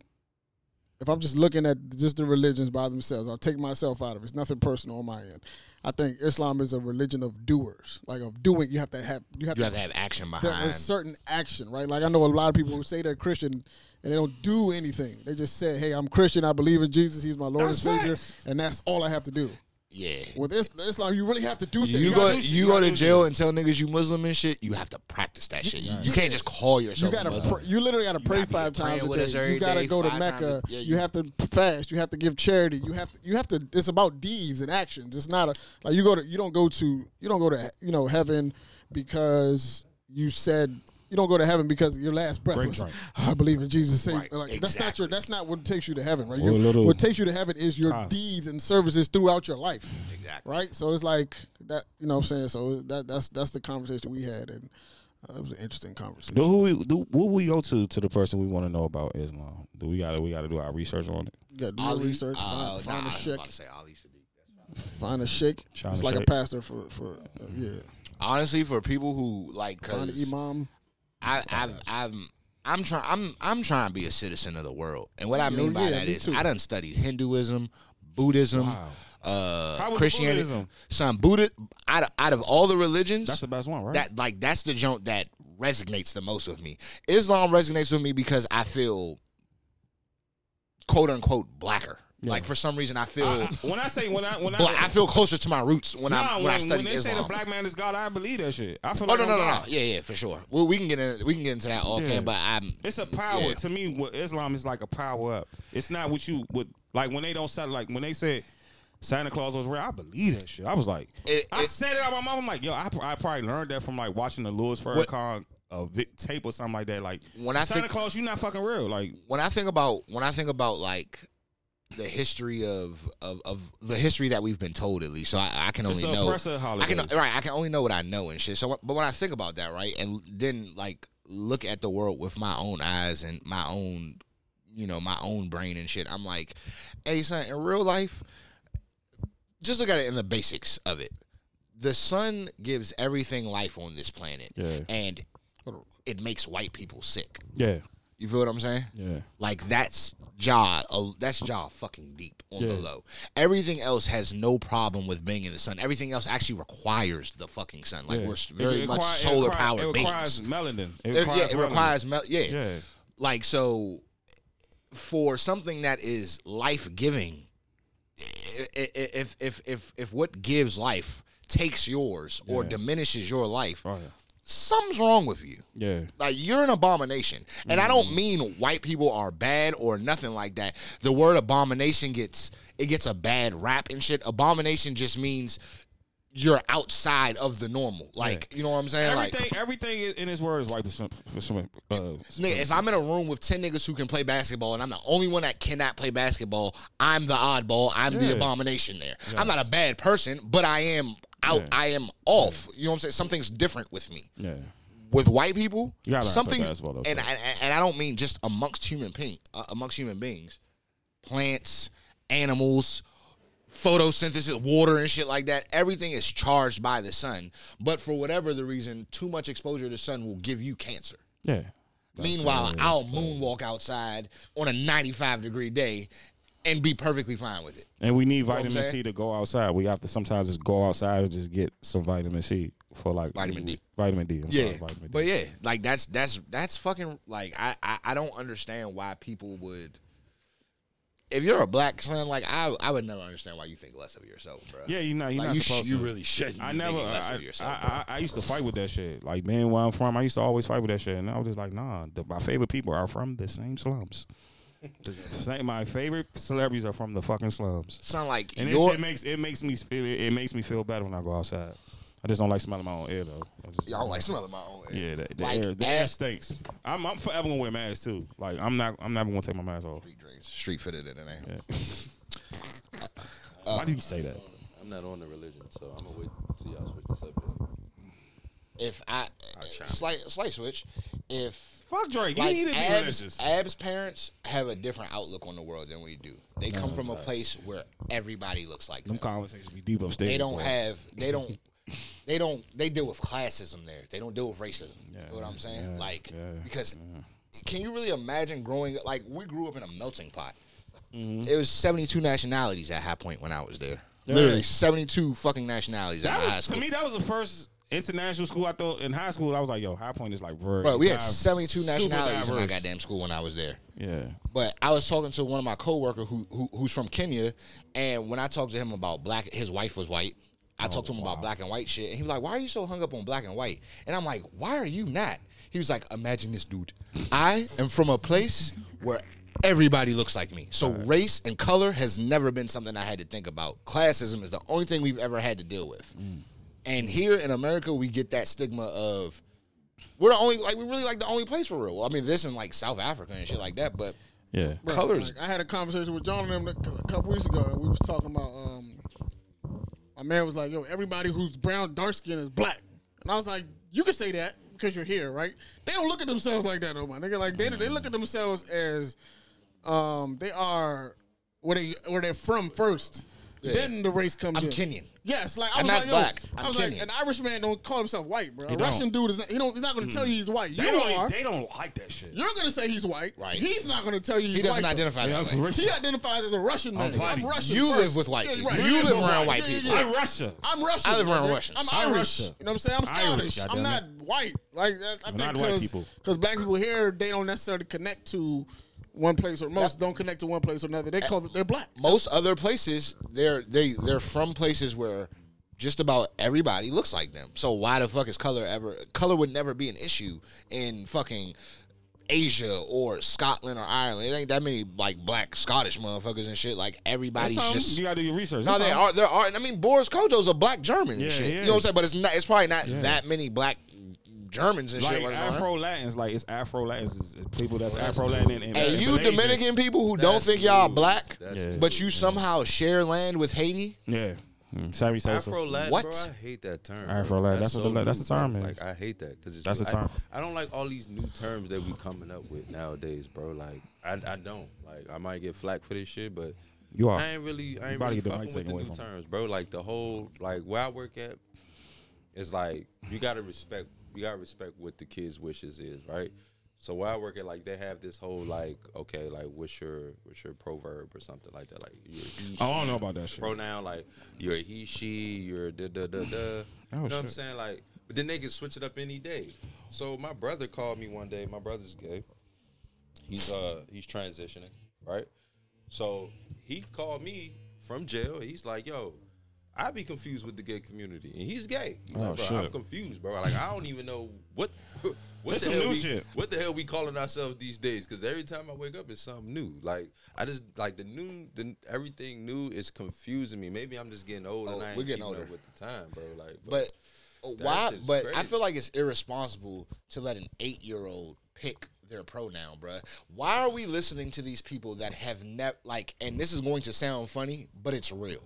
B: if I'm just looking at just the religions by themselves, I'll take myself out of it. It's nothing personal on my end. I think Islam is a religion of doers, like of doing. You have to have you have
E: You
B: to
E: have to have action
B: there
E: behind.
B: is certain action, right? Like I know a lot of people who say they're Christian and they don't do anything. They just say, "Hey, I'm Christian. I believe in Jesus. He's my Lord and Savior, and that's all I have to do."
E: yeah.
B: With Is- Islam, you really have to do things.
E: You go,
B: gotta do-
E: you go to jail and tell niggas you Muslim and shit. You have to practice that shit. You can't just call
B: you
E: yourself a
B: gotta,
E: Muslim.
B: pray, you literally gotta pray
E: gotta be
B: five times
E: praying
B: a
E: with us
B: day.
E: every
B: You gotta
E: day,
B: go to
E: five times
B: Mecca.
E: a- yeah,
B: you,
E: you-
B: have to fast. You have to give charity. You have to, you have to. It's about deeds and actions. It's not a like you go to you don't go to you don't go to you know heaven because you said you don't go to heaven because your last breath was
C: drink.
B: I believe in Jesus. Say,
E: Right,
B: like, That's not your.
E: exactly.
B: That's not what takes you to heaven, right?
C: We're a
B: You-
C: little-
B: what takes you to heaven is your deeds and services throughout your life
E: Exactly.
B: right? So it's like that, you know what I'm saying? So that that's that's the conversation we had, and uh, it was an interesting conversation.
C: Do who we do what we go to to the person we want to know about Islam? Do we gotta we gotta do our research on it?
B: You got to do your
E: Ali,
B: research,
E: oh,
B: find, find
E: nah,
B: a
E: I was
B: sheikh,
E: about to say Ali Sadiq.
B: find a sheikh.
C: Find
B: It's
C: a
B: like a
C: sheikh.
B: pastor for for uh, yeah,
E: Honestly, for people who like,
B: find an
E: cause
B: imam.
E: I, I've, I'm, I'm trying, I'm, I'm trying to be a citizen of the world, and what I
B: Yeah,
E: mean by
B: yeah,
E: that
B: me
E: is,
B: too.
E: I done studied Hinduism, Buddhism,
C: How
E: uh,
C: was
E: Christianity.
C: Buddhism?
E: Son, Buddha, out of, out of all the religions,
C: That's the best one, right?
E: that like that's the junk that resonates the most with me. Islam resonates with me because I feel, quote unquote, blacker. Like for some reason, I feel,
C: I- I- when I say when I when I,
E: bla- I feel closer to my roots when
C: nah,
E: I when,
C: when,
E: I study
C: when they
E: Islam.
C: say the black man is God, I believe that shit. I feel
E: Oh
C: like
E: no
C: I'm
E: no no no!
C: God.
E: Yeah yeah for sure. Well, we can get in, we can get into that offhand,
C: Yeah.
E: but I'm
C: It's a power
E: Yeah.
C: to me. What Islam is like a power up. It's not what you would like when they don't sound like when they said Santa Claus was real. I believe that shit. I was like,
E: It-
C: I
E: it-
C: said it out my mom. I'm like, yo, I, pr- I probably learned that from like watching the Louis Farrakhan uh, vi- tape or something like that. Like
E: When I
C: Santa
E: think-
C: Claus, you not fucking real. Like
E: when I think about when I think about like the history of of, of the history that we've been told at least. So I, I can only
C: the
E: know
C: oppressor
E: I can
C: holidays.
E: right. I can only know what I know and shit. So but when I think about that right, and then like look at the world with my own eyes and my own you know my own brain and shit. I'm like, hey son, in real life, just look at it in the basics of it. The sun gives everything life on this planet,
C: Yeah.
E: and it makes white people sick
C: yeah,
E: You feel what I'm saying?
C: Yeah.
E: Like that's Ja, uh, that's Ja fucking deep on the low. Everything else has no problem with being in the sun. Everything else actually requires the fucking sun. Like
C: yeah.
E: we're s-
C: It
E: very
C: require-
E: much
C: it
E: solar
C: require-
E: powered
C: It
E: beings.
C: requires melanin. It
E: There-
C: requires
E: yeah, it
C: melanin.
E: requires mel- yeah.
C: Yeah.
E: Like so, for something that is life giving, if if if if what gives life takes yours or
C: Yeah.
E: diminishes your life,
C: Right.
E: something's wrong with you.
C: Oh, Yeah.
E: Like you're an abomination. And I
C: Mm.
E: don't mean white people are bad or nothing like that. The word abomination gets it gets a bad rap and shit. Abomination just means you're outside of the normal. Like, you know what I'm saying?
C: Everything,
E: like
C: everything in- in this word is white for some, for some, uh,
E: Nigga, if I'm in a room with 10 niggas who can play basketball and I'm the only one that cannot play basketball, I'm the oddball. I'm
C: Yeah.
E: the abomination there. I'm not a bad person, but I am out.
C: Yeah.
E: I am off. You know what I'm saying? Something's different with me.
C: yeah,
E: with white people,
C: You gotta learn to play
E: something,
C: basketball, though,
E: and,
C: so.
E: and and I don't mean just amongst human being, uh, amongst human beings, plants, animals, photosynthesis, water and shit like that. Everything is charged by the sun, but for whatever the reason, too much exposure to the sun will give you cancer.
C: yeah.
E: Meanwhile, I'll moonwalk outside on a ninety-five degree day and be perfectly fine with it.
C: And we need
E: what I'm
C: vitamin
E: saying?
C: C to go outside. We have to sometimes just go outside and just get some vitamin C for like
E: Vitamin D.
C: Vitamin D. I'm
E: Yeah,
C: sorry, vitamin D.
E: but yeah, like that's that's that's fucking like I, I I don't understand why people would. If you're a black son, like I I would never understand why you think less of yourself, bro.
C: yeah, you're not, you're
E: like
C: not
E: you, sh-
C: supposed
E: you
C: to.
E: really shouldn't.
C: I
E: be
C: never.
E: thinking less
C: I,
E: of yourself. bro.
C: I, I, I used to fight with that shit. Like, man, where I'm from, I used to always fight with that shit. And I was just like, nah, the, my favorite people are from the same slums. The same- my favorite celebrities are from the fucking slums.
E: Son, like
C: And it,
E: your
C: shit makes it makes me it, it makes me feel better when I go outside. I just don't like smelling my own air though. I just-
E: y'all like smelling my own. air.
C: yeah, the, the
E: like
C: air the
E: that-
C: air stinks. I'm I'm forever gonna wear masks too. Like I'm not I'm never gonna take my mask off.
E: Street dreams, street fitted in it. ain't. Uh,
C: Why did you say that?
F: I'm not on the religion, so I'm gonna wait and see y'all switch the subject.
E: If I slight slight switch, if
C: Fuck Drake.
E: like
C: he didn't be
E: Ab's,
C: religious.
E: Ab's parents have a different outlook on the world than we do. They come from a place where everybody looks like
C: Them
E: them.
C: conversations be deep upstairs.
E: they don't
C: boy.
E: have they don't they don't they deal with classism there. They don't deal with racism. You know what I'm saying?
C: yeah,
E: like
C: yeah,
E: because can you really imagine growing up like we grew up in a melting pot.
C: Mm-hmm.
E: It was 72 nationalities at High Point when I was there. Literally 72 fucking nationalities at
C: That
E: my high
C: was,
E: school.
C: to me, that was the first international school I thought in high school. I was like, yo, High Point is like very.
E: Bro, we had
C: dive-
E: 72
C: super
E: nationalities in my
C: diverse.
E: goddamn school when I was there.
C: Yeah.
E: But I was talking to one of my coworkers who, who who's from Kenya, and when I talked to him about black, his wife was white. I talked to him about black and white shit, and he was like, "Why are you so hung up on black and white?" And I'm like, "Why are you not?" He was like, "Imagine this, dude. I am from a place where everybody looks like me. So race and color has never been something I had to think about. Classism is the only thing we've ever had to deal with. And here in America, we get that stigma of we're the only like we really like the only place for real. I mean, this in like South Africa and shit like that, but."
C: Yeah.
E: colors.
B: Like, I had a conversation with John and them a couple weeks ago. and We was talking about um, my man was like, "Yo, everybody who's brown, dark skin is black," and I was like, "You can say that because you're here, right? They don't look at themselves like that, no more. Nigga, like they they look at themselves as um, they are where they where they're from first.
E: Yeah.
B: Then the race comes
E: I'm
B: in.
E: Kenyan.
B: Yes, like I
E: I'm
B: was
E: not
B: like, yo,
E: black.
B: I
E: I'm
B: was
E: Kenyan.
B: like, an Irishman don't call himself white, bro. A
C: don't.
B: Russian dude is not. He don't. He's not going to tell you he's white. You
C: Mm. They
B: are.
C: don't, they don't like that shit.
B: You're gonna say he's white.
E: Right.
B: He's not gonna tell you he's
E: He doesn't
B: white, though.
E: identify that way.
B: He identifies as a Russian man. I'm,
C: funny.
B: Russian.
E: You
B: first.
E: live with white
B: Yeah,
E: people.
B: right.
E: You live around
B: with
E: white people.
C: I'm Russia.
B: I'm Russian.
E: I live around
B: brother.
E: Russians.
B: I'm
C: I'm
B: Irish.
C: Russian.
B: You know what I'm saying? I'm Scottish.
C: Irish, goddamn
B: I'm not white. Like that, I think
C: We're not white
B: cause,
C: people.
B: 'cause black people here they don't necessarily connect to one place or most don't connect to one place or another. They call it they're black.
E: Most other places, they're they they're from places where just about everybody looks like them. So why the fuck is color ever color would never be an issue in fucking Asia or Scotland or Ireland? It ain't that many like black Scottish motherfuckers and shit. Like everybody's
C: That's all.
E: just
C: you gotta do your research.
E: no,
C: That's
E: they
C: all.
E: are. There are. I mean, Boris Kojo's a black German
C: Yeah,
E: and shit.
C: he
E: You know what I'm
C: is.
E: saying? But it's not. It's probably not that many black Germans and
C: Like
E: shit. running around.
C: Afro Latins, like it's Afro Latins, is is people that's Afro Latin and, and,
E: And
C: and
E: you
C: Malaysians.
E: Dominican people who don't
F: That's
E: think y'all
F: rude.
E: black,
F: That's
C: Yeah.
E: but you somehow share land with Haiti.
C: Yeah, mm. Sammy Sosa.
F: Afro Latin,
E: What?
F: bro. I hate that term.
C: Afro Latin, that's what the- that's the
F: new,
C: term
F: bro.
C: is.
F: Like I hate that because
C: That's the term.
F: I, I don't like all these new terms that we coming up with nowadays, bro. Like I, I don't. Like I might get flack for this shit, but
C: You are.
F: I ain't really, I ain't
C: about to
F: really
C: get the
F: fucking
C: mic
F: with
C: taken
F: the
C: away
F: new
C: from him.
F: terms, bro. Like the whole, like where I work at, is like you gotta respect, you gotta respect what the kids' wishes is, right? So where I work at, like they have this whole like, okay, like what's your what's your proverb or something like that, like you're a he,
C: Oh, I don't know about that shit. Oh,
F: pronoun, like you're a he, she, you're a da da da da. you know what I'm
C: shit.
F: saying? Like, but then they can switch it up any day. So my brother called me one day. My brother's gay. He's uh he's transitioning, right? So he called me from jail. He's like, yo. I be confused with the gay community, and he's gay. He's
C: Oh,
F: like, bro, I'm
C: shit.
F: confused, bro. Like I don't even know what what
C: That's
F: the
C: some
F: hell
C: new
F: we,
C: shit.
F: what the hell we calling ourselves these days? Because every time I wake up, it's something new. Like I just like the new, the everything new is confusing me. Maybe I'm just getting old
E: Oh,
F: and I ain't
E: we're getting
F: keeping
E: older.
F: up with the time, bro. Like,
E: But why?
F: shit's
E: But I
F: crazy.
E: feel like it's irresponsible to let an eight-year-old pick their pronoun, bruh. Why are we listening to these people that have never like? And this is going to sound funny, but it's real.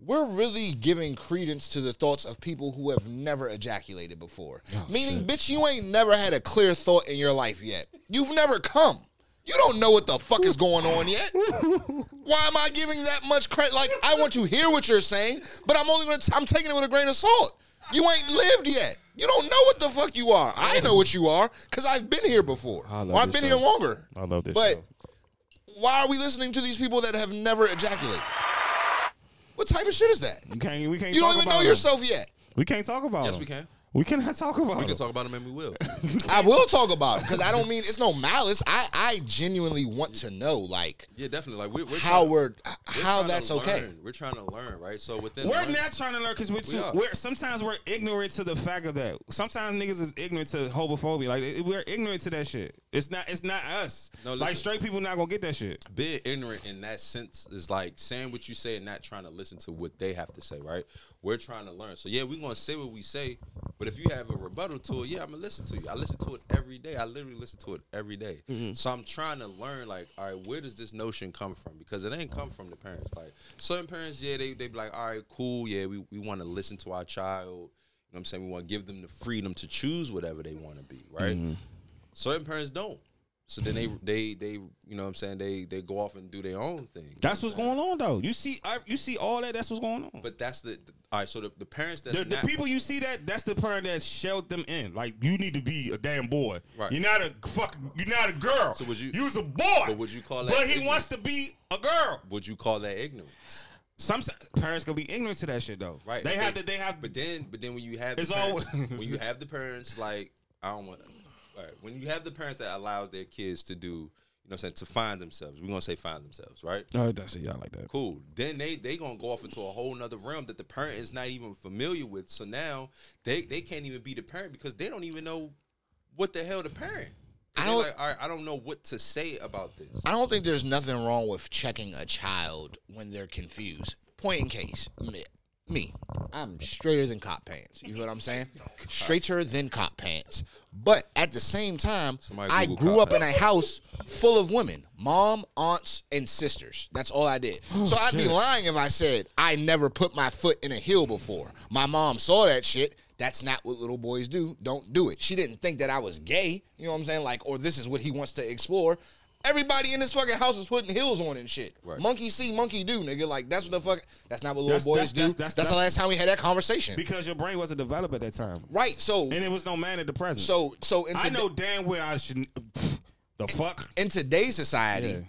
E: We're really giving credence to the thoughts of people who have never ejaculated before.
F: Oh,
E: Meaning, bitch, you ain't never had a clear thought in your life yet. You've never come. You don't know what the fuck is going on yet. Why am I giving that much credit? Like, I want you to hear what you're saying, but I'm only gonna, t- I'm taking it with a grain of salt. You ain't lived yet. You don't know what the fuck you are. I know what you are because I've been here before.
C: I love
E: Or I've
C: this
E: been
C: show.
E: here longer.
C: I love this.
E: But
C: show.
E: why are we listening to these people that have never ejaculated? What type of shit is that?
C: we can't. We can't.
E: You
C: talk
E: don't even
C: about
E: know
C: them.
E: yourself yet.
C: We can't talk about.
F: Yes,
C: them.
F: we can.
C: We cannot talk about.
F: we can
C: them.
F: talk about them and we will.
E: I will talk about it because I don't mean it's no malice. I, I genuinely want to know like
F: yeah, definitely. Like we're, we're
E: how
F: trying-
E: we're
F: we're
E: how
F: trying to
E: that's okay.
F: learn. We're trying to learn, right? So within
C: We're
F: learning-
C: not trying to learn because we're, too,
F: are.
C: we're sometimes we're ignorant to the fact of that. Sometimes niggas is ignorant to homophobia. Like it- we're ignorant to that shit. It's not. It's not us.
F: No,
C: like
F: listen.
C: straight people not gonna get that shit.
F: being ignorant in that sense is like saying what you say and not trying to listen to what they have to say, right? We're trying to learn. So yeah, we're gonna say what we say, but if you have a rebuttal to it, yeah, I'm gonna listen to you. I listen to it every day. I literally listen to it every day. So I'm trying to learn, like, all right, where does this notion come from? Because it ain't come from the parents. Like certain parents, yeah, they they be like, all right, cool, yeah, we, we want to listen to our child. You know what I'm saying? We want to give them the freedom to choose whatever they want to be, right? Certain parents don't. So then they they they you know what I'm saying they they go off and do their own thing.
C: That's what's going on though. You see, I, you see all that. That's what's going on.
F: But that's the, all right. So the, the parents that's
C: the, the
F: not,
C: people you see that that's the part that shelled them in. Like you need to be a damn boy.
F: Right.
C: You're not a fuck. You're not a girl.
F: So would you-
C: You was a boy.
F: But would you call that
C: But he
F: ignorance?
C: wants to be a girl.
F: would you call that ignorance?
C: Some s- parents gonna be ignorant to that shit though.
F: Right.
C: They
F: but
C: have to. They have.
F: But then but then when you have the
C: It's
F: parents,
C: all-
F: when you have the parents like I don't want. All right, when you have the parents that allows their kids to do you know what I'm saying to find themselves. We're gonna say find themselves, right?
C: No, that's it. Y'all like Oh, that.
F: Cool. Then they they gonna go off into a whole nother realm that the parent is not even familiar with. So now they they can't even be the parent because they don't even know what the hell the parent.
E: I
F: I
E: don't-
F: don't. Like, All right, I don't know what to say about this.
E: I don't think there's nothing wrong with checking a child when they're confused. Point in case, me, me, I'm straighter than cop pants. You know what I'm saying? Straighter than cop pants. But at the same time,
F: Somebody
E: I
F: Google
E: grew
F: cop
E: up in a house full of women, mom, aunts, and sisters. That's all I did.
C: Oh,
E: so I'd be lying if I said I never put my foot in a heel before. My mom saw that shit. That's not what little boys do. Don't do it. She didn't think that I was gay. You know what I'm saying? Like, or this is what he wants to explore. Everybody in this fucking house is putting heels on and shit.
F: Right.
E: Monkey see, monkey do, nigga. Like that's what the fuck. That's not what little
C: That's-
E: boys
C: that's-
E: do.
C: that's- that's-
E: That's, the
C: that's-
E: last time we had that conversation.
C: Because your brain wasn't developed at that time,
E: right. So,
C: and it was no man at the present.
E: so, so in,
C: I
E: toda-
C: know damn well I should. The fuck.
E: in today's society,
C: Yeah.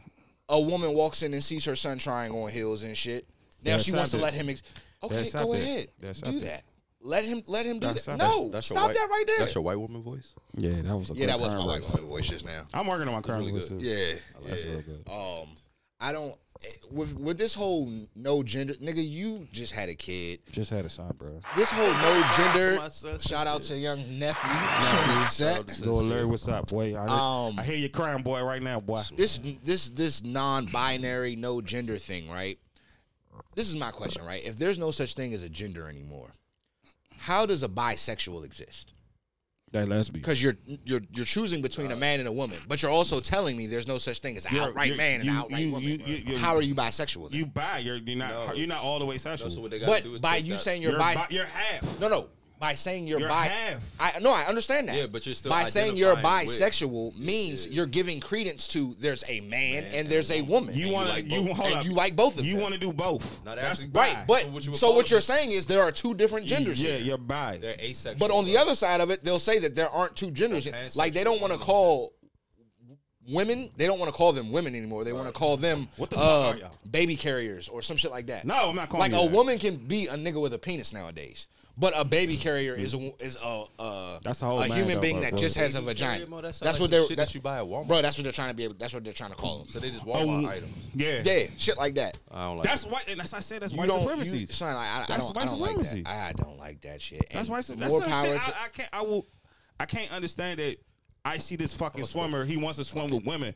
E: a woman walks in and sees her son trying on heels and shit. Now
C: Yeah,
E: she
C: stop
E: wants to
C: it.
E: let him. Ex- okay,
C: Yeah, stop
E: go
C: it.
E: ahead.
C: Yeah, stop
E: do
C: it.
E: that. Let him. Let him do
C: That's-
E: that.
C: that's-
E: No,
F: That's your
E: stop
F: white-
E: that right there.
F: That's your white woman voice.
C: Yeah, that was a
E: yeah, that was my white woman voice just now.
C: I'm working on my current
F: really
C: voice, too.
E: Yeah,
C: That's
E: yeah.
C: real good.
E: um I don't eh, with with this whole no gender nigga you just had a kid
C: Just had a son, bro.
E: this whole no gender
F: my sister.
E: shout out to young nephew on the set
C: Go alert, what's up, boy? I,
E: Um,
C: I hear you crying, boy, right now, boy.
E: this this this non-binary no gender thing right this is my question right if there's no such thing as a gender anymore how does a bisexual exist
C: That lesbian.
E: because you're you're you're choosing between a man and a woman but you're also telling me there's no such thing as an outright man and an outright woman
C: You, you, you,
E: how are you bisexual then?
C: you bi? You're, you're not.
F: No.
C: You're not all the way sexual.
F: That's what they gotta
E: but
F: do is
E: by
F: take
E: you
F: that-
E: saying you're,
C: you're,
E: bi-
C: bi- you're half.
E: No, no. by saying you're,
G: You're
E: bi.
G: half.
E: I no, I understand that.
F: Yeah, but you're still
E: by saying you're
F: identifying with-
E: bisexual means you're giving credence to there's a man, and there's a woman.
C: You want to
F: like
C: you
F: both.
C: hold
E: And
C: up.
E: you like both of
C: You
E: them.
C: want to do both.
F: Not
C: That's
F: actually
E: right?
C: bi.
E: But so
F: So what
E: what,
F: you would call it-
E: you're saying is there are two different genders.
C: Yeah,
E: here.
C: you're bi.
F: They're asexual.
E: But on the
F: bro.
E: other side of it, they'll say that there aren't two genders.
F: Okay,
E: here.
F: so
E: Like they don't
F: you
E: want to
F: wanna-
E: call women. They don't want to call them women anymore. They want to call them
C: What the fuck
E: uh,
C: are y'all?
E: baby carriers or some shit like that.
C: No, I'm not calling
E: Like
C: you
E: a
C: that.
E: woman can be a nigga with a penis nowadays, but a baby carrier is a is a uh,
C: That's a whole man
E: human
C: though,
E: being
C: bro,
E: that
C: bro.
E: just has a
F: Baby
E: vagina.
F: carrier, bro, that
E: that's
F: sound like
E: what
F: some
E: they're
F: shit that you buy at Walmart.
E: Bro, that's what they're trying to be. Able, that's what they're trying to call them.
F: So they just
C: Oh,
E: Um,
F: Walmart items.
C: Yeah.
E: Yeah, shit like that.
F: I don't like.
C: That's why. And that's I said that's
E: You
C: white
E: don't,
C: supremacy.
E: you- son. I, I, I
C: That's
E: don't,
C: white
E: I don't like
C: supremacy.
E: that. I don't like that shit.
C: That's
E: And
C: why. I said- That's
E: more
C: what I'm
E: power
C: saying.
E: to.
C: I, I can't. I will. I can't understand that. I see this fucking swimmer. He wants to swim with women.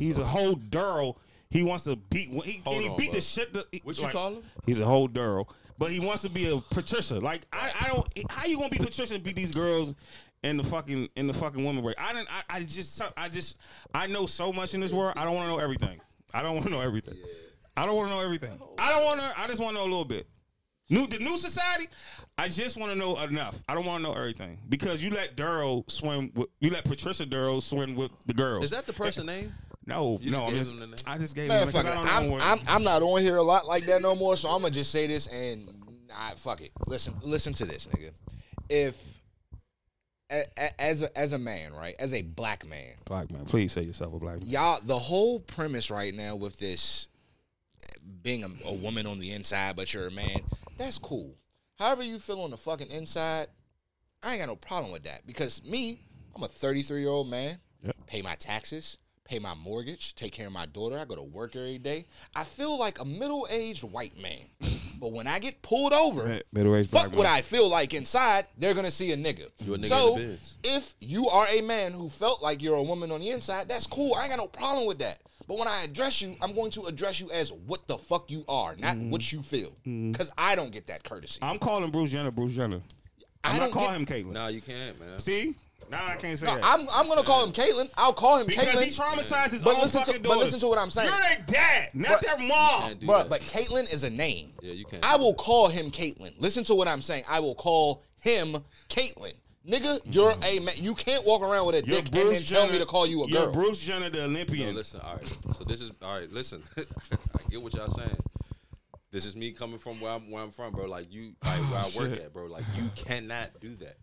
C: He's a whole durl. He wants to beat. wo- He,
F: Hold
C: and he
F: on,
C: beat
F: bro.
C: the shit. The,
F: What you call him?
C: He's a whole durl, but he wants to be a Patricia. Like I, I don't. How you gonna be Patricia and beat these girls in the fucking in the fucking women break? I didn't. I, I just. I just. I know so much in this world. I don't want to know everything. I don't want to know everything. I don't want to know everything. I don't want to. I just want to know a little bit. New the new society. I just want to know enough. I don't want to know everything because you let Duro swim. With, you let Patricia Duro swim with the girls.
F: Is that the person name?
C: no?
F: You
C: no, I'm
F: just gave
C: just,
F: him the name?
C: I just gave him.
E: Man,
C: the name
E: fuck
C: 'cause
E: it.
C: I don't know
E: I'm,
C: where-
E: I'm, I'm not on here a lot like that no more, so I'm gonna just say this and I fuck it. Listen, listen to this, nigga. If a- a- as a, as a man, right, as a black man,
C: black man. Please say yourself a black man.
E: y'all, the whole premise right now with this being a, a woman on the inside, but you're a man, that's cool. However you feel on the fucking inside, I ain't got no problem with that because me, I'm a 33 year old man.
C: Yep.
E: Pay my taxes, pay my mortgage, take care of my daughter. I go to work every day. I feel like a middle aged white man. but when I get pulled over,
C: Mi- middle-aged
E: fuck
C: black
E: what
C: man.
E: I feel like inside, they're gonna see a nigga.
F: You a nigga in the
E: so
F: biz.
E: if you are a man who felt like you're a woman on the inside, that's cool. I ain't got no problem with that. But when I address you, I'm going to address you as what the fuck you are, not what you feel. Because I don't get that courtesy.
C: Mm-hmm. I'm calling Bruce Jenner. Bruce Jenner.
E: I
C: I'm
E: don't
C: not calling
E: get-
C: him Caitlyn.
F: No, you can't, man.
C: See, now I can't say
E: No,
C: that.
E: I'm, I'm gonna call him Caitlyn. I'll call him
C: because
E: Caitlyn.
C: he traumatized his
E: But
C: own
E: listen to-
C: fucking
E: but
C: daughters.
E: listen to what I'm saying.
C: You're their dad, not
E: But-
C: their mom.
F: Can't do
E: Bruh,
F: that.
E: but Caitlyn is a name.
F: Yeah, you can't.
E: I will call him Caitlyn. Listen to what I'm saying. I will call him Caitlyn. Nigga,
F: Mm-hmm.
E: you're a man. You can't walk around with a
C: You're
E: dick and then tell me to call you a
C: you're
E: girl.
C: Bruce Jenner, the
F: Yo,
C: Olympian.
F: listen, all right. So this is all right. Listen, I get what y'all saying. This is me coming from where I'm where I'm from, bro. Like you, like where
C: Oh,
F: I work at, bro. Like you cannot do that.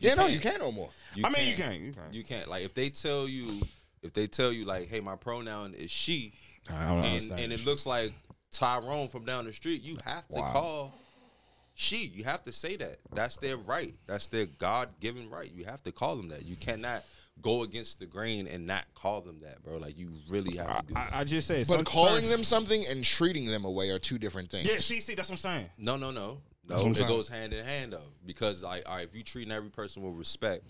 E: yeah, no, you can't no more.
F: You
C: I mean, you can't, you can't.
F: You can't. Like if they tell you, if they tell you, like, hey, my pronoun is she,
C: I don't
F: and,
C: understand
F: and
C: this
F: it looks like Tyrone from down the street, you have to
C: Wow.
F: call she. You have to say that. That's their right. That's their God given right. You have to call them that. You cannot go against the grain and not call them that, bro. Like you really have to do.
C: I,
F: that.
C: I just said,
E: But
C: some-
E: calling
C: certain-
E: them something and treating them away are two different things.
C: yeah, see, see, that's what I'm saying.
F: No, no, no, no.
C: That's what I'm
F: It
C: saying.
F: goes hand in hand though, because like, all right, if you treating every person with respect,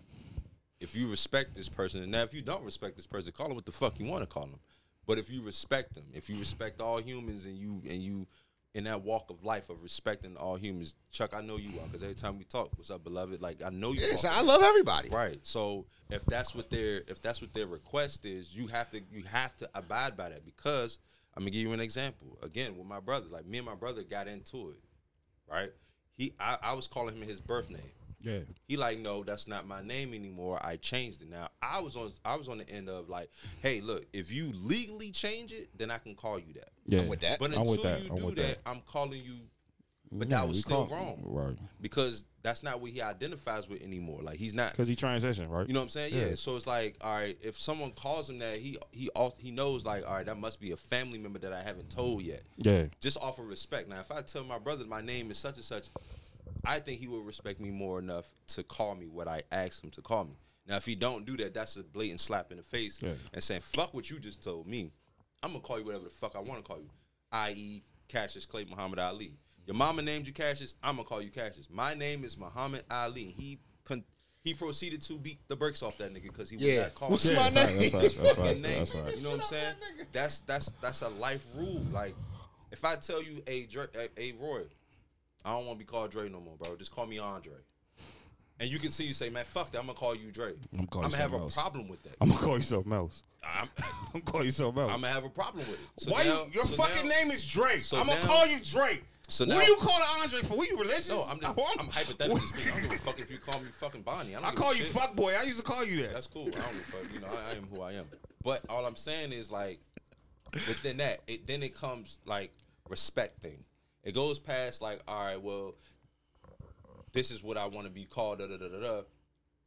F: if you respect this person, and now if you don't respect this person, call them what the fuck you want to call them. But if you respect them, if you respect all humans, and you and you in that walk of life of respecting all humans, Chuck, I know you are, because every time we talk, what's up, beloved? Like I know you.
E: Yes,
F: are.
E: I love everybody.
F: Right. So if that's what their if that's what their request is, you have to you have to abide by that because I'm gonna give you an example again with my brother. Like me and my brother got into it, right? He I, I was calling him his birth name.
C: Yeah,
F: He like, no, that's not my name anymore. I changed it. Now I was on I was on the end of like, hey, look, if you legally change it, then I can call you that.
C: yeah.
E: I'm with that.
F: But
C: I'm
F: until
C: with that.
F: you
C: I'm
F: do
C: with
F: that,
C: that. Mm,
F: I'm calling you. But that was still wrong
C: right?
F: because that's not what he identifies with anymore. Like he's not
C: Because he transitioned, right?
F: you know what I'm saying? Yeah. So it's like, all right, if someone calls him that, he he al- he knows like, all right, that must be a family member that I haven't told yet.
C: yeah,
F: Just offer respect. Now, if I tell my brother my name is such and such, I think he will respect me more enough to call me what I asked him to call me. Now, if he don't do that, that's a blatant slap in the face
C: Yeah.
F: and saying, "Fuck what you just told me. I'm gonna call you whatever the fuck I want to call you." I.e., Cassius Clay Muhammad Ali. Your mama named you Cassius. I'm gonna call you Cassius. My name is Muhammad Ali. He con- he proceeded to beat the brakes off that nigga because he
E: Yeah.
F: was not called.
E: What's
F: that
E: my
C: That's
E: name?
C: right, that's right, that's right,
F: fucking name.
C: that's right.
F: You know what I'm saying? That's that's that's a life rule. Like, if I tell you a Dre, a, a Roy, I don't want to be called Dre no more, bro. Just call me Andre. And you can see you say, man, fuck that. I'm gonna call you Dre.
C: I'm gonna call you
F: have a
C: something else.
F: problem with that.
C: I'm gonna call you something else.
F: I'm,
C: I'm gonna call you something else.
F: I'm gonna have a problem with it. So
G: Why
F: now-
G: you, your
F: so
G: fucking
F: now-
G: name is Drake?
F: so
G: I'm gonna
F: now-
G: call you Drake.
F: So
E: Who
F: now,
E: you call to Andre for? Who you religious?
F: no, I'm just,
E: want-
F: I'm hypothetically speaking. I don't give a fuck if you call me fucking Bonnie. I, don't
E: I
F: give a
E: call you
F: shit.
E: fuck boy. I used to call you that.
F: That's cool. I don't give a fuck. You know, I, I am who I am. But all I'm saying is like, within that, it then it comes like respect thing. It goes past like, all right, well, this is what I want to be called. Da da da da da.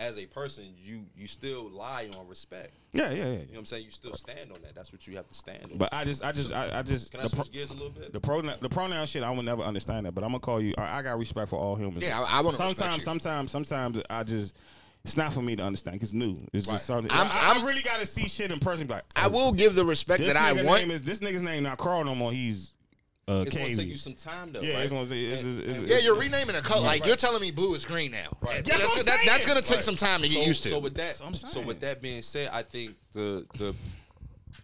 F: As a person, you you still lie on respect.
C: Yeah, yeah, yeah.
F: You know what I'm saying? You still stand on that. That's what you have to stand on.
C: But I just, I just, I, I just.
F: Can I
C: the pro-
F: switch gears a little bit?
C: The pronoun, the pronoun shit, I will never understand that. But I'm gonna call you. I, I got respect for all humans.
E: Yeah, I- I wanna respect
C: Sometimes,
E: you.
C: sometimes, sometimes I just. It's not for me to understand. 'cause It's new. It's just something.
E: I'm-
C: I'm, I,
E: I'm-
C: I really gotta see shit in person. Be like,
E: I
C: oh,
E: will give the respect
C: This
E: that I
C: nigga
E: want.
C: name is this nigga's name not Carl no more. He's uh,
F: it's gonna
C: Kaylee.
F: take you some time though.
C: yeah,
F: right?
C: it's gonna say. It's, it's, it's,
E: yeah, you're renaming a color. Like
F: Right.
E: you're telling me blue is green now.
F: Right.
E: That's,
F: That's
C: what I'm
E: that- that's
C: saying.
E: gonna take some time to get
F: so,
E: used to.
F: So with that,
C: That's what I'm
F: so with
C: saying.
F: that being said, I think the the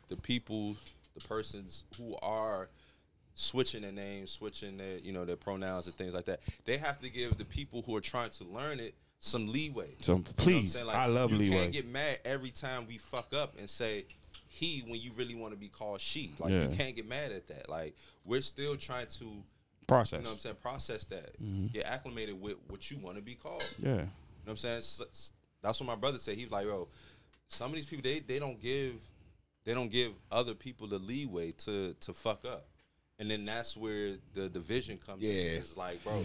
F: the people, the persons who are switching their names, switching their you know their pronouns and things like that, they have to give the people who are trying to learn it some leeway.
C: Some-
F: You know what I'm
C: please,
F: saying? Like,
C: I love
F: you
C: leeway.
F: can't get mad every time we fuck up and say he when you really want to be called she. Like
C: Yeah.
F: you can't get mad at that. Like we're still trying to.
C: process.
F: You know what I'm saying? Process that.
C: Mm-hmm.
F: Get acclimated with what you want to be called.
C: Yeah.
F: You know what I'm saying? S- s- that's what my brother said. He was like, yo, some of these people they they don't give they don't give other people the leeway to to fuck up. And then that's where the division comes in.
E: Yeah.
F: It's like, bro,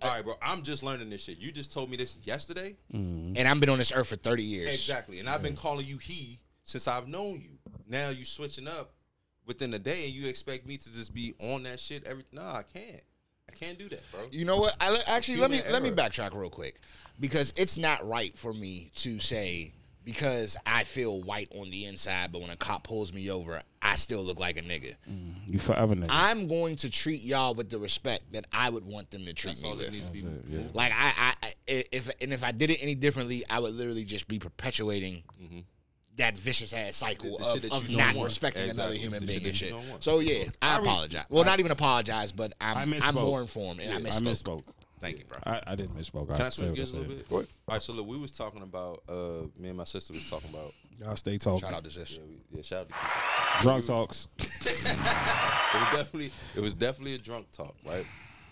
F: all right, bro, I'm just learning this shit. You just told me this yesterday.
E: and I've been on this earth for 30 years.
F: Exactly. And I've been calling you he since I've known you. Now you switching up within a day and you expect me to just be on that shit every Nah, I can't. I can't do that, bro.
E: You know what? I, actually, let me
F: Human
E: let me
F: error.
E: backtrack real quick because it's not right for me to say because I feel white on the inside, but when a cop pulls me over, I still look like a nigga.
F: Mm-hmm.
C: You forever nigga.
E: I'm going to treat y'all with the respect that I would want them to treat
F: That's
E: me
F: all that
E: with.
F: needs to be.
E: Like I, I, I if and if I did it any differently, I would literally just be perpetuating that vicious ass cycle
F: Mm-hmm. The- the
E: of,
F: shit that
E: of
F: you
E: not
F: don't want.
E: respecting another
F: Exactly.
E: human
F: The
E: being
F: shit
E: and
F: that you
E: shit.
F: don't want.
E: So yeah, I apologize. Well, not even apologize, but
C: I
E: I'm I'm
C: misspoke.
E: more informed and I
C: I
E: misspoke.
C: misspoke.
E: Thank you, bro.
C: I, I didn't misspoke.
F: Can I
C: said
F: switch
C: what
F: gears a little
C: said.
F: bit? All right, so look, we was talking about uh, me and my sister was talking about
C: Y'all stay talking.
E: Shout out to Zish.
F: yeah, we, yeah shout out. To
C: Drunk talks.
F: it was definitely it was definitely a drunk talk, right?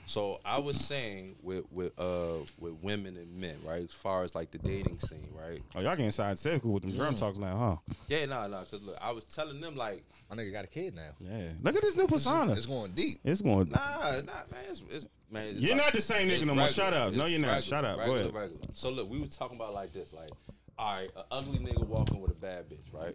F: So I was saying with with uh with women and men, right? As far as like the dating scene, right?
C: Oh, y'all getting scientific with them
F: Mm-hmm.
C: drunk talks now, huh?
F: Yeah, nah, nah. Cause look, I was telling them like,
E: My nigga got a kid now.
C: Yeah. Look at this new persona.
E: It's going deep.
C: It's going.
F: nah, nah, man, it's, it's man. It's
C: You're
F: like-
C: not the same nigga
F: it's
C: no more.
F: regular.
C: Shut up. No,
F: It's
C: you're not.
F: regular,
C: Shut up. Go
F: Regular,
C: ahead.
F: regular. So look, we was talking about like this, like. All right, an ugly nigga walking with a bad bitch, right?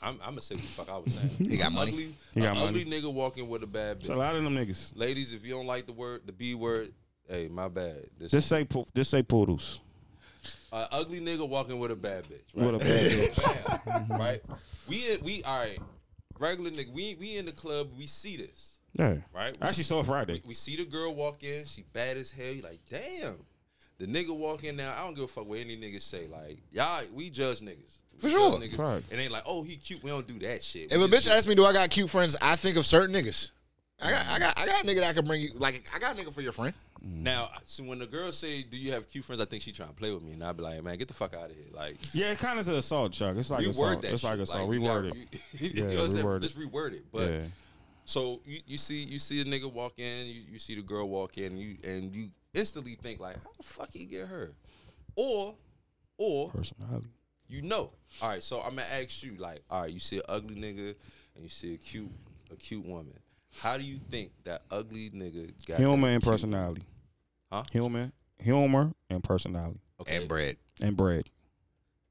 F: I'm, I'm gonna say what the fuck I was saying.
E: He got
F: An
E: money.
F: Ugly,
C: He got
F: an
C: money.
F: ugly nigga walking with a bad bitch.
C: It's a lot of them niggas.
F: Ladies, if you don't like the word, the B word, hey, my bad. This
C: Just say, po- just say poodles.
F: a ugly nigga walking with a bad bitch, right?
C: What a bad bitch.
F: Bam, right? We in- we all right. Regular nigga, we we in the club. We see this,
C: Yeah.
F: right?
C: I actually saw it Friday.
F: We see the girl walk in. She bad as hell. You like, damn. The nigga walk in now. I don't give a fuck what any niggas say. Like, y'all, we judge niggas.
E: For
F: We
E: sure.
F: judge niggas.
C: Right.
F: And they like, oh, he cute. We don't do that shit.
E: If
F: We
E: a
F: just
E: bitch asks me, do I got cute friends? I think of certain niggas. I got, I got, I got a nigga that I can bring you. Like, I got a nigga for your friend.
F: Now, so when the girl say, "Do you have cute friends?" I think she trying to play with me, and I'd be like, "Man, get the fuck out of here!" Like,
C: Yeah, it kind of an assault, Chuck. It's like
F: reword
C: assault.
F: that.
C: It's like
F: shit.
C: assault.
F: you gotta
C: Reword it.
F: re- you
C: Yeah,
F: know what I'm saying?
C: reword it.
F: Just reword it. But
C: Yeah.
F: so you, you see you see a nigga walk in, you, you see the girl walk in, you and you instantly think like, how the fuck he get her? Or or
C: Personality.
F: you know. All right, so I'm gonna ask you, like, all right, you see an ugly nigga and you see a cute a cute woman. How do you think that ugly nigga got
C: Humor and
F: that cute-
C: personality.
F: Huh?
C: Humor, humor and personality
F: Okay,
E: bread.
C: and bread.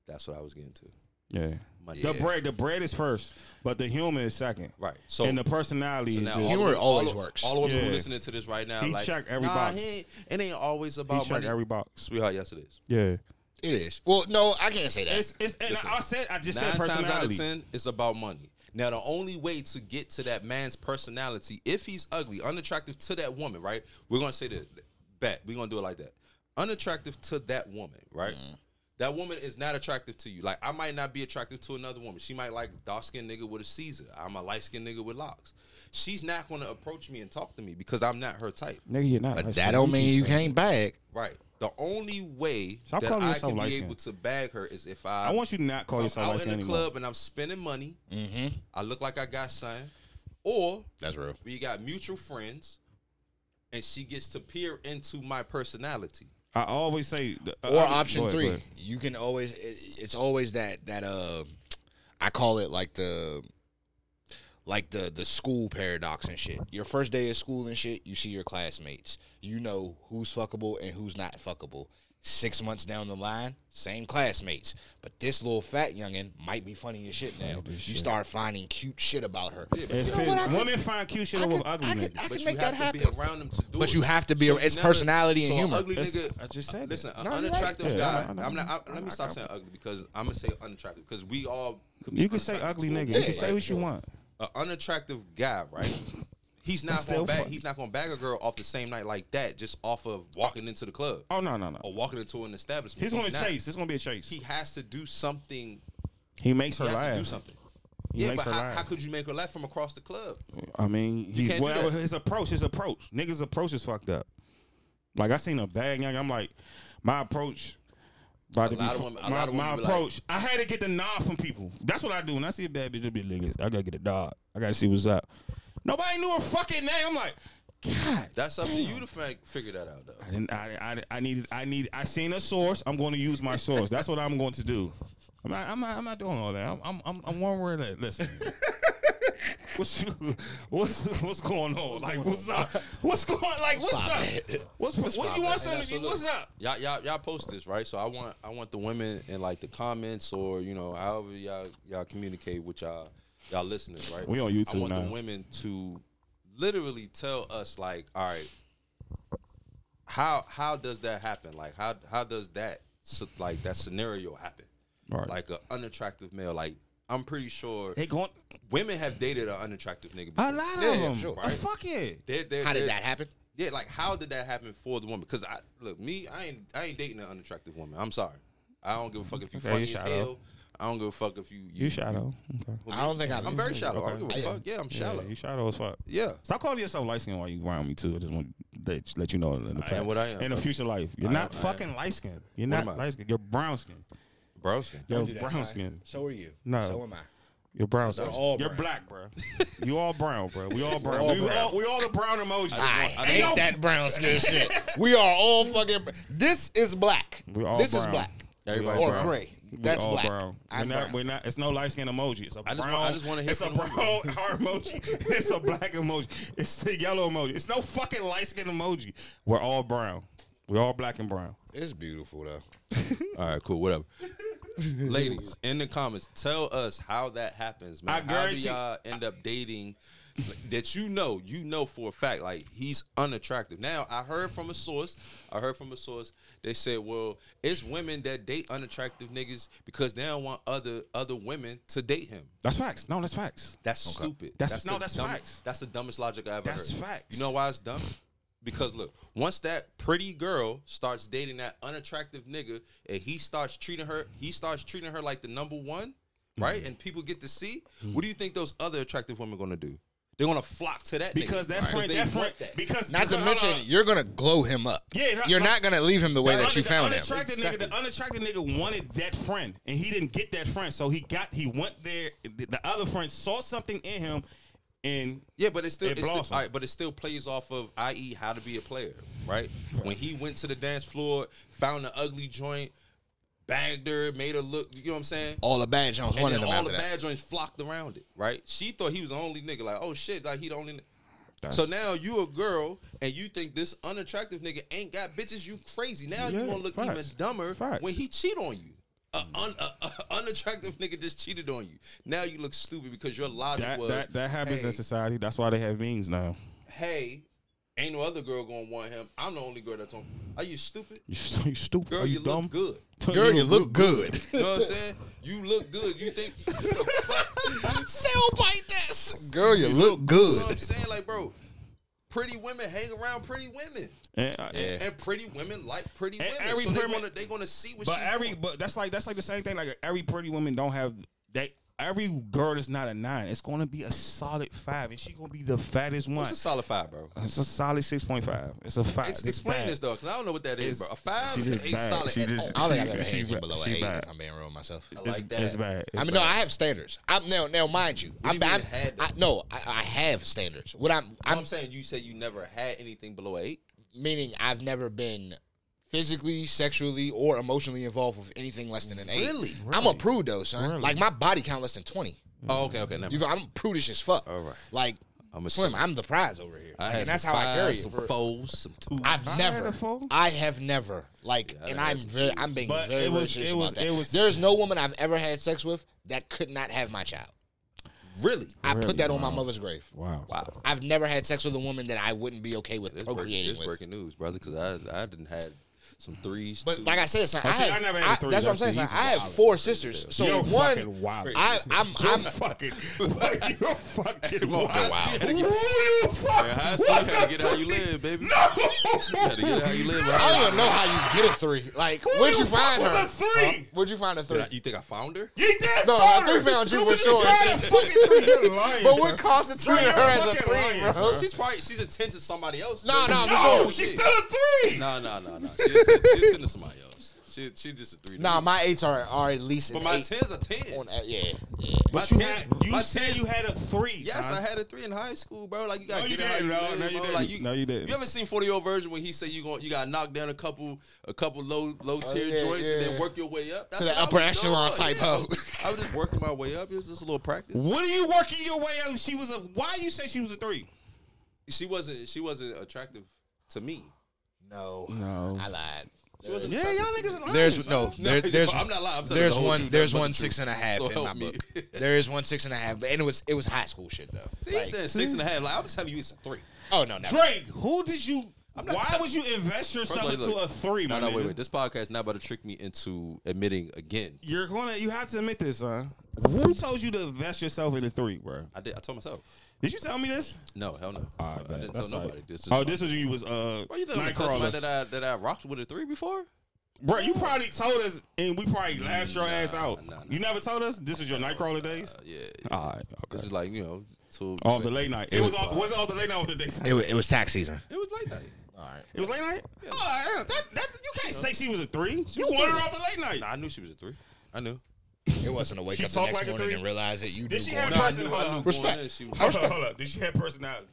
F: that's what I was getting to.
C: Yeah.
F: Money.
C: The bread, the bread is first, but the humor is second.
F: Right. So
C: and the personality
F: So
C: is
F: now
C: just,
F: all the
E: Humor
F: women-
E: always
F: all the-
E: works.
F: All the women who
C: Yeah.
F: listening to this right now,
C: He
F: like,
C: check
F: Nah,
C: everybody.
F: he ain't, it ain't always
C: he
F: about
C: check
F: money.
C: every box.
F: Sweetheart, yes, it is.
C: Yeah.
E: It is. Well, no, I can't say that.
C: It's it's and
F: Listen.
C: I said I just
F: Nine
C: said
F: times out of
C: personality.
F: ten, it's about money. Now, the only way to get to that man's personality, if he's ugly, unattractive to that woman, right? We're gonna say this. Bet we're gonna do it like that. Unattractive to that woman, right? That woman is not attractive to you. Like I might not be attractive to another woman. She might like dark skinned nigga with a Caesar. I'm a light skinned nigga with locks. She's not gonna approach me and talk to me because I'm not her type.
C: Nigga, you're not.
E: but
C: light
E: that
C: skinned.
E: don't mean you
C: just-
E: can't bag.
F: Right. The only way
C: Stop
F: that
C: calling
F: I
C: yourself
F: can be
C: light-skinned.
F: able to bag her is if I
C: I want you to not call
F: I'm
C: yourself light
F: out in the
C: skinned anymore.
F: club and I'm spending money. I look like I got something, or
E: That's real.
F: we got mutual friends, and she gets to peer into my personality.
C: I always say the- uh,
E: or
C: I-
E: option
C: go ahead, go
E: three
C: ahead.
E: you can always it, it's always that that uh i call it like the like the the school paradox and shit your first day of school and shit you see your classmates you know who's fuckable and who's not fuckable six months down the line same classmates but this little fat youngin might be funny as shit now you start finding cute shit about her
C: It
E: know what, I
C: fits-
E: could-
C: Women find cute shit
E: I
C: over
E: could-
C: ugly
E: I could-
C: niggas.
E: I
F: But
E: can
F: you
E: make
F: have
E: that
F: to
E: happen.
F: be around them to do
E: But
F: it.
E: you have to be ar-
F: you
E: it's personality and
F: so an
E: humor.
F: Ugly
C: That's-
F: nigga,
C: I just said that.
F: Listen, an
C: No, you're right.
F: unattractive
C: Yeah,
F: guy.
C: I know, I know.
F: I'm not. I,
C: I
F: let me stop
C: got
F: saying ugly because I'm gonna say unattractive because we all. could be
C: You can say
F: unattractive
C: ugly
F: to a
C: nigga.
F: woman,
C: You can say
F: right?
C: what you want.
F: An unattractive guy, right? He's
C: That's
F: not
C: still
F: gonna bag,
C: fun.
F: he's not gonna bag a girl off the same night like that just off of walking into the club
C: Oh no, no, no.
F: or walking into an establishment.
C: He's gonna
F: not.
C: chase. It's gonna be a chase.
F: He
C: He,
F: has to do something.
C: makes
F: He
C: her
F: has
C: laugh.
F: to do something.
C: He
F: yeah,
C: makes
F: but
C: her
F: how,
C: laugh.
F: how could you make her laugh from across the club?
C: I mean, he's
F: can't do
C: well,
F: that.
C: his approach, his approach, niggas' approach is fucked up. Like I seen a bag young, I'm like, my approach. About to be,
F: lot of
C: fu-
F: women- a
C: my,
F: lot of women
C: my
F: be like-
C: approach. I had to get the nod from people. That's what I do when I see a bad bitch. I be like, nigga, I gotta get a nod. I gotta see what's up. Nobody knew her fucking name. I'm like, God,
F: That's up to
C: damn.
F: you to fi- figure that out, though.
C: I didn't. I, I, I needed. I need. I seen a source. I'm going to use my source. That's what I'm going to do. I'm not. I'm not, I'm not doing all that. I'm. I'm. I'm, I'm one word. at- Listen. what's you, what's what's going on? like what's up? What's going? Like what's, up? What's, what you want?
F: Hey, now, so
C: Something?
F: look,
C: what's up?
F: Y'all, y'all, y'all post this right. So I want, I want the women in like the comments or you know however y'all y'all communicate with y'all y'all listeners, right?
C: We on YouTube
F: I want
C: now.
F: the women to literally tell us like, all right, how how does that happen? Like how how does that s- like that scenario happen?
C: Right.
F: Like an unattractive male. Like I'm pretty sure
C: They going.
F: women have dated an unattractive nigga. Before.
C: A lot of
E: Yeah,
C: them.
E: sure.
C: Oh, fuck it.
F: They're- they're-
E: how did
F: they're-
E: that happen
F: yeah, like how did that happen for the woman? Because I look, me, I ain't, I ain't dating an unattractive woman. I'm sorry, I don't give a fuck if you
C: Okay,
F: funny
C: you
F: as
C: shallow.
F: hell. I don't give a fuck if you.
C: You shadow. Okay.
E: i don't think i've
F: I'm very shallow. I don't
C: Okay.
F: give a fuck. Yeah, I'm shallow.
C: Yeah, you shadow as fuck.
F: Yeah,
C: Stop calling yourself light skinned while you around me too. I just want to let, let you know in the
F: I am what I am,
C: In the
F: bro.
C: future life, you're
F: I
C: not
F: am- I am.
C: fucking light skinned. You're
F: What
C: not
F: am I?
C: light skinned. You're brown skinned.
F: bro.
C: You're
E: do that,
C: brown
E: son.
C: skinned.
E: so are you
C: No.
E: so am i
C: You're brown skin.
E: all
C: You're
E: brown.
C: black, bro. you all brown, bro. We all brown.
E: all
C: we,
E: brown.
C: All, we all the brown emoji.
E: I hate
C: Ain't no-
E: that brown skin shit. We are all fucking. This is black.
C: We all
E: this is
C: brown.
E: black
F: Everybody
E: or
F: brown.
E: gray.
C: We
E: That's
C: all
E: black.
C: brown.
E: I'm
C: we're not.
E: brown.
C: We're not. It's no light skin emoji. It's a
F: I
C: brown.
F: just want- I just wanna hear
C: It's a
F: from the
C: brown heart emoji. It's a black emoji. It's the yellow emoji. It's no fucking light skin emoji. We're all brown. We're all black and brown.
E: It's beautiful though.
F: All right, cool, whatever. Ladies, in the comments, tell us how that happens,
C: I
F: man. How do
C: guarantee-
F: y'all end up dating that you know, you know for a fact, like he's unattractive. Now, I heard from a source, I heard from a source, they said, well, it's women that date unattractive niggas because they don't want other other women to date him.
C: That's facts. No, that's facts.
F: That's stupid.
C: That's- no,
F: the
C: that's
F: dumbest-
C: facts.
F: That's the dumbest logic I ever
C: That's
F: heard.
C: facts.
F: You know why it's dumb? Because look, once that pretty girl starts dating that unattractive nigga, and he starts treating her, he starts treating her like the number one,
C: Mm-hmm.
F: right? And people get to see. What do you think those other attractive women gonna do? They're gonna flock to that
C: Because
F: nigga,
C: that
F: right?
C: friend,
F: they
C: that
F: want
C: friend,
F: that.
C: because
E: Not to
C: hold on,
E: mention,
C: hold on.
E: you're gonna glow him up.
C: Yeah, not-
E: you're
C: like-
E: not gonna leave him the way that
C: Under-
E: you found
C: the
E: him.
C: unattractive nigga, the unattractive nigga wanted that friend, and he didn't get that friend, so he got he went there. The, the other friend saw something in him, and
F: Yeah, but it's still,
C: It
F: it's still
C: blossomed.
F: all right, but it still plays off of i.e. how to be a player, right? When he went to the dance floor, found the ugly joint, bagged her, made her look. You know what I'm saying?
E: All the bad Jones
F: And
E: wanted
F: then
E: him
F: all
E: after
F: the
E: that.
F: bad joints flocked around it, right? She thought he was the only nigga. Like, oh shit, like he the only. ni- So now you a girl and you think this unattractive nigga ain't got bitches. You crazy. Now
C: Yeah,
F: you gonna look even
C: facts.
F: dumber
C: Facts.
F: when he cheat on you. A un, a, a unattractive nigga just cheated on you. Now you look stupid because your logic
C: that
F: was
C: that, that happens
F: hey,
C: in society. That's why they have means now.
F: Hey, ain't no other girl gonna want him. I'm the only girl that's on. Are you stupid?
C: You, st- you stupid?
F: Girl,
C: Are you,
F: you,
C: dumb?
F: look good.
E: Girl, you look good.
F: You know what I'm saying? You look good. You think you the fuck?
E: Sell bite this. Girl, you look
F: You know what I'm
E: good.
F: saying? Like, bro, pretty women hang around pretty women,
C: And, uh,
E: Yeah.
F: and pretty women like pretty
C: And
F: women.
C: every
F: so they're
C: woman-
F: gonna they gonna see what
C: But
F: she
C: every
F: want.
C: but that's like that's like the same thing. Like every pretty woman don't have that. every girl is not a nine. It's gonna be a solid five, and she gonna be the fattest one.
F: What's a solid five, bro?
C: It's a solid six point five. It's a five.
F: Ex-
C: It's
F: explain
C: bad.
F: this though, because I don't know what that is,
C: It's-
F: bro. A five
C: she
F: is
C: just
F: a
C: bad.
F: solid.
C: She
F: at
C: just-
F: all.
E: I don't think I've ever
C: She-
E: had
C: she
E: you below
C: bad.
E: an
C: She
E: eight.
C: bad.
E: If I'm being real with myself.
F: I
C: It's,
F: like that.
C: it's bad. It's
E: I mean,
C: bad.
E: no, I have standards. I'm now, now, mind you,
F: What do
E: I'm,
F: you mean
E: I'm,
F: you had
E: I,
F: them?
E: no, I, I have standards. What I'm,
F: I'm,
E: I'm
F: saying you said you never had anything below eight.
E: meaning, I've never been physically, sexually, or emotionally involved with anything less than an eight. Mm-hmm.
F: Really?
E: I'm a prude though, son.
C: Really?
E: Like my body count less than twenty.
F: Oh, okay, okay. Never.
E: You,
F: mind.
E: feel- I'm prudish as fuck.
F: All right.
E: Like
F: I'm a
E: Slim, I'm the prize over here,
F: I
E: Like,
F: had
E: and that's
F: some
E: how I carry
F: fives,
E: it.
F: some
E: for-
F: fours, some twos.
E: I've
C: I had a
E: never,
C: four.
E: I have never, like,
F: I
E: and
F: had
E: I'm
F: some
E: very, I'm being
C: But
E: very,
C: it
E: very
C: was-
E: serious
C: it was-
E: about that.
C: it was-
E: there is no woman I've ever had sex with that could not have my child.
F: really.
E: I
C: Really?
E: put that on my
C: Wow.
E: mother's grave.
C: Wow.
F: Wow.
E: I've never had sex with a woman that I wouldn't be okay with
F: This breaking,
E: procreating
F: this
E: with.
F: breaking news, brother, because I I didn't had some threes.
E: But
F: twos.
E: like I said, son, I,
C: see, I
E: have,
C: never had
E: I-
C: three.
E: that's what I'm
C: That's
E: saying.
C: the
E: Son.
C: easy
E: I
C: one.
E: have four sisters, so
C: You're
E: one.
C: fucking wild.
E: I, I'm,
C: You're
E: I'm,
C: fucking. You're fucking wild.
F: high school, you
C: Who you fuck?
F: In high school, you
C: What's
F: had
C: up?
F: to get how you live, baby. You
C: No.
F: had to get how you live.
E: I
F: Right?
E: don't even know how you get a three. Like, where'd you find her?
C: What's a three?
E: Where'd you find a
F: Did
E: three?
F: I, you think I found her?
C: You did.
E: No, I three found you for sure. But what constituted her as a
C: fucking
E: three,
C: lying,
E: bro?
F: She's probably she's a ten to somebody else.
E: No, no, for
C: No,
E: sure.
C: she's still a three.
F: No, no, no, no. She's a ten- she's a ten to somebody else. She she just a three. to
E: Nah,
F: me.
E: my eights are, are at least an
F: but my
E: eight.
F: tens are ten.
E: On, uh, yeah, yeah.
F: My
C: But you,
F: tens-
C: had, you
F: my
C: said
F: tens-
C: you had a three.
F: Yes,
C: son.
F: I had a three in high school, bro. Like you got
C: No,
F: to
C: you
F: get it how
C: didn't,
F: you
C: bro.
F: live,
C: No, you
F: bro.
C: didn't.
F: Like, you,
C: No, you didn't.
F: You ever seen forty year old version when he said you going you got to knock down a couple a couple low low tier
E: Oh, yeah,
F: joints and
E: yeah.
F: then work your way up That's
E: To the
F: what I
E: upper
F: was
E: echelon
F: doing,
E: type
F: yeah.
E: hoe.
F: I was just working my way up. It was just a little practice.
C: What are you working your way up? She was a. Why you say she was a three?
F: She wasn't she wasn't attractive to me.
E: No,
C: No.
E: I lied.
F: She wasn't
C: Yeah,
F: attractive
C: y'all
F: to
C: niggas.
F: me.
C: Are lying,
E: There's
C: son.
E: no,
F: No,
E: there, there's
F: I'm not lying. I'm telling
E: there's
F: the whole
E: one
F: truth,
E: there's
F: nothing but
E: one
F: the
E: six
F: truth.
E: and a half
F: So
E: in my
F: help me.
E: book. There is one six and a half, but- and it was it was high school shit though.
F: See, he
E: Like,
F: said six and a half. Like I'm telling you, it's a three.
E: oh no, never.
C: Drake, who did you?
F: not
C: Why
F: telling-
C: would you invest yourself
F: Look,
C: into
F: look,
C: a three,
F: No,
C: my
F: no,
C: nigga?
F: wait, wait. This podcast not about to trick me into admitting again.
C: You're gonna. You have to admit this, son. Who told you to invest yourself into three, bro?
F: I did. I told myself.
C: Did you tell me this?
F: No, hell no.
C: All right,
F: I
C: bet.
F: didn't
C: Ah, That's
F: tell
C: all
F: nobody.
C: right.
F: This is
C: oh, this was when you was uh
F: Bro, you think I'm gonna tell somebody
C: Nightcrawler.
F: that I that I rocked with a three before?
C: Bro, you probably told us, and we probably laughed your ass out.
F: nah, nah.
C: You never told us this was your Nightcrawler days.
F: Uh, yeah.
C: All right,
F: This is like you know, so
C: Off Oh, the late night. It was off, was it off the late night or the daytime.
E: It was, it was tax season.
F: It was late night.
E: All right.
C: It was late night. Oh, yeah, that, that, you can't say she was a three. you wanted her off the late night.
F: Nah, I knew she was a three. I knew.
E: It wasn't a wake
C: She
E: up the
C: talked
E: next
C: like a
E: morning
C: three.
E: and realize that you
C: Did
E: do
C: she
E: go
C: have
E: on-
F: I
C: person?
F: knew.
C: Hold
F: I knew
C: on.
F: going
E: Respect.
F: in, she was,
C: Hold up, hold up. Did she have personality?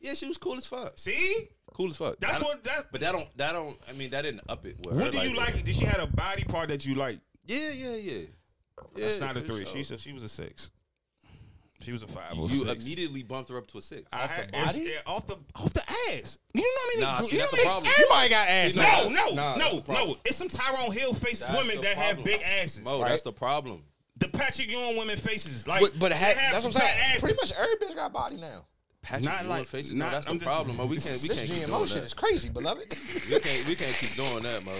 F: yeah, she was cool as fuck.
C: See,
F: Cool as fuck.
C: that's
F: That-
C: what that.
F: But that don't. That don't. I mean, that didn't up it. With her,
C: What do you like? Did she had a body part that you like?
F: Yeah, yeah, yeah.
C: That's
F: Yeah,
C: not a
F: for
C: three.
F: sure.
C: She she was a six. She was a five or
F: You
C: six.
F: immediately bumped her up to a six.
C: I
F: Off the
C: had-
F: body?
C: yeah, off the off the ass. You know what I mean?
F: Nah, see, that's a problem.
E: Everybody got ass.
F: See,
E: now.
C: No, no,
F: Nah, that's
C: no,
F: the problem.
C: no. It's some Tyrone Hill faces
F: That's
C: women
F: the
C: that have
F: problem.
C: big asses.
F: Mo, that's the problem.
C: The Patrick Ewing women faces. Like,
E: But, but
C: they
E: had,
C: have
E: that's what I'm
C: fat
E: saying.
C: asses.
E: Pretty much every bitch got body now.
F: Patrick,
C: Not
F: not
C: like-
F: like faces.
C: not-
F: no, that's
C: I'm
F: the
C: just-
F: problem, Mo. We can't. We
E: This
F: can't keep doing
E: GMO shit is
F: that.
E: crazy, beloved.
F: We can't. We can't keep doing that, Mo.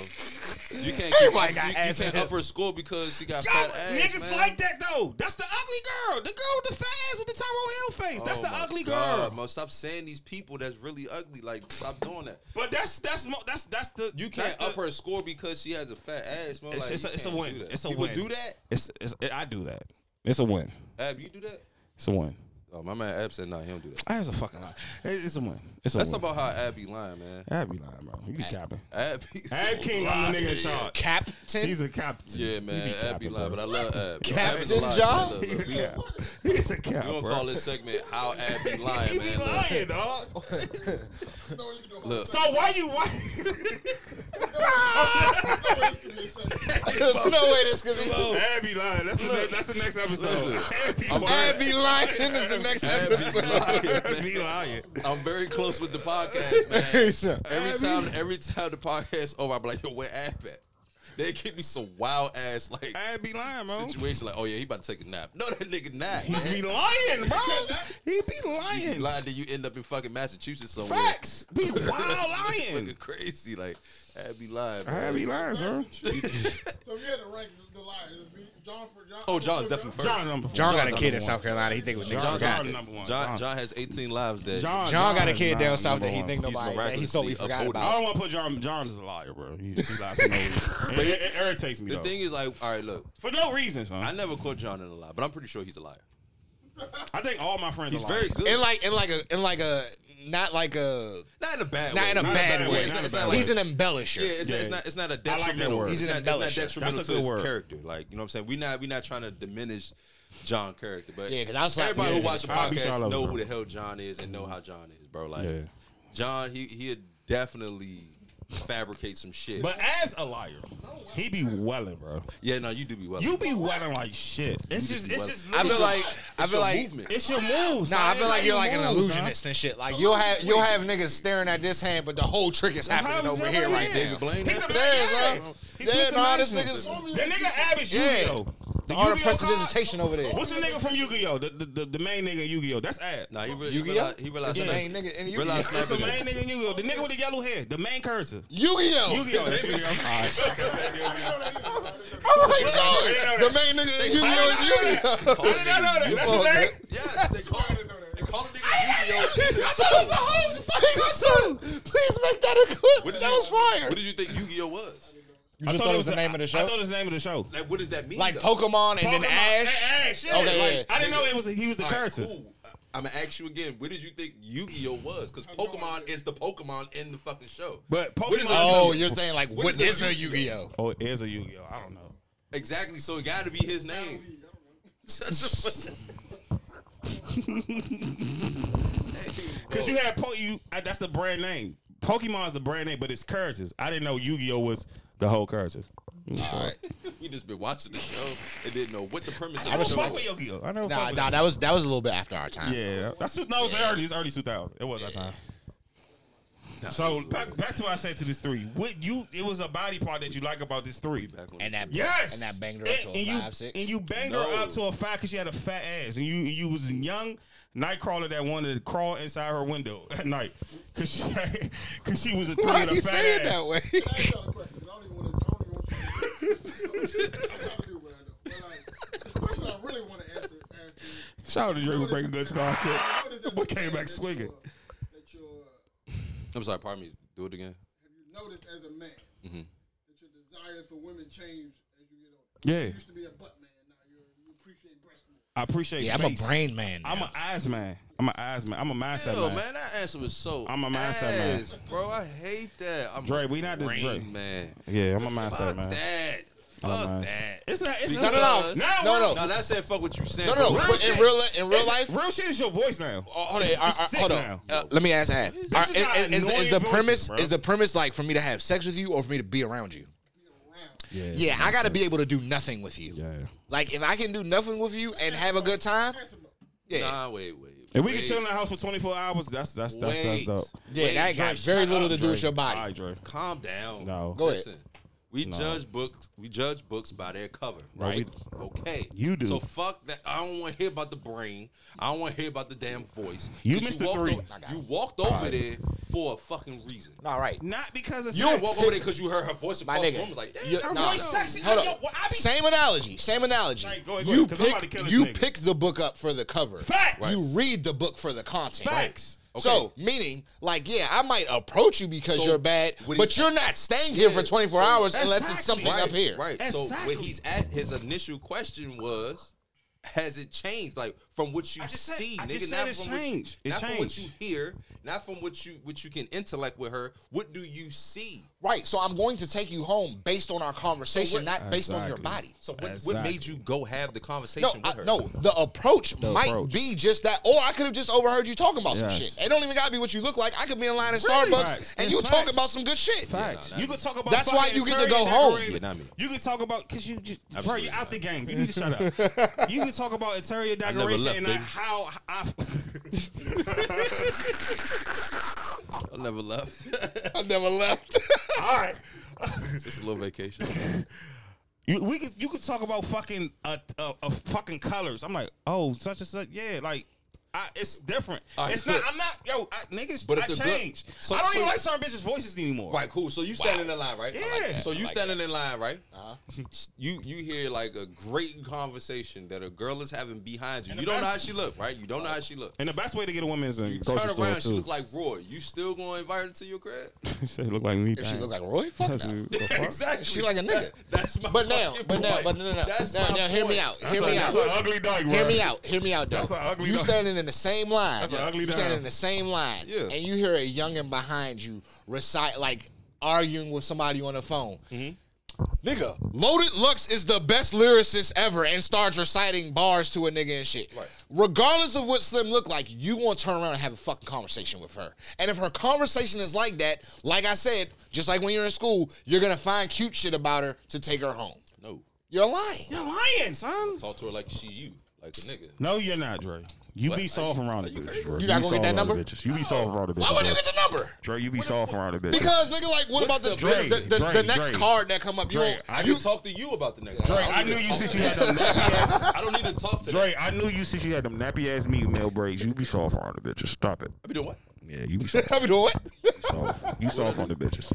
F: You can't. Keep,
E: Everybody got
F: you,
E: ass
F: You
E: and
F: can't up her
E: hips.
F: score because she got
C: Yo,
F: fat ass.
C: niggas
F: man.
C: like that though. That's the ugly girl. The girl with the fat ass with the Tyrone Hill face. That's
F: Oh
C: the
F: my
C: ugly
F: God,
C: girl.
F: Mo, stop saying these people that's really ugly. Like, stop doing that.
C: But that's that's mo- that's that's the
F: You can't
C: that's
F: up
C: the,
F: her score because she has a fat ass, Mo.
C: It's-
F: like,
C: it's
F: you
C: a- it's a
F: can't
C: win.
F: do that.
C: It's a
F: people
C: win.
F: do that.
C: It's, it's I do that. It's a win.
F: Ab, you do that?
C: It's a win.
F: Oh, my man Ab said, nah, he don't do that.
C: I was a fucking lie. It- It's a win. It's a
F: That's
C: win.
F: about how Ab be lying, man.
C: I'd be lying, bro. You be capping.
F: Ab, be-
C: Ad King, I'm the nigga in charge.
E: Captain.
C: He's a captain.
F: Yeah, man. Ab be lying, but I love Ab. Yo, Ab is
E: Captain
F: a liar,
E: John?
F: man. Look, look, we-
C: He's a
F: We gonna
C: captain.
F: call this segment "How Ab Be Lying,"
C: He be
F: man. Look,
C: lying, dog.
F: Look,
C: So why you why?
E: There's no way this could be.
C: Ad be lying. That's the,
F: Look.
C: that's the next episode.
F: Listen.
C: Ad be
E: Ad
C: lying.
E: be lying is the next
F: Ab be
E: episode.
C: Ad
F: lying, man.
C: be lying.
F: I'm very close with the podcast, man. Every
C: Ab be-
F: time, every time the podcast over, I'm like, "Yo, where Ab at?" They give me some wild ass like
C: Ad be lying, bro.
F: situation, like, "Oh yeah, he about to take a nap." No, that nigga not.
C: He's
F: man.
C: be lying, bro. He be
F: You
C: lying.
F: lying, then you end up in fucking Massachusetts somewhere.
C: Facts. Be wild
F: Looking
C: lying.
F: crazy, like Ab be lying. man.
C: Ad be lying, sir.
G: So if you had to rank the liars, it'd be John for John.
F: Oh, John's definitely first.
C: John number.
E: John got a kid
C: number
E: in South Carolina. He think was
C: one.
E: niggas
C: John,
E: forgot.
C: John number one.
F: John, John has 18 lives. That
C: John,
E: John got a
C: is
E: kid
C: John
E: down south
C: number
E: that he
C: one.
E: think
F: He's
E: nobody. That he thought we
F: miraculously
E: forgot
F: upholding.
C: I
E: about.
C: don't want to put John. John is a liar, bro. He, he lies for no reason. but it, it irritates me
F: The
C: though.
F: thing is, like, all right, look,
C: for no reason, son.
F: I
C: I,
F: never caught John in a lie, but I'm pretty sure he's a liar.
C: think all my friends
F: He's
C: are
F: very
C: lying.
F: good.
E: in like in like a in like a not like a
F: not in a bad
E: not
F: way.
E: in a
C: Not
E: bad way.
F: It's not, it's
C: a bad
F: not like,
C: way.
E: He's an embellisher.
F: yeah, it's,
C: Yeah.
F: Not, it's not. It's not a
C: that
F: detrimental.
C: word.
E: He's an
F: it's not, it's
E: embellisher.
F: not detrimental
C: That's a
F: to
C: good
F: his
C: word.
F: character. Like you know what I'm saying. We not we not trying to diminish John character, but
E: Yeah, 'cause I was like-
F: everybody who
E: Yeah,
F: watches the
C: I'll be John
F: podcast
C: Lovell,
F: know
C: bro.
F: who the hell John is and know how John is, bro. Like
C: Yeah.
F: John, he he definitely fabricate some shit.
C: But as a liar, he be welling, bro.
F: yeah, no, you do be well.
C: You be welling like shit. It's
F: You
C: just,
F: be
C: it's
F: welling.
C: just.
E: I feel
C: it's
E: like I feel
F: It's your
E: like
F: movement.
C: it's your moves.
E: Nah, I
C: son.
E: feel like
C: It's your
E: you're like an
C: moves,
E: illusionist and shit. Like you'll have you'll have niggas staring at this hand, but the whole trick is
C: son.
E: happening
C: How
E: over
C: is
E: here
C: that
E: right
C: like-
E: now.
F: David Blaine.
C: He's a
E: Yeah,
C: bad
E: son.
C: guy.
E: Yeah,
C: He's
E: nah, this
C: Mr.
E: nigga's-
C: Management. That nigga average
E: Yeah.
C: Yu-Gi-Oh.
E: The art of
C: Yu-Gi-Oh cards-
E: prestidigitation over there.
C: What's the nigga from Yu-Gi-Oh? The the, the, the main nigga in Yu-Gi-Oh. That's ad.
F: Nah, he really he
E: Yu-Gi-Oh?
F: realized. He realized.
E: That's the
F: snap-
E: main nigga in Yu-Gi-Oh.
F: Realized
C: That's the
F: snapping
C: main nigga in Yu-Gi-Oh. The nigga with the yellow hair. The main character.
E: Yu-Gi-Oh!
C: Yu-Gi-Oh. That's Yu-Gi-Oh. All right.
E: All right, dog. Oh The main nigga in Yu-Gi-Oh is
C: I
E: Yu-Gi-Oh.
C: didn't know that. That's his name.
F: Yes, they call him. They call him nigga Yu-Gi-Oh.
E: Son, Please make that a clip. That
F: you-
E: was fire.
F: What did you think Yu-Gi-Oh was?
E: You
C: I
E: just thought it was the name of the
C: I
E: show?
C: thought it was the name of the show.
F: Like, what does that mean?
E: Like
F: though?
E: Pokemon and then
C: Pokemon.
E: Ash.
C: Hey, hey, shit.
E: Okay,
C: Like,
E: yeah.
C: I didn't know it was. he was the
F: All right,
C: character.
F: cool. I'm gonna ask you again. What did you think Yu-Gi-Oh was? Because Pokemon is the Pokemon in the fucking show.
C: But Pokemon.
F: is
E: Oh, you're saying like
F: What
E: what
F: is
E: is
F: a
E: a Yu-Gi-Oh?
C: oh, it is a Yu-Gi-Oh. I don't know.
F: exactly. So it got to be his name. Shut the fuck-
C: Cause you had po- you I, that's the brand name. Pokemon's the brand name, but it's characters. I didn't know Yu-Gi-Oh was the whole characters.
F: we just been watching the show and didn't know what the premise
C: I
F: of the
C: don't
F: show.
C: fuck
F: was.
C: with Yu-Gi-oh. I never fuck
E: Nah,
C: with
E: nah,
C: it.
E: that was that was a little bit after our time.
C: Yeah, that's no, it was early. It's early 2000. It was that time. So back, back to what I said to this three. What you? It was a body part that you like about this three.
F: Back on-
E: And that
C: Yes,
E: and that banged her up to a
C: you,
E: five six.
C: And you banged
F: No.
C: her up to a five because she had a fat ass, and you and you was a young nightcrawler that wanted to crawl inside her window at night because she because she was a three
E: Why
C: and a
E: you
C: fat
E: say it
C: ass.
E: that
G: I
E: way?
G: ain't got a question. I don't even want to. I don't even want you to. I'm trying to do what I know. But like, the question I really want to answer, ask is,
C: Shout out to Drake for breaking good content,
G: what is that?
C: but came back
G: that
C: swinging.
G: you're- That you're, have
F: I'm sorry. Pardon me. Do it again.
G: you noticed as a man that your desires for women change as you get older?
C: Yeah.
G: You used to be a butt man. Now you're, you appreciate breasts more.
C: I appreciate.
E: Yeah, I'm a
C: face.
E: brain man.
C: I'm an eyes man. I'm an eyes man. I'm a mindset
F: Yo,
C: man.
F: man, that answer was so.
C: I'm a mindset man.
F: ass, bro. I hate that. I'm
C: Dre, we not this
F: brain
C: Dre.
F: man.
C: Yeah, I'm a mindset
F: Fuck
C: man.
F: that.
C: I'm a
F: Fuck
C: mindset-
F: that.
C: It's not. It's
F: No,
E: no,
C: not.
E: no, no,
C: Now
E: no,
C: we're-
E: no,
F: No, that's saying fuck what you saying.
E: no, no.
F: but
E: For-
F: shit.
E: in real li- in real
C: It's-
E: life,
C: real shit is your voice now.
E: Oh, hold on,
C: It's-
E: all
C: it's
E: right,
C: sick
E: hold on.
C: now.
E: Uh, let me ask Ab. All right,
C: is not
E: is, is- is the, is
C: annoying
E: the
C: bullshit,
E: premise
C: bro.
E: is the premise like for me to have sex with you or for me to be around you? Yeah, I gotta be able to do nothing with you.
C: Yeah.
E: Like if I can do nothing with you and have a good time, yeah,
F: Nah, wait, wait.
C: If we
F: wait.
C: can chill in the house for 24 hours, that's that's that's that's
F: Wait.
C: dope.
E: yeah, that got very little to do with your body.
C: All right, Dre.
F: Calm down.
C: No.
E: Go ahead.
F: Listen, we judge books. We judge books by their cover, right? okay.
C: You do.
F: So fuck that. I don't want to hear about the brain. I don't want to hear about the damn voice.
C: You
F: 'Cause
C: missed the
F: walked
C: three.
F: o- you walked over there for a fucking reason.
E: All right,
C: Not because it's
F: You
C: sex.
F: don't walk over there because you heard her voice
E: my
C: Oh,
F: across the room.
E: nigga.
F: It's Like,
E: you-
F: damn,
C: Her
E: nah.
C: voice sexy.
E: Hold
C: I- yo,
E: on.
C: well, I be-
E: Same analogy. Same analogy.
C: Like, go ahead, go
E: you
C: ahead, 'cause I'm about to kill
E: pick
C: this
E: you
C: nigga.
E: pick the book up for the cover.
C: Facts.
E: You read the book for the content.
C: Facts.
F: Right.
E: So meaning, like, yeah, I might approach you because
F: So,
E: you're bad,
F: what
E: but
F: he's-
E: you're not staying here for 24 hours unless it's
C: Exactly.
E: something
F: right,
E: up here.
F: Right. So
C: Exactly.
F: when he's at his initial question was, has it changed? Like from what you
C: I just said-
F: see,
C: I
F: nigga,
C: just said
F: not
C: it's
F: from what you-
C: changed. It
F: not from what you
C: changed.
F: hear, not from what you what you can intellect with her. What do you see?
E: Right. So I'm going to take you home based on our conversation,
F: So what-
E: not based on your
C: Exactly.
E: body.
F: So what, what
C: Exactly.
F: made you go have the
E: No,
F: conversation
E: I,
F: with her?
E: no. The approach might
C: approach.
E: be just that, or I could have just overheard you talking about
C: Yes.
E: some shit. It don't even gotta be what you look like. I could be in line at
C: Really?
E: Starbucks
C: Facts.
E: and
C: It's
E: you talk
C: facts.
E: about some good shit.
C: Facts. you can talk about.
E: That's why
C: fucking
E: you get to
C: interior
E: go home.
C: decorating.
F: Yeah, not me.
C: You can talk about because you, just, bro,
F: Absolutely
C: you out the game. You need to shut up. you can talk about interior
F: never
C: decoration
F: left,
C: and
F: baby.
C: how I.
F: I never left.
E: I never left.
C: all right.
F: Just a little vacation.
C: You, we could you could talk about fucking uh, uh, uh fucking colors. I'm like, oh, such and such. Yeah, like
H: I, it's different.
F: All right,
H: it's not.
F: good.
H: I'm not. Yo, I, niggas.
F: But if
H: I
F: the good-
H: changed.
F: so-
H: I don't
F: so-
H: even like certain bitches' voices anymore.
F: Right, cool. So you standing in line, right? I like
H: Yeah.
F: that. so
H: I
F: you
H: like
F: standing in line, right? You you hear like a great conversation that a girl is having behind you.
H: And
F: You
H: the
F: don't know how
H: best-
F: she look, right? You don't know how she look.
H: And the best way to get a woman is in
F: You turn
H: grocery
F: around,
H: stores
F: she
H: too.
F: look like Roy. You still gonna invite her to your crib?
H: she look like me.
E: If she look like Roy, fuck no.
F: exactly.
E: She like a nigga.
F: That's my
E: But now,
F: fucking
E: but now,
F: point.
E: but no, no, no.
F: That's
E: Now,
F: my
E: now, hear me
F: point.
E: out. Hear me out.
H: That's an ugly dog, bro.
E: Hear me out. Hear me out, though.
H: That's a ugly
E: you
H: dog.
E: standing in the same line.
H: That's a ugly
E: you
H: dog.
E: standing in the same line.
F: Yeah.
E: And you hear a youngin' behind you recite like arguing with somebody on the phone.
H: Mm-hmm.
E: Nigga, Loaded Lux is the best lyricist ever and starts reciting bars to a nigga and shit.
F: Right.
E: Regardless of what Slim look like, you want to turn around and have a fucking conversation with her. And if her conversation is like that, like I said, just like when you're in school, you're gonna find cute shit about her to take her home.
F: No,
E: You're lying.
H: You're lying, son.
F: talk to her like she you, like a nigga.
H: No, you're not, Dre. You be soft around the
F: you
H: bitches,
F: crazy?
H: bro.
E: You
H: be
E: not gonna get
H: soft
E: that
H: around the
E: number?
H: bitches. You be soft around the
E: Why wouldn't you
H: bitches.
E: get the number?
H: Dre, you be soft around the bitches.
E: Because nigga, like, what
F: What's
E: about the
F: the
E: the,
F: Drake?
E: the, the, the
H: Drake,
E: next
H: Drake.
E: card that come up? You
H: Drake,
E: don't-
F: I
E: you
F: can talk to you about the nigga.
H: Dre,
F: don't
H: I
F: need
H: knew
F: to
H: you
F: talk
H: since
F: to
H: you had them nappy ass.
F: I don't need to talk to
H: Dre,
F: that.
H: I knew you since you had them nappy ass meal braids. You be soft around the bitches. Stop it.
F: I be doing what?
H: Yeah, you be soft.
E: I mean, what?
H: soft. You soft on the bitches.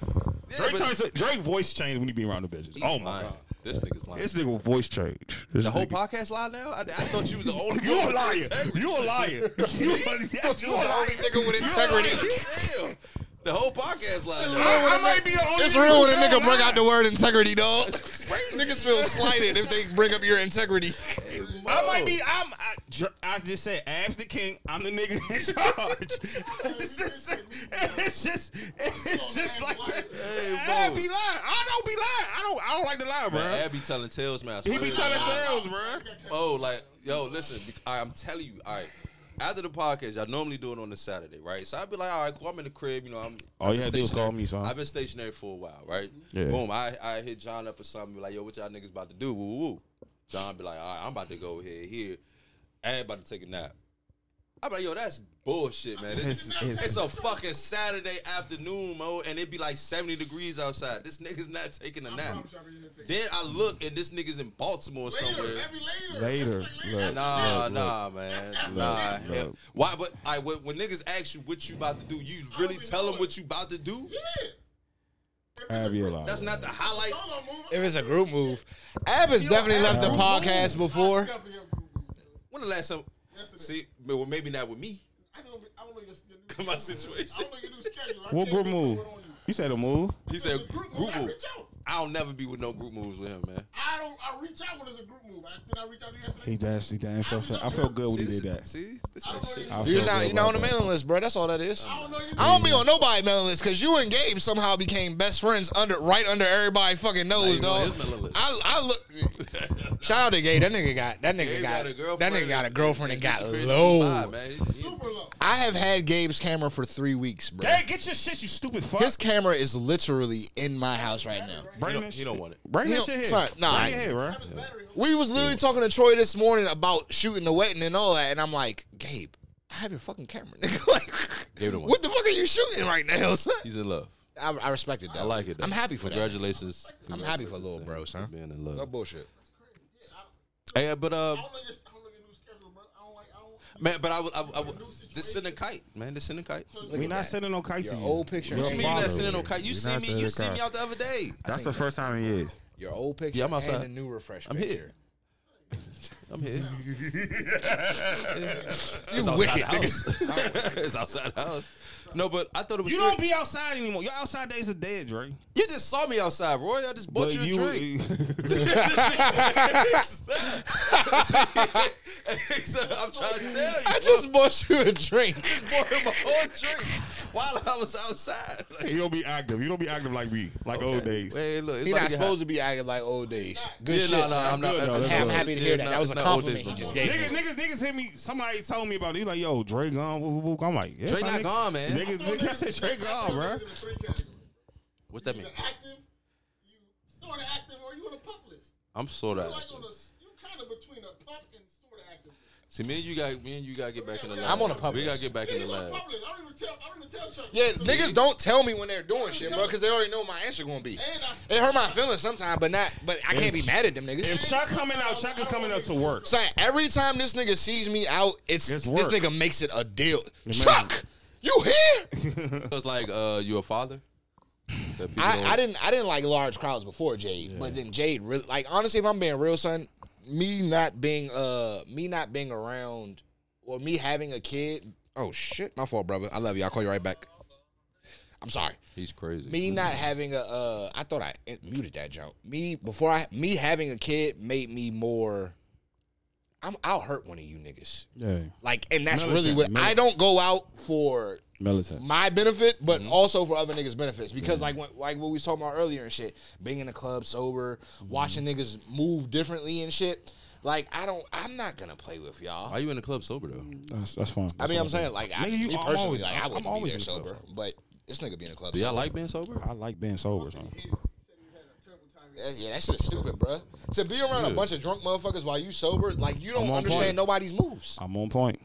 F: Yeah,
H: Dre,
F: but
H: tries to, Dre voice change when you be around the bitches.
F: he's
H: Oh my
F: lying.
H: god.
F: this nigga's lying.
H: This nigga will voice change. This
F: the whole
H: nigga-
F: podcast lied now. I, I thought you was the only.
H: You
F: one
H: a
F: with
H: liar.
F: integrity.
H: You a liar. You a
E: the only
H: liar.
E: nigga with integrity.
F: Damn. The whole podcast lied now.
H: I, I might be the only.
E: It's real when a
H: who
E: nigga
H: don't
E: bring
H: lie.
E: out the word integrity, dog.
F: crazy.
E: Niggas feel slighted if they bring up your integrity.
H: I might
E: Oh.
H: be. I'm. I, Dr- I just said abs the king. I'm the nigga in charge. it's just. It's just. It's just like. that.
F: Hey,
H: I
F: bro.
H: be lying. I don't be lying. I don't. I don't like to lie, bro.
F: Man, Abby telling tales, man. I
H: he
F: swear
H: be
F: to
H: telling
F: God.
H: tales, bro.
F: Oh, like, yo, listen, bec- I- I'm telling you, all right. After the podcast, I normally do it on a Saturday, right? So I'd be like, all right, cool, I'm in the crib, you know, I'm.
C: All
F: I've
C: you
F: been
C: had to do was
F: stationary-
C: call me, son.
F: I've been stationary for a while, right?
C: Yeah.
F: Boom, I, I hit John up or something, be like, yo, what y'all niggas about to do? Woo, woo, woo. John be like, all right, I'm about to go here, here. I about to take a nap. I'm like, yo, that's bullshit, man. It's, it's a fucking Saturday afternoon, mo, and it be like 70 degrees outside. This nigga's not taking a nap. Then I look, and this nigga's in Baltimore somewhere.
C: Later, look.
F: Nah,
C: Look,
F: nah, man. nah.
C: look.
F: hell. Why? But I when, when niggas ask you what you about to do, you really tell them what you about to do.
C: Abby a liar.
F: That's not the highlight.
E: If it's a group move, Ab has
F: You don't
E: definitely
F: have
E: left the
F: group
E: podcast before.
F: When the last time?
G: Yesterday.
F: See, well, maybe not with me.
G: I don't know- I don't know your- your new
F: My
G: schedule.
F: situation.
G: I don't know your new schedule. I
C: What
G: can't
C: group
G: be
C: move?
G: going on you.
C: You said a move.
F: He said
G: It's a
F: group
G: group move. I
F: move.
G: reach out.
F: I'll never be with no group moves with him, man.
G: I don't. I reach out when it's a group move. I think I reached out to you yesterday.
C: He danced. He danced. I felt, I felt good when he did that.
F: See, this
G: I
F: is
G: don't
F: shit.
G: know.
C: I
E: You're
C: felt
E: not,
C: good
E: you're not on the
C: about that.
E: mailing list, bro. That's all that is.
G: I don't know you.
E: I don't be on nobody mailing list because you and Gabe somehow became best friends under right under everybody fucking nose,
F: even on
E: dog.
F: his mailing list.
E: I, I look. Shout out to Gabe. That nigga got that nigga
F: Gabe
E: got,
F: got a
E: that
F: girlfriend
E: nigga got a
F: and-
E: girlfriend and
F: and
E: got
F: disappeared
E: low.
F: Bye, man. He-
G: Super low.
E: I have had Gabe's camera for three weeks, bro.
H: Hey, get your shit, you stupid fuck.
E: His camera is literally in my house right now.
H: Bring that
F: He don't, he
H: shit-
F: don't want it.
H: Bring
E: He
H: that
E: don't-
H: shit here.
E: son, nah,
H: Bring it here, bro.
E: We was literally talking to Troy this morning about shooting the wedding and all that, and I'm like, Gabe, I have your fucking camera, nigga.
F: Gabe
E: like,
F: don't want
E: what the fuck are you shooting right now? son?
F: He's in love.
E: I, I respect it. Though.
F: I like it. Though.
E: I'm happy for that.
F: Congratulations.
E: I'm happy for little bros, huh?
F: Being in
E: No
F: love.
E: bullshit.
F: Hey, but uh,
G: I don't know your. I don't know your new schedule, bro. I don't like. I don't.
F: man, but I would, I would, I would just send a kite, man. Just send a kite.
C: We not sending no kites to
E: Your
C: you.
E: old picture.
F: What you
E: ain't-
F: mean you
C: Father.
F: not sending no kite? You
C: You're
F: see
C: not
F: me,
C: sending
F: you
C: a
F: see me
C: kite.
F: out the other day.
C: That's the first time in years.
E: Your old picture.
F: Yeah, I'm outside.
E: And the new refresh.
F: I'm here.
E: picture.
F: I'm here.
E: You wicked, nigga.
F: nigga. it's outside the house. No, but I thought it was.
H: You don't
F: great.
H: be outside anymore. Your outside days are dead, Dre.
F: You just saw me outside, Roy. I just bought
C: But
F: you a
C: you-
F: drink. So I'm trying to tell you.
E: I just bought you a drink.
F: bought him a whole drink while I was outside. Like,
H: You don't be active. You don't be active like me, like old days.
F: hey, look, it's
E: He
F: about
E: not
F: to get
E: supposed to be acting like old days.
F: hot.
E: Good
F: yeah,
E: shit.
F: no, no,
E: son.
F: I'm not.
H: good, though.
F: that's
H: Hey,
E: I'm
F: good.
E: happy to
F: It's
E: hear
F: not-
E: that. That was
F: it's
E: a
F: not old
E: compliment he
F: days
E: just
F: no more.
E: gave
H: Niggas,
E: me.
H: niggas, niggas hit me. Somebody told me about it. He like, yo, Dre gone. woo, woo, woo. I'm like, yeah,
F: Dre
H: my
F: not
H: nigga.
F: gone, man.
H: Niggas, niggas, I said Dre gone, bro.
G: It's in the three categories.
F: What's that mean?
G: Either active, you sort of active, or you on a pup list.
F: I'm sort
G: You
F: of.
G: like on a. You kind of between a pup and sort of active.
F: See, me and you got me and you gotta get back in the lab.
E: I'm on a
F: We
E: public.
F: gotta get back in the
G: Niggas on
F: lab.
G: public. I don't even tell. I don't even tell Chuck.
E: Yeah,
G: So-
E: niggas don't tell me when they're doing shit, bro, because they already know what my answer gonna be.
G: And I-
E: It hurt my feelings sometimes, but not. But I can't be mad at them
H: If
E: niggas.
H: Chuck coming out, Chuck is coming out to work.
E: So every time this nigga sees me out, it's,
H: It's
E: this
H: work.
E: nigga makes it a deal. Chuck, you here?
F: It's like uh, you a father. That people
E: I,
F: don't-
E: I didn't I didn't like large crowds before Jade, but then Jade really like honestly, if I'm being real, son, me not being uh me not being around or me having a kid. Oh shit, my fault, brother. I love you. I'll call you right back. I'm sorry.
F: He's crazy.
E: Me not having a, uh, I thought I in- muted that joke. Me before I, me having a kid made me more. I'm, I'll hurt one of you niggas.
C: Yeah,
E: Like, and that's
C: Militant,
E: really what I
C: militant.
E: don't go out for
C: militant.
E: my benefit, but
C: Mm-hmm.
E: also for other niggas' benefits. Because like when, like what we was talking about earlier and shit, being in the club sober,
C: Mm-hmm.
E: watching niggas move differently and shit. Like I don't, I'm not gonna play with y'all.
F: Why you in the club sober though?
C: That's that's fine.
E: I mean, I'm saying like I,
C: Nigga, you-
E: me
C: I'm
E: personally,
C: always-
E: like I
C: I'm
E: wouldn't be
C: always
E: there
C: in the club.
E: sober, but this nigga being in the club.
F: Do y'all
E: sober.
F: like being sober?
C: I like being sober. son.
E: That- yeah, that shit's stupid, bruh. To be around a
F: Yeah.
E: bunch of drunk motherfuckers while you sober, like you don't
C: I'm on
E: understand
C: point.
E: nobody's moves.
C: I'm on point.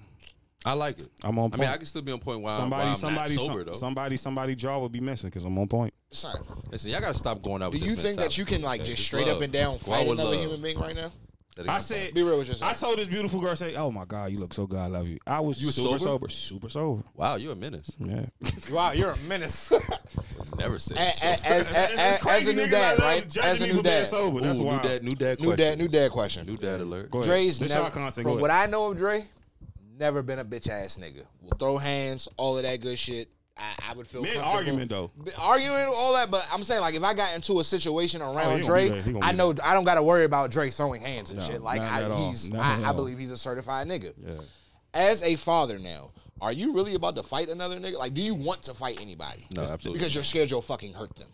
F: I like it.
C: I'm on
F: I mean,
C: point.
F: I can still be on point while,
C: Somebody,
F: while I'm
C: somebody,
F: not sober
C: some-
F: though.
C: somebody, somebody jaw would be missing because I'm on point.
E: Son,
F: Listen, y'all gotta stop going out.
E: do
F: with
E: you
F: this
E: think that you can like just straight up and down fight another human being right now?
F: being?
C: I said,
E: Be real with yourself.
C: I told this beautiful girl, say, "Oh my God, you look so good. I love you." I was
F: You
C: super
F: sober?
C: sober? super sober.
F: "Wow, you're a menace."
C: Yeah,
E: Wow, you're a menace.
C: Mm-hmm.
F: Never said.
E: A-
F: sober.
E: a- as, as-
H: It's
E: as- as
H: crazy
E: a new
H: niggas
E: dad,
H: out there
E: right?
H: judging
E: As a
H: me
E: new
H: for being
E: dad.
H: sober. That's
F: Ooh,
H: why.
F: new dad, new dad,
E: New
F: question.
E: dad, new dad question.
F: new dad alert.
C: Go ahead.
E: Dre's
C: This y'all
E: never,
C: content,
E: from
C: go
E: what
C: ahead.
E: I know of Dre, never been a bitch ass nigga. Will throw hands, all of that good shit. I, I would feel
C: Mid
E: comfortable.
C: argument though.
E: B- arguing all that, but I'm saying like if I got into a situation
C: Oh, he gonna
E: around
C: be
E: Dre,
C: there. He gonna
E: I
C: be
E: know I don't got to worry about Dre throwing hands and
C: No,
E: shit. Like
C: not at
E: I,
C: all.
E: he's,
C: Not at
E: I, I
C: all.
E: believe he's a certified nigga.
C: Yeah.
E: As a father now, are you really about to fight another nigga? Like, do you want to fight anybody?
F: No, absolutely
E: Because you're scared you'll fucking hurt them.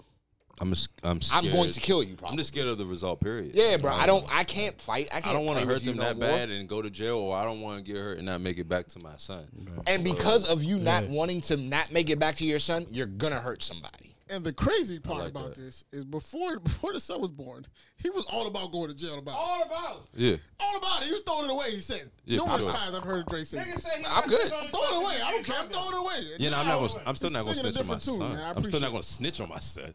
F: I'm. s- I'm.
E: I'm
F: Scared.
E: going to kill you. Probably.
F: I'm just scared of the result. Period.
E: yeah, bro. I don't. I can't fight. I can't.
F: I don't want to
E: play with
F: hurt
E: you
F: them
E: no
F: that
E: more.
F: bad and go to jail, or I don't want to get hurt and not make it back to my son.
E: And because of you not wanting to not make it back to your son, you're gonna hurt somebody.
B: And the crazy part
F: like
B: about
F: that.
B: this is before before the son was born, he was all about going to jail about it.
G: All about. it.
F: Yeah.
B: all about it. He was throwing it away. He said
F: Yeah,
B: numerous
F: for sure.
B: times I've heard Drake say, this.
E: I'm good.
B: "Throw it away. I don't care. I'm throwing it away." And
F: Yeah, no, I'm not gonna. I'm still
B: It's
F: not gonna
B: singing a
F: snitch on my
B: different tune,
F: son.
B: man. I
F: I'm still
B: appreciate
F: not gonna
B: it.
F: snitch on my son.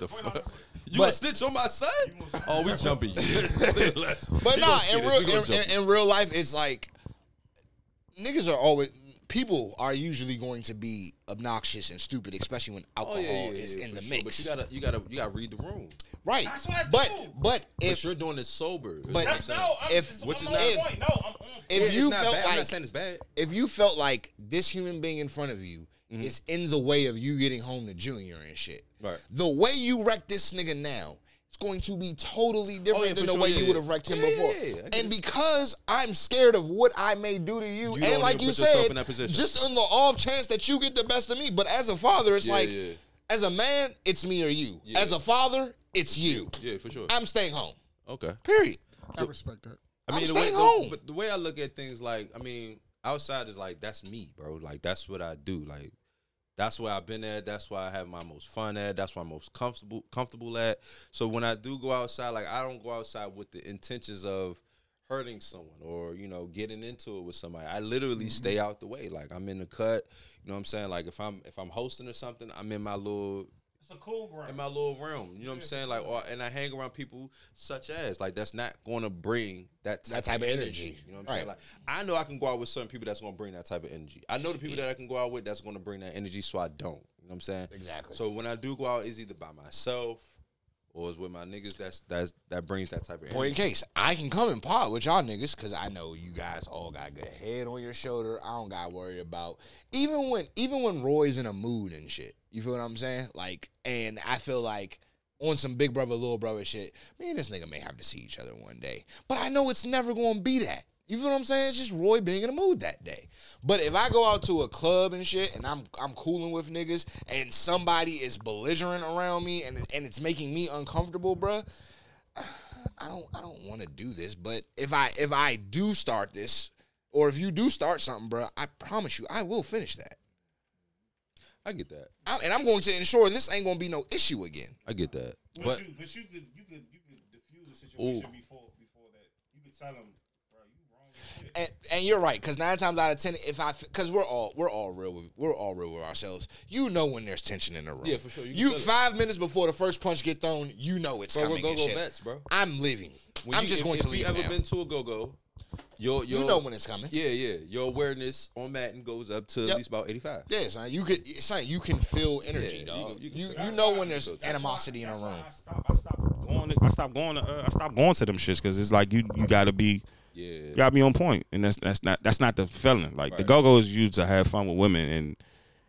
F: The fuck?
E: But-
F: You gonna snitch on my son? Oh, we jumping you. Say less.
E: But
F: You
E: no,
F: gonna
E: nah,
F: see
E: in
F: this.
E: real
F: We gonna
E: in,
F: jump you.
E: in, in real life, it's like niggas are always people are usually going to be obnoxious and stupid, especially when
F: Oh,
E: alcohol is in
F: for
E: the
F: sure.
E: mix.
F: But you gotta, you gotta, you gotta read the room.
E: right?
H: That's what I
E: but
H: do.
E: but
F: If
E: if
F: you're doing this sober, is
E: But-
F: what I'm saying.
H: No, I'm
E: If-
H: just,
F: which is
H: I'm
F: not-
H: on
E: if-
H: point. No, I'm on.
E: if
F: Yeah, it's
E: you
F: not
E: felt
F: bad. I'm not
E: like
F: saying it's bad.
E: if you felt like this human being in front of you is in the way of you getting home to junior and shit,
F: Mm-hmm. Right.
E: the way you wreck this nigga now is going to be totally different
F: Oh, yeah,
E: than
F: for
E: the
F: sure,
E: way
F: yeah,
E: you
F: yeah.
E: would have wrecked him
F: Yeah, yeah,
E: before.
F: yeah, yeah, I get
E: And
F: it.
E: because I'm scared of what I may do to you,
F: You don't
E: and like
F: even
E: you
F: put yourself
E: said,
F: in that position.
E: just on the off chance that you get the best of me, but as a father, it's
F: Yeah,
E: like,
F: yeah.
E: as a man, it's me or you.
F: Yeah.
E: As a father, it's you.
F: Yeah, for sure.
E: I'm staying home.
F: Okay.
E: Period.
B: I respect that.
F: I
E: I'm
F: mean, the way,
E: staying
F: the-
E: home.
F: but the way I look at things, like, I mean, outside is like that's me, bro. Like that's what I do. Like that's where I've been at. That's where I have my most fun at. That's where I'm most comfortable comfortable at. So when I do go outside, like I don't go outside with the intentions of hurting someone or you know getting into it with somebody. I
E: Mm-hmm.
F: literally stay out the way. Like I'm in the cut. You know what I'm saying? Like if I'm if I'm hosting or something, I'm in my little
H: It's a cool
F: in
H: ground.
F: my little realm. You know what I'm saying? Like, or, and I hang around people such as like that's not going to bring that type,
E: That type
F: of
E: of
F: energy.
E: energy.
F: You know what
E: Right.
F: I'm saying? Like, I know I can go out with certain people that's going to bring that type of energy. I know the people that I can go out with that's going to bring that energy, so I don't. You know what I'm saying?
E: Exactly.
F: So when I do go out, it's either by myself or it's with my niggas. That's that's that brings that type of energy.
E: Point in case, I can come and pod with y'all niggas because I know you guys all got good head on your shoulder. I don't got to worry about even when even when Roy's in a mood and shit. You feel what I'm saying? Like, and I feel like on some big brother little brother shit. Me and this nigga may have to see each other one day, but I know it's never going to be that. You feel what I'm saying? It's just Roy being in the mood that day. But if I go out to a club and shit, and I'm I'm cooling with niggas, and somebody is belligerent around me, and and it's making me uncomfortable, bruh. I don't I don't want to do this, but if I if I do start this, or if you do start something, bro, I promise you I will finish that,
F: I get that.
E: I, and I'm going to ensure this ain't going to be no issue again.
F: I get that.
H: But,
F: But
H: you, but you could you could you could diffuse a situation before before that. You could tell them, bro, you wrong
E: And, and you're right, because nine times out of ten, if I, because we're all we're all real, with, we're all real with ourselves. You know when there's tension in the room.
F: Yeah, for sure. You
E: You,
F: can feel it.
E: five minutes before the first punch get thrown, you know it's
F: Bro, we're
E: coming. and
F: go-go
E: shit.
F: bets, bro.
E: I'm leaving.
F: When
E: I'm
F: you-
E: just
F: if-
E: going
F: if
E: to leave
F: you ever
E: now.
F: been to a go go, your, your
E: you know when it's coming.
F: Yeah, yeah. Your awareness on Madden goes up to
E: Yep.
F: at least about eighty five.
E: Yeah, son, you could, son, you can feel energy,
F: Yeah,
E: dog. You
F: you can-
E: you,
F: you can-
E: know when there's
F: That's why-
E: animosity in a
H: That's
E: room.
H: why I stopped. I stopped going. To, I stopped going. To, uh, I stopped going to them shits because it's like you you gotta be.
F: Yeah.
C: You gotta be on point, and that's that's not that's not the feeling. Like the go go is used to have fun with women and,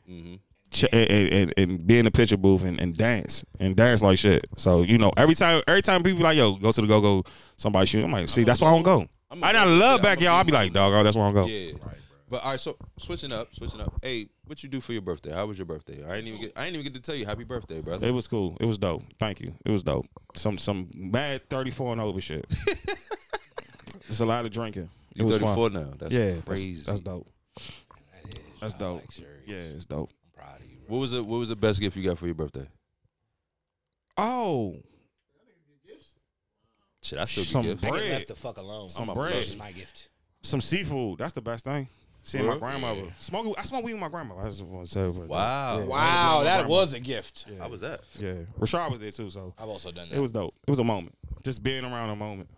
F: Mm-hmm.
C: ch- and, and and be in the picture booth and, and dance and dance like shit. So you know every time every time people like yo go to the go go somebody shoot. I'm like see that's why I don't go.
F: I'm a
C: I not
F: go-go.
C: love
F: Yeah, I'm a
C: backyard. I be
F: go-go.
C: like dog. Oh, that's why I don't go.
F: Yeah. But all right, so switching up, switching up. Hey, what you do for your birthday? How was your birthday? I ain't even get I ain't even get to tell you happy birthday, brother.
C: It was cool. It was dope. Thank you. It was dope. Some some mad thirty four and over shit. it's a lot of drinking. It
F: You
C: was
F: thirty
C: fun.
F: four now. That's
C: Yeah,
F: crazy.
C: That's, that's dope. That's dope. yeah, it's dope.
F: what was the what was the best gift you got for your birthday?
C: Oh,
F: Shit, I still
C: Some
F: get gifts.
E: I get
C: bread.
E: left the fuck alone.
C: Some
E: My
C: bread.
E: brush is my gift.
C: some seafood. That's the best thing. Seeing
F: Word?
C: my grandmother. Smoke. I smoked weed with my grandmother. I just want to tell everybody.
F: Uh, Wow.
C: Yeah.
E: Wow, that was a gift.
F: How was that?
C: Yeah. Rashad was there too, so
E: I've also done that.
C: it was dope. It was a moment. Just being around a moment.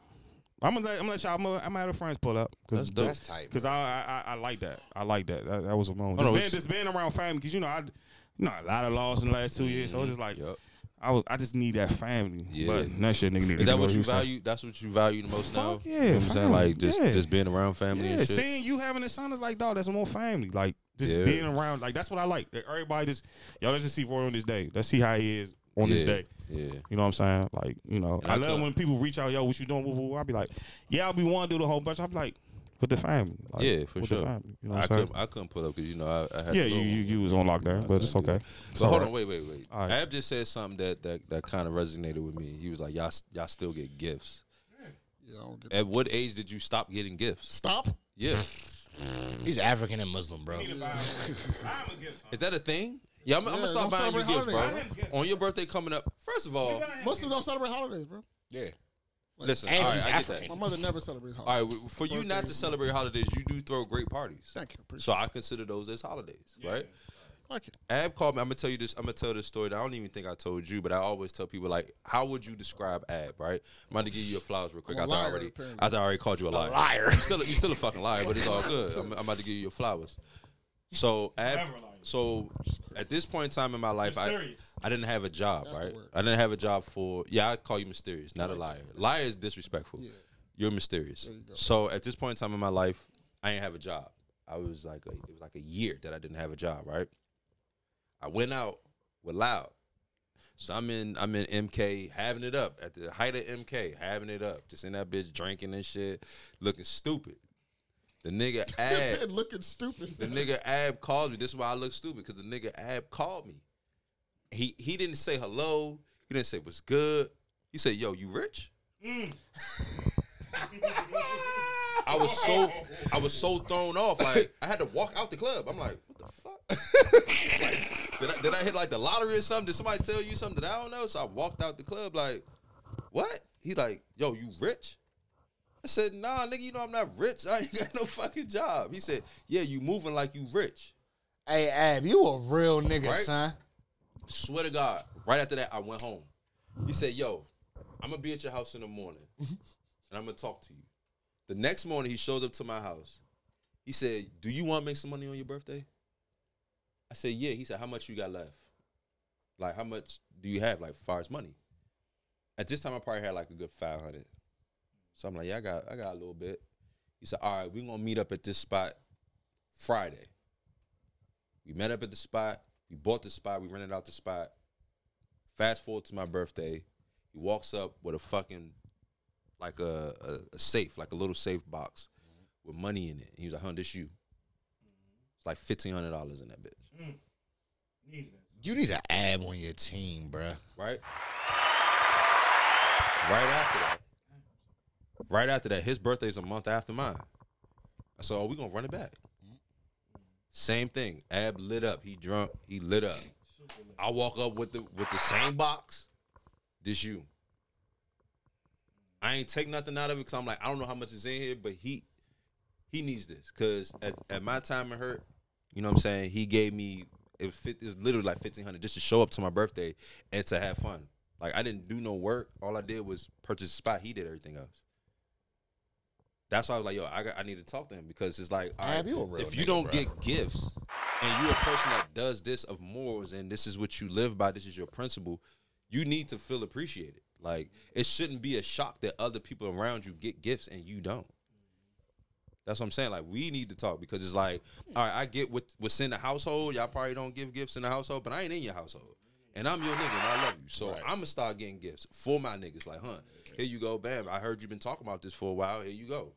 C: I'm gonna let, I'm gonna let y'all. I'm gonna, I'm gonna have the friends pull up.
F: That's dope.
E: That's tight.
C: Cause I, I I- I like that. I like that. That, that was a moment.
F: Oh, no,
C: Just being,
F: it's-
C: just being around family, cause you know I, you know a lot of loss in the last two years. So it's just like
F: Yup.
C: I was. I just need that family.
F: Yeah.
C: But that shit, nigga, need to
F: Is that
C: go
F: what
C: to
F: you
C: Houston.
F: value? That's what you value the most now.
C: Fuck yeah,
F: you know what I'm saying
C: family,
F: like just
C: yeah.
F: just being around family
C: Yeah,
F: and shit.
C: seeing you having a son is like, dog, that's more family. Like just
F: Yeah.
C: being around, like that's what I like. That Everybody just y'all let's just see Roy on this day. Let's see how he is on this
F: Yeah,
C: day.
F: yeah.
C: You know what I'm saying? Like, you know,
F: And
C: I
F: I
C: love
F: told-
C: when people reach out, yo, what you doing? Woo, woo, woo. I'll be like, yeah, I'll be one to do the whole bunch. I'm like, with the family. Like,
F: yeah, for
C: with
F: sure.
C: The family. You know
F: I
C: what I'm
F: couldn't
C: saying?
F: I couldn't pull up because you know I, I had
C: Yeah,
F: the
C: you,
F: little
C: you
F: one.
C: you was on lockdown, but it's okay.
F: But hold on, wait, wait, wait.
C: All right.
F: Ab just said something that that, that kind of resonated with me. He was like, "Y'all, y'all still get gifts.
B: Yeah, I don't get
F: At what age did you stop getting gifts?
B: Stop.
F: Yeah,
E: He's African and Muslim, bro.
F: is that a thing? Yeah, I'm, I'm
B: Yeah,
F: gonna stop
B: don't
F: buying you
B: celebrate
F: gifts, bro.
B: holidays.
F: On your birthday coming up, first of all,
B: Muslims don't celebrate holidays, bro.
E: Yeah.
F: listen.
E: And
F: all right,
E: he's
F: I get
E: African.
F: that.
B: My mother never celebrates
F: All right,
B: holidays.
F: w- for you not to
B: Birthdays.
F: celebrate holidays, you do throw great parties.
B: Thank you. Appreciate
F: So I consider those as holidays, right?
B: it. Like it.
F: Ab called me. I'm gonna tell you this. I'm gonna tell this story that I don't even think I told you, but I always tell people like, how would you describe Ab? Right? I'm about to give you your flowers real quick. I
B: I'm a
F: thought I
B: liar,
F: already,
B: apparently.
F: I thought I already called you a liar.
E: liar.
F: You still, you still a fucking liar, but it's all good. I'm, I'm about to give you your flowers. So Ab, so at this point in time in my life, I, I didn't have a job.
B: That's the
F: right?
B: word.
F: I didn't have a job for. Yeah, I call you mysterious, not a liar. Liar is disrespectful. You're mysterious. So at this point in time in my life, I didn't have a job. I was like, a, it was like a year that I didn't have a job. Right. I went out with Loud. So I'm in I'm in MK having it up at the height of MK having it up, just in that bitch drinking and shit, looking stupid. The nigga
B: You said
F: ab,
B: looking stupid.
F: the nigga ab calls me. This is why I look stupid because the nigga ab called me. He he didn't say hello. He didn't say what's good. He said, "Yo, you rich?" I was so I was so thrown off. Like I had to walk out the club. I'm like, what the fuck? like, did I, did I hit like the lottery or something? Did somebody tell you something that I don't know? So I walked out the club like, what? He like, yo, you rich? I said, nah, nigga, you know I'm not rich. I ain't got no fucking job. He said, yeah, you moving like you rich.
E: Hey, Ab, you a real nigga,
F: Right?
E: son.
F: Swear to God, right after that, I went home. He said, Yo, I'm gonna be at your house in the morning and I'm gonna talk to you. The next morning, he showed up to my house. He said, Do you wanna make some money on your birthday? I said, Yeah. He said, How much you got left? Like, how much do you have, like, far as money? At this time, I probably had like a good 500. So I'm like, Yeah, I got, I got a little bit. He said, All right, we're gonna meet up at this spot Friday. We met up at the spot. We bought the spot. We rented out the spot. Fast forward to my birthday. He walks up with a fucking, like a, a, a safe, like a little safe box with money in it. And he was like, hun, this you. It's like $1,500 in that bitch.
E: You need an Ab on your team, bro.
F: Right? Right after that. Right after that, his birthday's a month after mine. I said, oh, we going to run it back. Same thing. Ab lit up. He drunk. He lit up. I walk up with the with the same box. This you. I ain't take nothing out of it because I'm like, I don't know how much is in here, but he he needs this because at, at my time it hurt. You know what I'm saying? He gave me it was, fif- it was literally like fifteen hundred just to show up to my birthday and to have fun. Like I didn't do no work. All I did was purchase a spot. He did everything else. That's why I was like, yo, I, got, I need to talk to him because it's like, all
E: Ab, you a real
F: if you
E: nigga,
F: don't
E: bro.
F: get gifts and you're a person that does this of morals and this is what you live by, this is your principle, you need to feel appreciated. Like it shouldn't be a shock that other people around you get gifts and you don't. That's what I'm saying. Like we need to talk because it's like, all right, I get what what's in the household. Y'all probably don't give gifts in the household, but I ain't in your household. And I'm your nigga and I love you. So I'ma start getting gifts for my niggas. Like, huh, here you go, bam. I heard you've been talking about this for a while. Here you go.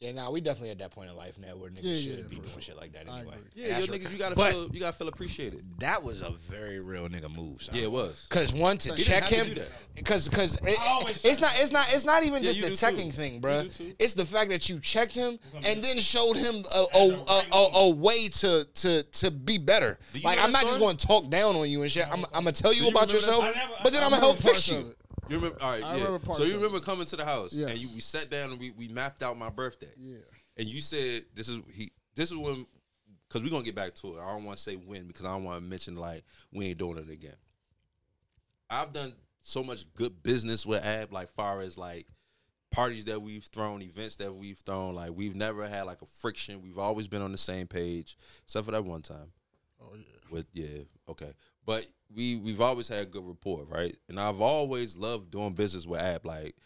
E: Yeah, nah, we definitely at that point in life now where niggas
B: Yeah,
E: should
B: yeah,
E: be
B: for
E: doing
B: sure.
E: shit like that
B: I
E: anyway.
B: agree.
F: Yeah,
E: That's
F: yo,
E: right.
F: nigga, you gotta
E: But-
F: feel you gotta feel appreciated.
E: That was a very real nigga move. Son.
F: Yeah, it was.
E: Cause one to
F: didn't
E: check
F: have to
E: him,
F: do that.
E: because because it,
H: always
E: it's not it's not it's not even
F: Yeah,
E: just
F: you
E: the
F: do
E: checking
F: too.
E: thing,
F: You
E: bruh.
F: do too.
E: It's the fact that you checked him and then showed him a a, a, a, a way to to to be better.
F: Do you
E: Like
F: know
E: I'm not
F: that
E: just
F: story?
E: going to talk down on you and shit. I'm I'm gonna tell you
F: you
E: about
F: remember that
E: yourself,
F: story?
H: I never-
E: but then
H: I
E: I'm gonna help
B: Parts
E: fix
B: of
E: you.
B: it.
F: You remember all right,
B: I
F: yeah.
B: remember parts
F: so you
B: of
F: remember coming to the house
B: Yes.
F: and you, we sat down and we, we mapped out my birthday.
B: Yeah.
F: And you said this is he this is when because we're gonna get back to it. I don't wanna say when because I don't wanna mention like we ain't doing it again. I've done so much good business with Ab, like far as like parties that we've thrown, events that we've thrown, like we've never had like a friction. We've always been on the same page, except for that one time.
B: Oh yeah.
F: With yeah, okay. But we we've always had good rapport, right? And I've always loved doing business with Ab. Like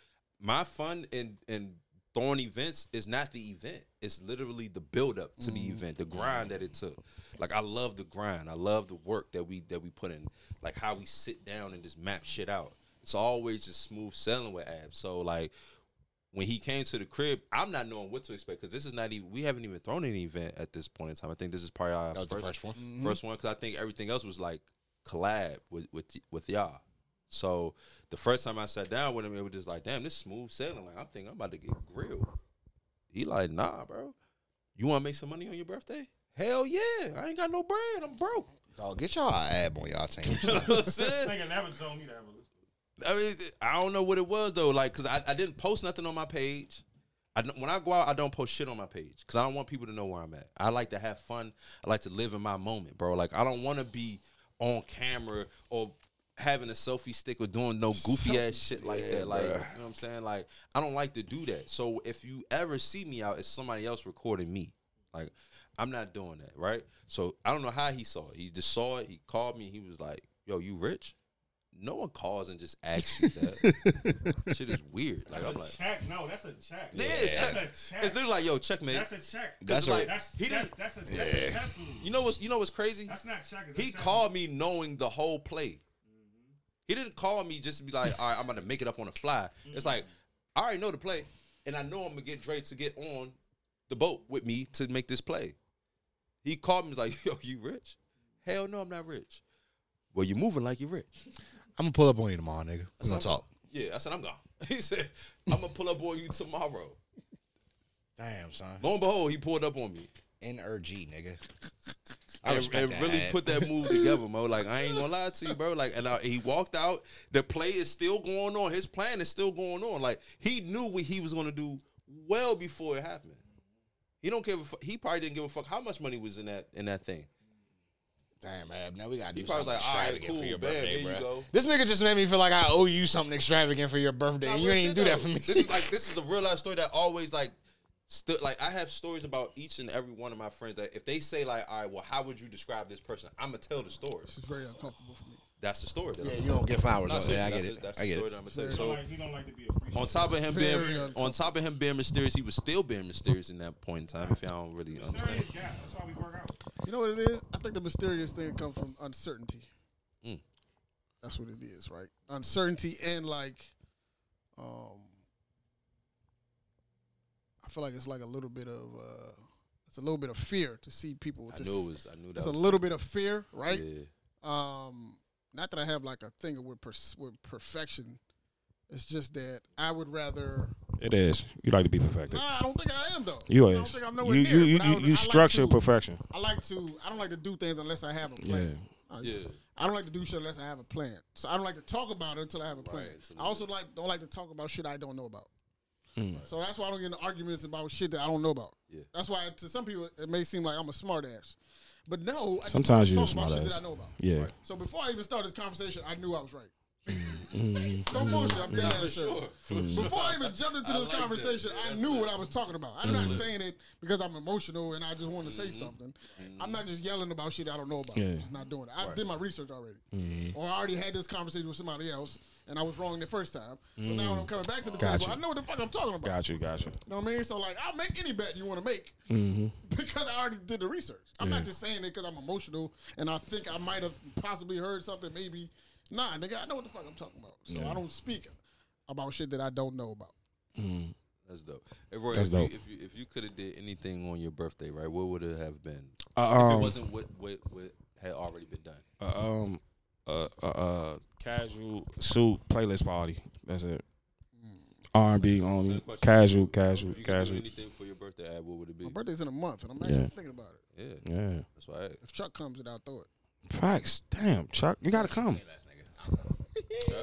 F: my fun in in throwing events is not the event. It's literally the build up to
E: Mm.
F: the event, the grind that it took. Like I love the grind. I love the work that we that we put in. Like how we sit down and just map shit out. It's always just smooth selling with Ab. So like when he came to the crib, I'm not knowing what to expect because this is not even we haven't even thrown any event at this point in time. I think this is probably our
E: That was
F: first,
E: the first one.
F: first one because I think everything else was like collab with with with y'all. So the first time I sat down with him, it was just like, damn, this smooth sailing. Like I'm thinking I'm about to get grilled. He like, nah, bro. You want to make some money on your birthday? Hell yeah! I ain't got no bread. I'm broke.
E: Dog, get y'all a ab on y'all team.
F: You know what I'm saying?
H: Nigga never told me that.
F: I mean, I don't know what it was though. Like, cause I, I didn't post nothing on my page. I don't- when I go out, I don't post shit on my page because I don't want people to know where I'm at. I like to have fun. I like to live in my moment, bro. Like, I don't want to be on camera or having a selfie stick or doing no goofy ass shit like that. Like, you know what I'm saying? Like, I don't like to do that. So if you ever see me out, it's somebody else recording me. Like, I'm not doing that, right? So I don't know how he saw it. He just saw it. He called me. He was like, "Yo, you rich?" no one calls and just asks you that. Shit is weird. Like I'm like,
H: check. No, that's a check.
F: yeah, it's check.
H: That's a check.
F: It's literally like, yo, checkmate.
H: a check.
F: That's like,
H: That's
F: he
H: that's,
F: didn't.
H: that's a that's a test move.
F: You know what's you know what's crazy?
H: That's not check.
F: He called me knowing the whole play. He didn't call me just to be like, all right, I'm about to make it up on the fly. It's like, I already know the play, and I know I'm gonna get Dre to get on the boat with me to make this play. He called me he's like, yo, you rich? Hell no, I'm not rich. Well, you're moving like you're rich.
E: I'm gonna pull up on you tomorrow, nigga. We gonna
F: So I'm-
E: talk.
F: Yeah, I said I'm gone. He said I'm gonna pull up on you tomorrow.
E: Damn, son.
F: Lo and behold, he pulled up on me.
E: NRG, nigga. I
F: And,
E: respect
F: and
E: that,
F: really
E: Ab.
F: put that move together, Mo. Like I ain't gonna lie to you, bro. Like and I, he walked out. The play is still going on. His plan is still going on. Like he knew what he was gonna do well before it happened. He don't give a fuck. He probably didn't give a fuck how much money was in that in that thing.
E: Damn, Ab. Now we gotta do
F: He
E: something
F: probably was like, all right,
E: extravagant
F: cool,
E: for your
F: man.
E: birthday,
F: here you
E: bro.
F: go.
E: This nigga just made me feel like I owe you something extravagant for your birthday. and you
F: real
E: ain't
F: shit,
E: do that
F: though.
E: for me.
F: This is like this is a real life story that always like stood like I have stories about each and every one of my friends that if they say like, all right, well, how would you describe this person? I'm gonna tell the story.
B: It's very uncomfortable for me.
F: That's the story. That
E: yeah,
F: I'm
E: you don't get flowers.
F: that's
E: though. yeah, I get
F: that's
E: it.
F: That's
E: I
F: the
E: get
F: story
E: it.
F: that I'm gonna tell. you.
H: We don't like to be
F: So
H: appreciated.
F: on top of him
B: Very
F: being
B: uncomfortable.
F: on top of him being mysterious, he was still being mysterious in that point in time. If y'all don't really understand,
H: Serious guy. That's why we work out.
B: You know what it is? I think the mysterious thing comes from uncertainty.
F: Mm.
B: That's what it is, right? Uncertainty and like, um, I feel like it's like a little bit of, uh, it's a little bit of fear to see people.
F: I
B: To
F: knew
B: s-
F: it was. I knew that.
B: it's a
F: was,
B: little bit of fear, right?
F: Yeah.
B: Um, not that I have like a thing with pers- with perfection. It's just that I would rather.
C: It is. You like to be perfected.
B: Nah, I don't think I am though.
C: You
B: I
C: is.
B: don't think I'm
C: you
B: nowhere
C: you
B: near.
C: you,
B: but I
C: you,
B: would- I
C: you
B: like
C: structure
B: to-
C: perfection.
B: I like to. I don't like to do things unless I have a plan. I-
F: Yeah.
B: Oh, I don't like to do shit unless I have a plan. So I don't like to talk about it until I have a plan.
F: until
B: I also like don't like to talk about shit I don't know about.
C: Hmm.
B: So that's why I don't get into arguments about shit that I don't know about.
F: Yeah.
B: That's why to some people it may seem like I'm a smart ass. But no, I just
C: Sometimes you're a
B: talk about shit
C: smartass.
B: that I know about.
C: Yeah.
B: So before I even start this conversation, I knew I was right.
C: Mm-hmm.
B: no bullshit, I'm dead ass sure. Before I even jumped into this
F: like that.
B: conversation, I knew what I was talking about. I'm
C: Mm-hmm.
B: not saying it because I'm emotional and I just want to say something. I'm not just yelling about shit I don't know about.
C: Yeah.
B: I'm just not doing it. I did my research already,
C: Mm-hmm.
B: or I already had this conversation with somebody else, and I was wrong the first time. So now when I'm coming back to the
C: Mm-hmm. Gotcha.
B: table, I know what the fuck I'm talking about.
C: Got you, got you.
B: You know what I mean? So like, I'll make any bet you want to make
C: Mm-hmm.
B: because I already did the research. I'm not just saying it because I'm emotional and I think I might have possibly heard something. Maybe nah, nigga, I know what the fuck I'm talking about. So I don't speak about shit that I don't know about.
F: That's dope. Hey, Roy,
C: That's
F: if,
C: dope.
F: You, if you if you could have did anything on your birthday, right, what would it have been?
C: Uh,
F: if it
C: um,
F: wasn't what what what had already been done.
C: uh, um, uh, uh, uh, casual suit playlist party. That's it.
B: Mm.
C: R and B only.
F: Same question.
C: Casual, casual,
F: If you could do
C: casual.
F: anything for your birthday, Ad, what would it be?
B: My birthday's in a month, and I'm actually
C: Yeah.
B: thinking about it.
F: Yeah,
C: Yeah.
F: that's why. I asked.
B: If Chuck comes, it I'll throw it.
C: Facts. Damn, Chuck, you gotta come.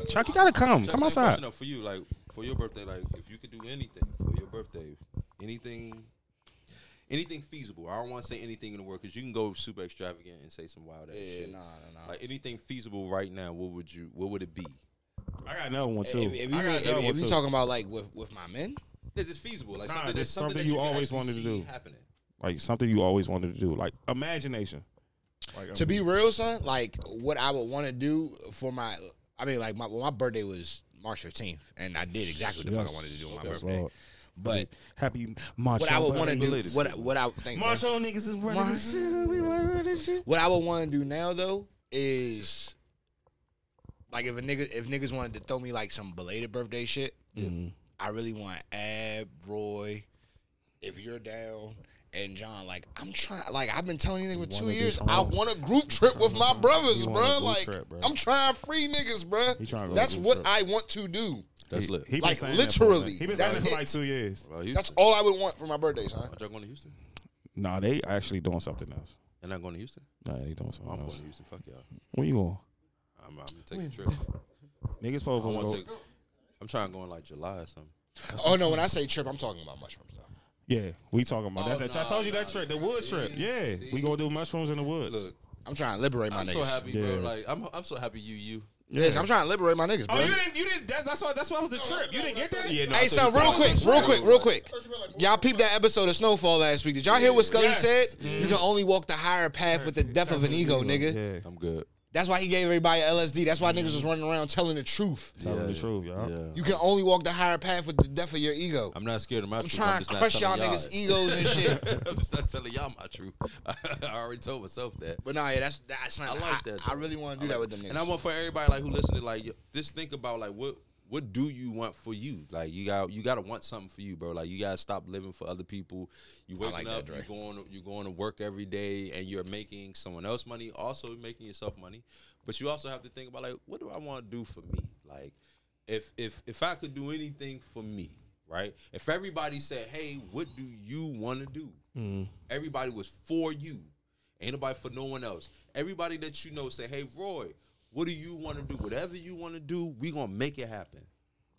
C: Chuck, you gotta come.
F: Chuck,
C: Come
F: same
C: outside.
F: question though, for you, like for your birthday, like if you could do anything for your birthday, anything, anything feasible. I don't want to say anything in the world because you can go super extravagant and say some wild ass
E: Yeah,
F: shit.
E: nah, nah, nah.
F: Like anything feasible right now, what would you? What would it be?
C: I got another one
E: If,
C: too.
E: if, if you,
C: I got
E: if,
C: another
E: if
C: one
E: you
C: too.
E: talking about like with with my men,
F: That is feasible, like
C: Nah,
F: something that's
C: that's
F: something,
C: something
F: that
C: you
F: can
C: always
F: actually
C: wanted to
F: see
C: do.
F: happening.
C: like something you always wanted to do, like imagination. Like,
E: to
C: um,
E: be real, son, like what I would want to do for my, I mean, like my well, my birthday was March fifteenth, and I did exactly what the fuck I
C: Yes.
E: wanted to do on my
C: Yes,
E: birthday.
C: Lord.
E: But
C: happy March.
E: what I would want to do,
F: belated.
E: what what I think,
H: Marshall niggas is running.
E: Marshall. what I would want to do now though is, like, if a nigga, if niggas wanted to throw me like some belated birthday shit,
C: Mm-hmm.
E: I really want Ab Roy, if you're down. And John, like I'm trying, like I've been telling you niggas for two
C: wanna be
E: years, I
C: friends.
E: want a group trip with my brothers,
C: You want a
E: bruh.
C: group
E: Like
C: trip, bruh.
E: I'm trying free niggas,
C: He
E: bruh.
C: trying to go
E: That's
C: group
E: what
C: trip.
E: I want to do.
F: That's lit.
C: He been
E: like,
C: saying that for-
E: literally,
C: He been
E: that's
C: saying that for like
E: it.
C: two years.
F: Well, Houston.
E: That's all I would want for my birthday, son.
F: Aren't y'all going to Houston?
C: Nah, they actually doing something else.
F: They're not going to Houston.
C: Nah, they doing something
F: I'm going
C: else.
F: to Houston. Fuck y'all.
C: Where you going?
F: I'm, I'm gonna take a trip.
C: Niggas
F: I want
C: supposed
F: to
C: to
F: take.
C: go.
F: I'm trying to go in like July or something.
E: Oh no, when I say trip, I'm talking about mushrooms though.
C: Yeah, we talking about.
F: Oh,
C: That's that. I
F: nah,
C: told you
F: nah,
C: that trip, the wood trip. Yeah, we gonna do mushrooms in the woods.
F: Look,
E: I'm trying to liberate my
F: I'm so
E: niggas.
F: happy,
C: Yeah.
F: bro. Like I'm, I'm so happy you, you.
E: Yes, I'm trying to liberate my niggas, bro.
H: Oh, you didn't. You didn't. That, that's why. That's why was the trip. You didn't get that.
C: yeah, no,
E: Hey,
C: I
E: son,
C: thought you
E: real
C: said-
E: quick, real quick, real quick. Y'all peeped that episode of Snowfall last week. Did y'all hear what Scully
H: Yes. Mm-hmm.
E: said? You can only walk the higher path with the death of an ego, nigga.
C: Yeah,
F: I'm good.
E: That's why he gave everybody LSD. That's why
H: Mm-hmm.
E: niggas was running around telling the truth.
C: telling
F: Yeah,
C: the
F: yeah.
C: truth, y'all.
F: Yeah.
E: You can only walk the higher path with the death of your ego.
F: I'm not scared of my
E: I'm
F: truth.
E: trying
F: just
E: to
F: not
E: crush y'all
F: telling
E: niggas' egos and shit.
F: I'm just not telling y'all my truth. I already told myself that.
E: But nah, yeah, that's that's
F: I
E: something. I
F: like that.
E: I
F: though.
E: really want to do
F: I
E: that
F: like-
E: with them niggas.
F: And I want for everybody like who listening, like yo- just think about like what what do you want for you? Like you got you got to want something for you, bro. Like you got to stop living for other people. You waking
E: like that,
F: up,
E: Dre.
F: you going to- you going to work every day, and you're making someone else money, also making yourself money. But you also have to think about like what do I want to do for me? Like if if if I could do anything for me, right? If everybody said, "Hey, what do you want to do?" Everybody was for you. Ain't nobody for no one else. Everybody that you know say, "Hey, Roy, what do you want to do? Whatever you want to do, we gonna make it happen."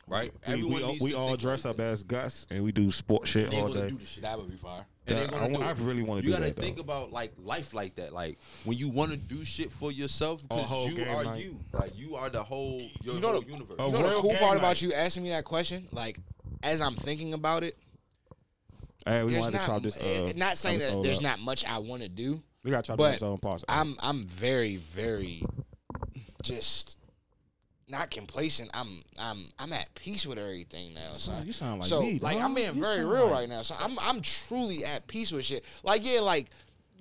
F: Right?
C: We, we, all-
F: needs
C: we
F: to
C: all
F: think
C: dress
F: like
C: up
F: that.
C: as Gus and we do sport shit
F: They
C: all
F: gonna
C: day.
F: do the shit.
E: that would be fire.
F: And they
C: That-
F: gonna
C: I want-
F: do it.
C: I really wanna
F: You
C: do
F: gotta
C: that, though.
F: think about like life like that. Like when you want to do shit for yourself,
C: whole
F: because you
C: game
F: are
C: night.
F: you. Like you are the whole your
E: You know
F: whole
E: the-
F: universe.
C: Oh,
E: You know the
C: Real
E: cool
C: game
E: part
C: night.
E: about you asking me that question? Like, as I'm thinking about it,
C: Hey, we
E: there's
C: wanted to
E: not,
C: chop this.
E: eh,
C: Uh,
E: not saying that
C: episode
E: there's
C: up.
E: not much I want to do,
C: We gotta chop
E: but
C: this on pause.
E: I'm I'm very very just not complacent. I'm I'm I'm at peace with everything now. So
C: you sound like
E: so
C: me,
E: like
C: dog.
E: I'm being
C: You
E: very
C: sound
E: real
C: like-
E: right now. So I'm I'm truly at peace with shit. Like yeah, like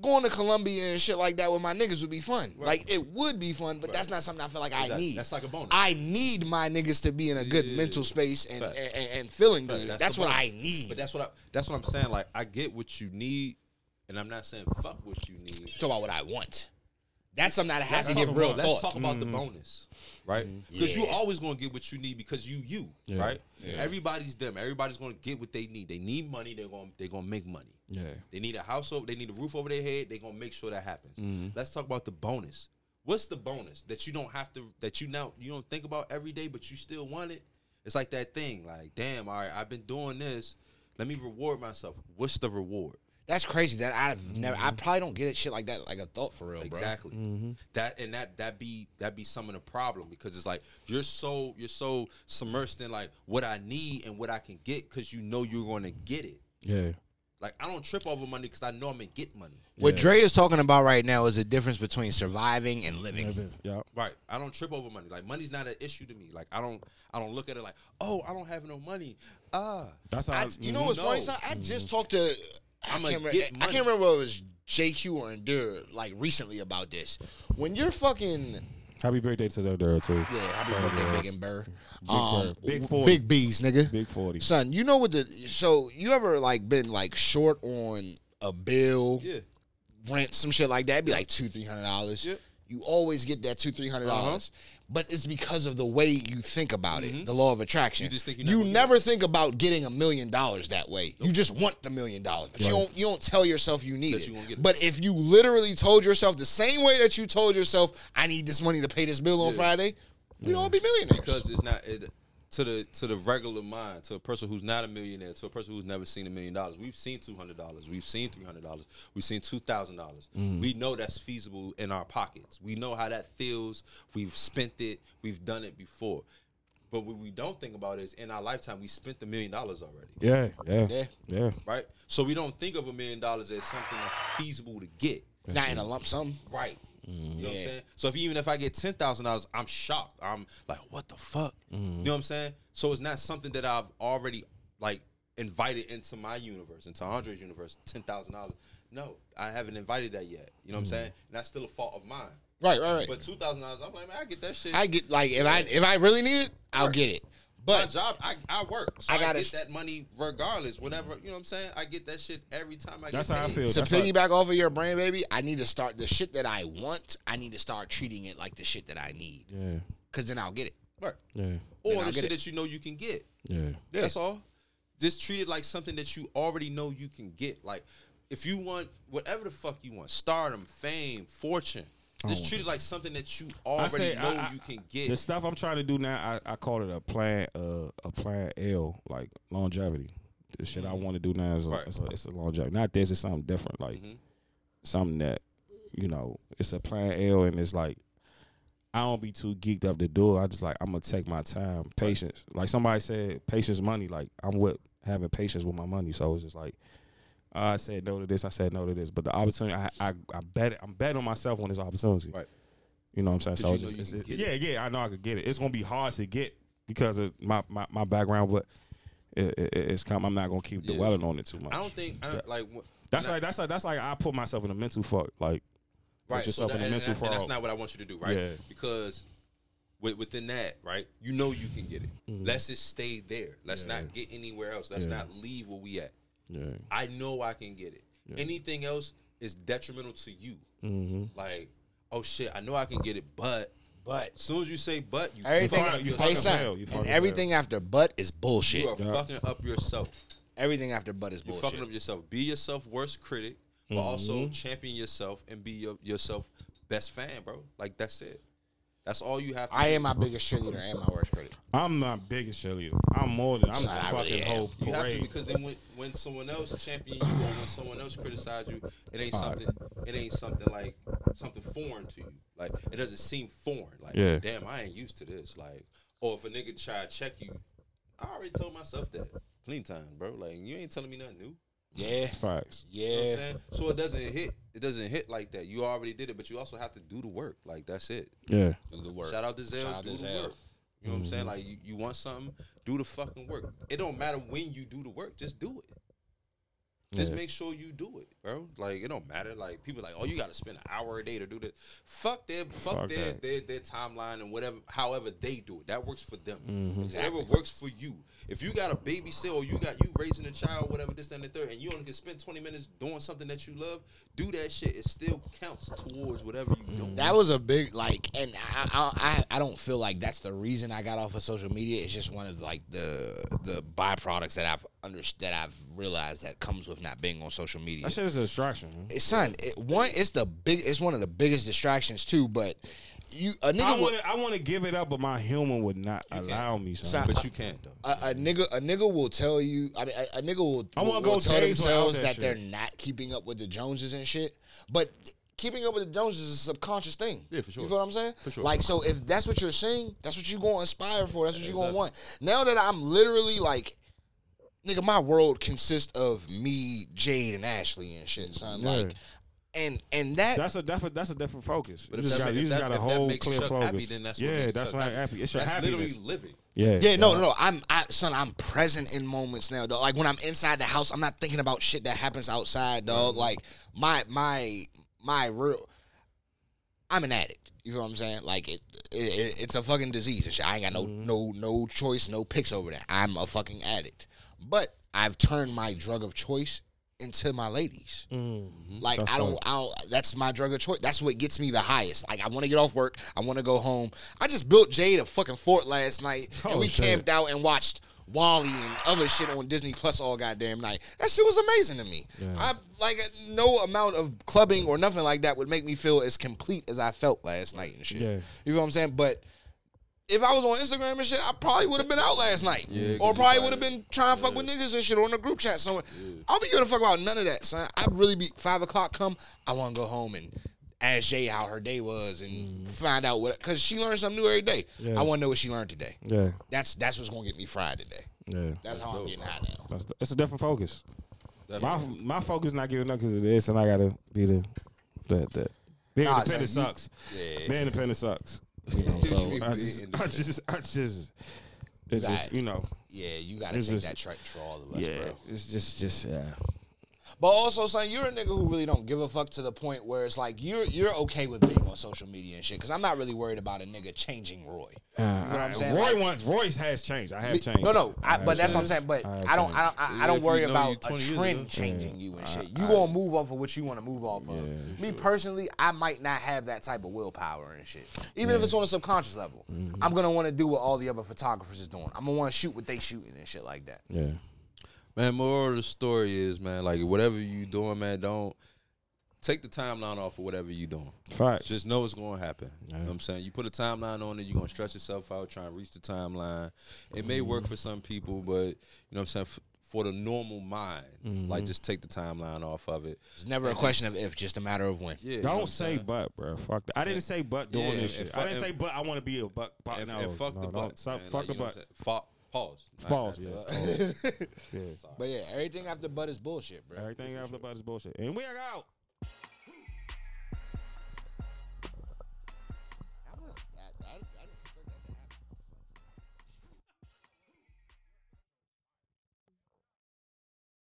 E: going to Colombia and shit like that with my niggas would be fun. Like it would be fun, but that's not something I feel like I
F: Exactly.
E: need.
F: That's like a bonus.
E: I need my niggas to be in a good
F: Yeah.
E: mental space and and,
F: Facts.
E: and, and feeling good.
F: That's
E: That's,
F: the
E: what
F: bonus.
E: I need.
F: But that's what I that's what I'm saying. Like I get what you need, and I'm not saying fuck what you need.
E: Talk about what I want. That's something that has to give
F: Let's talk
E: real
F: about- Let's
E: thought.
F: talk about the bonus, right? Because
E: Yeah.
F: you're always gonna get what you need because you you right. Everybody's them. Everybody's gonna get what they need. They need money. They're gonna they're gonna make money.
C: yeah.
F: They need a house over. They need a roof over their head. They're gonna make sure that happens. Let's talk about the bonus. What's the bonus that you don't have to that you now you don't think about every day, but you still want it? It's like that thing, like, damn, all right, I've been doing this. Let me reward myself. What's the reward?
E: That's crazy. That I've never. I probably don't get it. Shit like that. Like a thought for real, bro.
F: Mm-hmm. Exactly. That and that that be that be some of the problem because it's like you're so you're so submersed in like what I need and what I can get because you know you're going to get it.
C: Yeah.
F: Like I don't trip over money because I know I'm gonna get money.
E: What Dre is talking about right now is the difference between surviving and living.
C: Yeah.
F: Right. I don't trip over money. Like money's not an issue to me. Like I don't I don't look at it like oh I don't have no money. Ah.
C: That's how
E: I, you know what's funny?
F: No. Mm-hmm.
E: Son? I just talked to. I
F: I'ma
E: can't, remember,
F: get
E: I
F: money.
E: can't remember if it was JQ or Endure like recently about this. When you're fucking
C: Happy birthday to the girl too.
E: yeah, happy birthday, Big and Burr. Um,
C: Big
E: w-
C: 40.
E: big B's, nigga.
C: Big forty.
E: Son, you know what the so you ever like been like short on a bill,
F: Yeah.
E: rent, some shit like that? It'd be like two, three hundred dollars.
F: Yeah. Uh-huh.
E: You always get that two, three hundred dollars, but it's because of the way you think about it, the law of attraction. You,
F: Mm-hmm. just think you're not gonna get
E: never think about getting a million dollars that way. You just want the million dollars, but you don't. You don't tell yourself you need
F: That
E: it.
F: you gonna get it.
E: But if you literally told yourself the same way that you told yourself, "I need this money to pay this bill on
F: Yeah.
E: Friday," we'd all be millionaires.
F: because it's not it, to the to the regular mind, to a person who's not a millionaire, to a person who's never seen a million dollars. We've seen two hundred dollars, we've seen three hundred dollars, we've seen two thousand dollars. We know that's feasible in our pockets. We know how that feels. We've spent it. We've done it before. But what we don't think about is in our lifetime we spent the million dollars already,
C: Yeah. Yeah.
E: Yeah.
C: Yeah.
F: right? So we don't think of a million dollars as something that's feasible to get,
E: not in a lump sum.
F: right? You know what
E: Yeah.
F: I'm saying? So if even if I get ten thousand dollars, I'm shocked. I'm like, what the fuck?
E: Mm-hmm.
F: You know what I'm saying? So it's not something that I've already like invited into my universe, into Andre's universe, ten thousand dollars. No, I haven't invited that yet. You know what
E: Mm-hmm.
F: I'm saying? And that's still a fault of mine.
E: Right, right, right.
F: But two thousand dollars, I'm like, man, I get that shit.
E: I get like if I if I really need it, I'll get it.
F: my
E: But
F: job, I, I work. So
E: I
F: I,
E: gotta
F: get
E: sh-
F: that money regardless. Whatever, you know what I'm saying? I get that shit every time I
C: That's
F: get
C: how I
F: paid.
C: feel.
E: to
C: That's why-
E: piggyback off of your brain, baby, I need to start the shit that I want. I need to start treating it like the shit that I need,
C: Yeah.
E: because then I'll get it.
F: Right.
C: Yeah.
E: Then
F: Or
E: I'll
F: the
E: get
F: shit
E: it.
F: that you know you can get.
C: Yeah.
F: That's all. Just treat it like something that you already know you can get. Like if you want whatever the fuck you want, stardom, fame, fortune. Just treat it like something that you already
C: say
F: know
C: I- I-
F: you can
C: The
F: get.
C: stuff I'm trying to do now, I, I call it a plan, uh, a plan L, like longevity. The shit I want to do now is a,
F: Mm-hmm. Right. Mm-hmm.
C: it's, a, it's a longevity. Not this, it's something different, like something that you know, it's a plan L, and it's like I don't be too geeked up to do it. I just like I'm gonna take my time, patience. Like somebody said, patience money. Like I'm with having patience with my money, so it's just like. uh, I said no to this. I said no to this. But the opportunity, I, I, I bet, I'm betting on myself on this opportunity.
F: Right.
C: You know what I'm saying? So
F: you
C: it's
F: know
C: just,
F: you
C: it's,
F: can
C: it-
F: get
C: yeah, yeah, I know I could get it. It's gonna be hard to get because of my my, my background, but it, it, it's come. I'm not gonna keep
F: Yeah.
C: dwelling on it too much.
F: I don't think I don't, like wh-
C: that's
F: and I-
C: like that's like that's like I put myself in a mental fuck. Like
F: right. So
C: yourself
F: that,
C: in a
F: and,
C: mental
F: and that's
C: fog.
F: not what I want you to do, right?
C: Yeah.
F: Because with, within that, right, you know you can get it.
C: Mm-hmm.
F: Let's just stay there. Let's not get anywhere else. Let's not leave where we at.
C: yeah,
F: I know I can get it. Anything else is detrimental to you. Like, oh shit, I know I can get it, but
E: But
F: as soon as you say but, you
E: everything,
F: fucking up
C: you
F: yourself.
C: fucking
E: hey, son,
C: fail, you
E: and
C: fucking
E: everything after but is bullshit.
F: You are fucking up yourself.
E: Everything after but is
F: You're
E: bullshit.
F: fucking up yourself. Be yourself worst critic, but also champion yourself and be your, yourself best fan, bro. Like that's it. That's all you have. To
E: I
F: do.
E: am my biggest cheerleader and my worst critic.
C: I'm not biggest cheerleader. I'm more than I'm
E: Son,
C: the
E: I
C: fucking
E: really am.
C: whole
F: You have
C: parade.
F: to because then when, when someone else champion you or when someone else criticize you, it ain't something. It ain't something like something foreign to you. Like it doesn't seem foreign. Like
C: Yeah.
F: damn, I ain't used to this. Like or if a nigga try to check you, I already told myself that plenty times, bro. Like you ain't telling me nothing new.
E: Yeah,
C: Facts.
F: You know what
E: yeah.
F: I'm saying? So it doesn't hit. It doesn't hit like that. You already did it, but you also have to do the work. Like that's it.
C: Yeah.
E: Do the work.
F: Shout out to Zell.
E: Shout out
F: do
E: to Mm-hmm.
F: the
E: Zell.
F: work. You know what I'm saying? Like you, you want something, do the fucking work. It don't matter when you do the work, just do it. Just
C: Yeah.
F: make sure you do it, bro. Like it don't matter. Like people like, oh, you gotta spend an hour a day to do this. Fuck their fuck,
C: Fuck
F: their,
C: that.
F: their their timeline and whatever however they do it. That works for them.
E: Exactly.
F: Whatever works for you. If you got a babysit or you got you raising a child, whatever this, that, and the third, and you only can spend twenty minutes doing something that you love, do that shit. It still counts towards whatever you do.
E: That was a big like, and I, I I I don't feel like that's the reason I got off of social media. It's just one of like the the byproducts that I've under that I've realized that comes with not being on social media.
C: That shit is a distraction. man.
E: Eh, Son, it, one it's the big it's one of the biggest distractions too. But you a
C: I
E: nigga will,
C: want to I want to give it up, but my human would not allow me. Son.
E: Son,
F: But you can't though.
E: a, a nigga a nigga will tell you I mean a, a nigga will,
C: I wanna
E: will,
C: go
E: tell
C: days without
E: themselves
C: that
E: that, they're
C: shit.
E: not keeping up with the Joneses and shit. But keeping up with the Joneses is a subconscious thing.
F: Yeah, for sure.
E: You feel what I'm saying? For
F: sure.
E: Like so if that's what you're seeing, that's what you gonna aspire for, that's what you're gonna want. Now that I'm literally like Nigga, my world consists of me, Jade, and Ashley and shit, son. Like, and and that
C: That's a that's a, that's a different focus.
F: But
C: you
F: if
C: just
F: that,
C: got,
F: if
C: you just
F: that-
C: got a
F: if that
C: whole
F: makes
C: clear
F: Chuck
C: focus.
F: happy, then that's what
C: yeah,
F: makes
C: that's
F: Chuck
C: why I'm happy. It's your
F: that's
C: happiness.
F: literally living.
C: Yeah,
E: Yeah, no, no, I'm, I, son, I'm present in moments now, dog. Like when I'm inside the house, I'm not thinking about shit that happens outside, dog. Like my, my, my real, I'm an addict. You know what I'm saying? Like it, it, it- it's a fucking disease. And shit. I ain't got no, no, no choice, no picks over that. I'm a fucking addict. But I've turned my drug of choice into my ladies. Like I don't, I don't. That's my drug of choice. That's what gets me the highest. Like I want to get off work. I want to go home. I just built Jade a fucking fort last night, and
C: Oh,
E: we
C: shit.
E: camped out and watched Wally and other shit on Disney Plus all goddamn night. That shit was amazing to me. I like no amount of clubbing or nothing like that would make me feel as complete as I felt last night and shit.
C: Yeah.
E: You know what I'm saying? But if I was on Instagram and shit, I probably would have been out last night. or
F: Yeah, get
E: probably
F: invited.
E: would have been trying to fuck with niggas and shit or in a group chat somewhere. I don't be giving a fuck about none of that, son. I'd really be five o'clock come, I wanna go home and ask Jay how her day was and find out what cause she learned something new every day.
C: Mm. Yeah.
E: I wanna know what she learned today.
C: yeah,
E: That's that's what's gonna get me fried today.
C: yeah.
E: That's, how I'm getting high now.
C: That's it's a different focus. My my focus not giving up because of this, and I gotta be the the, the being
E: Nah,
C: independent
E: son, you-
C: sucks. Being independent sucks. You know, so I just I just I just it's
E: Right.
C: just you know
E: Yeah, you gotta
C: It's
E: take
C: just-
E: that track for all of us,
C: yeah
E: bro.
C: it's just just yeah
E: But also, son, you're a nigga who really don't give a fuck to the point where it's like you're you're okay with being on social media and shit. Cause I'm not really worried about a nigga changing Roy.
C: Uh,
E: what I'm
C: I-
E: saying?
C: Roy
E: Like-
C: wants Roy's has changed. I have
E: Me-
C: changed.
E: No, no, I,
C: have
E: but that's what I'm
C: changed.
E: saying. But
C: have
E: I don't, I
C: changed.
E: don't, I, I
F: If
E: don't
F: you
E: worry
F: know you
E: about a
F: 20 years ago.
E: trend changing you and shit. You gonna move off of what you want to move off of. Me personally, I might not have that type of willpower and shit. Even if it's on a subconscious level, I'm gonna want to do what all the other photographers is doing. I'm gonna want to shoot what they shooting and shit like that.
C: Yeah.
F: Man, moral of the story is, man, like whatever you doing, man, don't take the timeline off of whatever you doing.
C: Facts.
F: Just know it's going to happen. You know what I'm saying? You put a timeline on it, you're going to stretch yourself out, try and reach the timeline. It may work for some people, but you know what I'm saying? F- for the normal mind,
C: Mm-hmm.
F: like just take the timeline off of it.
E: It's never a question of if, just a matter of when.
F: Yeah. you know what I'm
C: don't say
F: saying?
C: but, bro. Fuck that. I didn't say but doing
F: Yeah,
C: this
F: and
C: shit.
F: fuck-
C: I didn't say
F: and-
C: but. I want to be a buck. buck
F: And,
C: no,
F: and fuck
C: no,
F: the
C: don't.
F: butt.
C: Stop,
F: man.
C: fuck
F: Like,
C: the
F: you know
C: butt.
F: what I'm saying? Fa- pause. Not-
C: False.
F: not-
C: Yeah.
E: But yeah, everything after but is bullshit, bro.
C: Everything after the butt is bullshit. And we are out.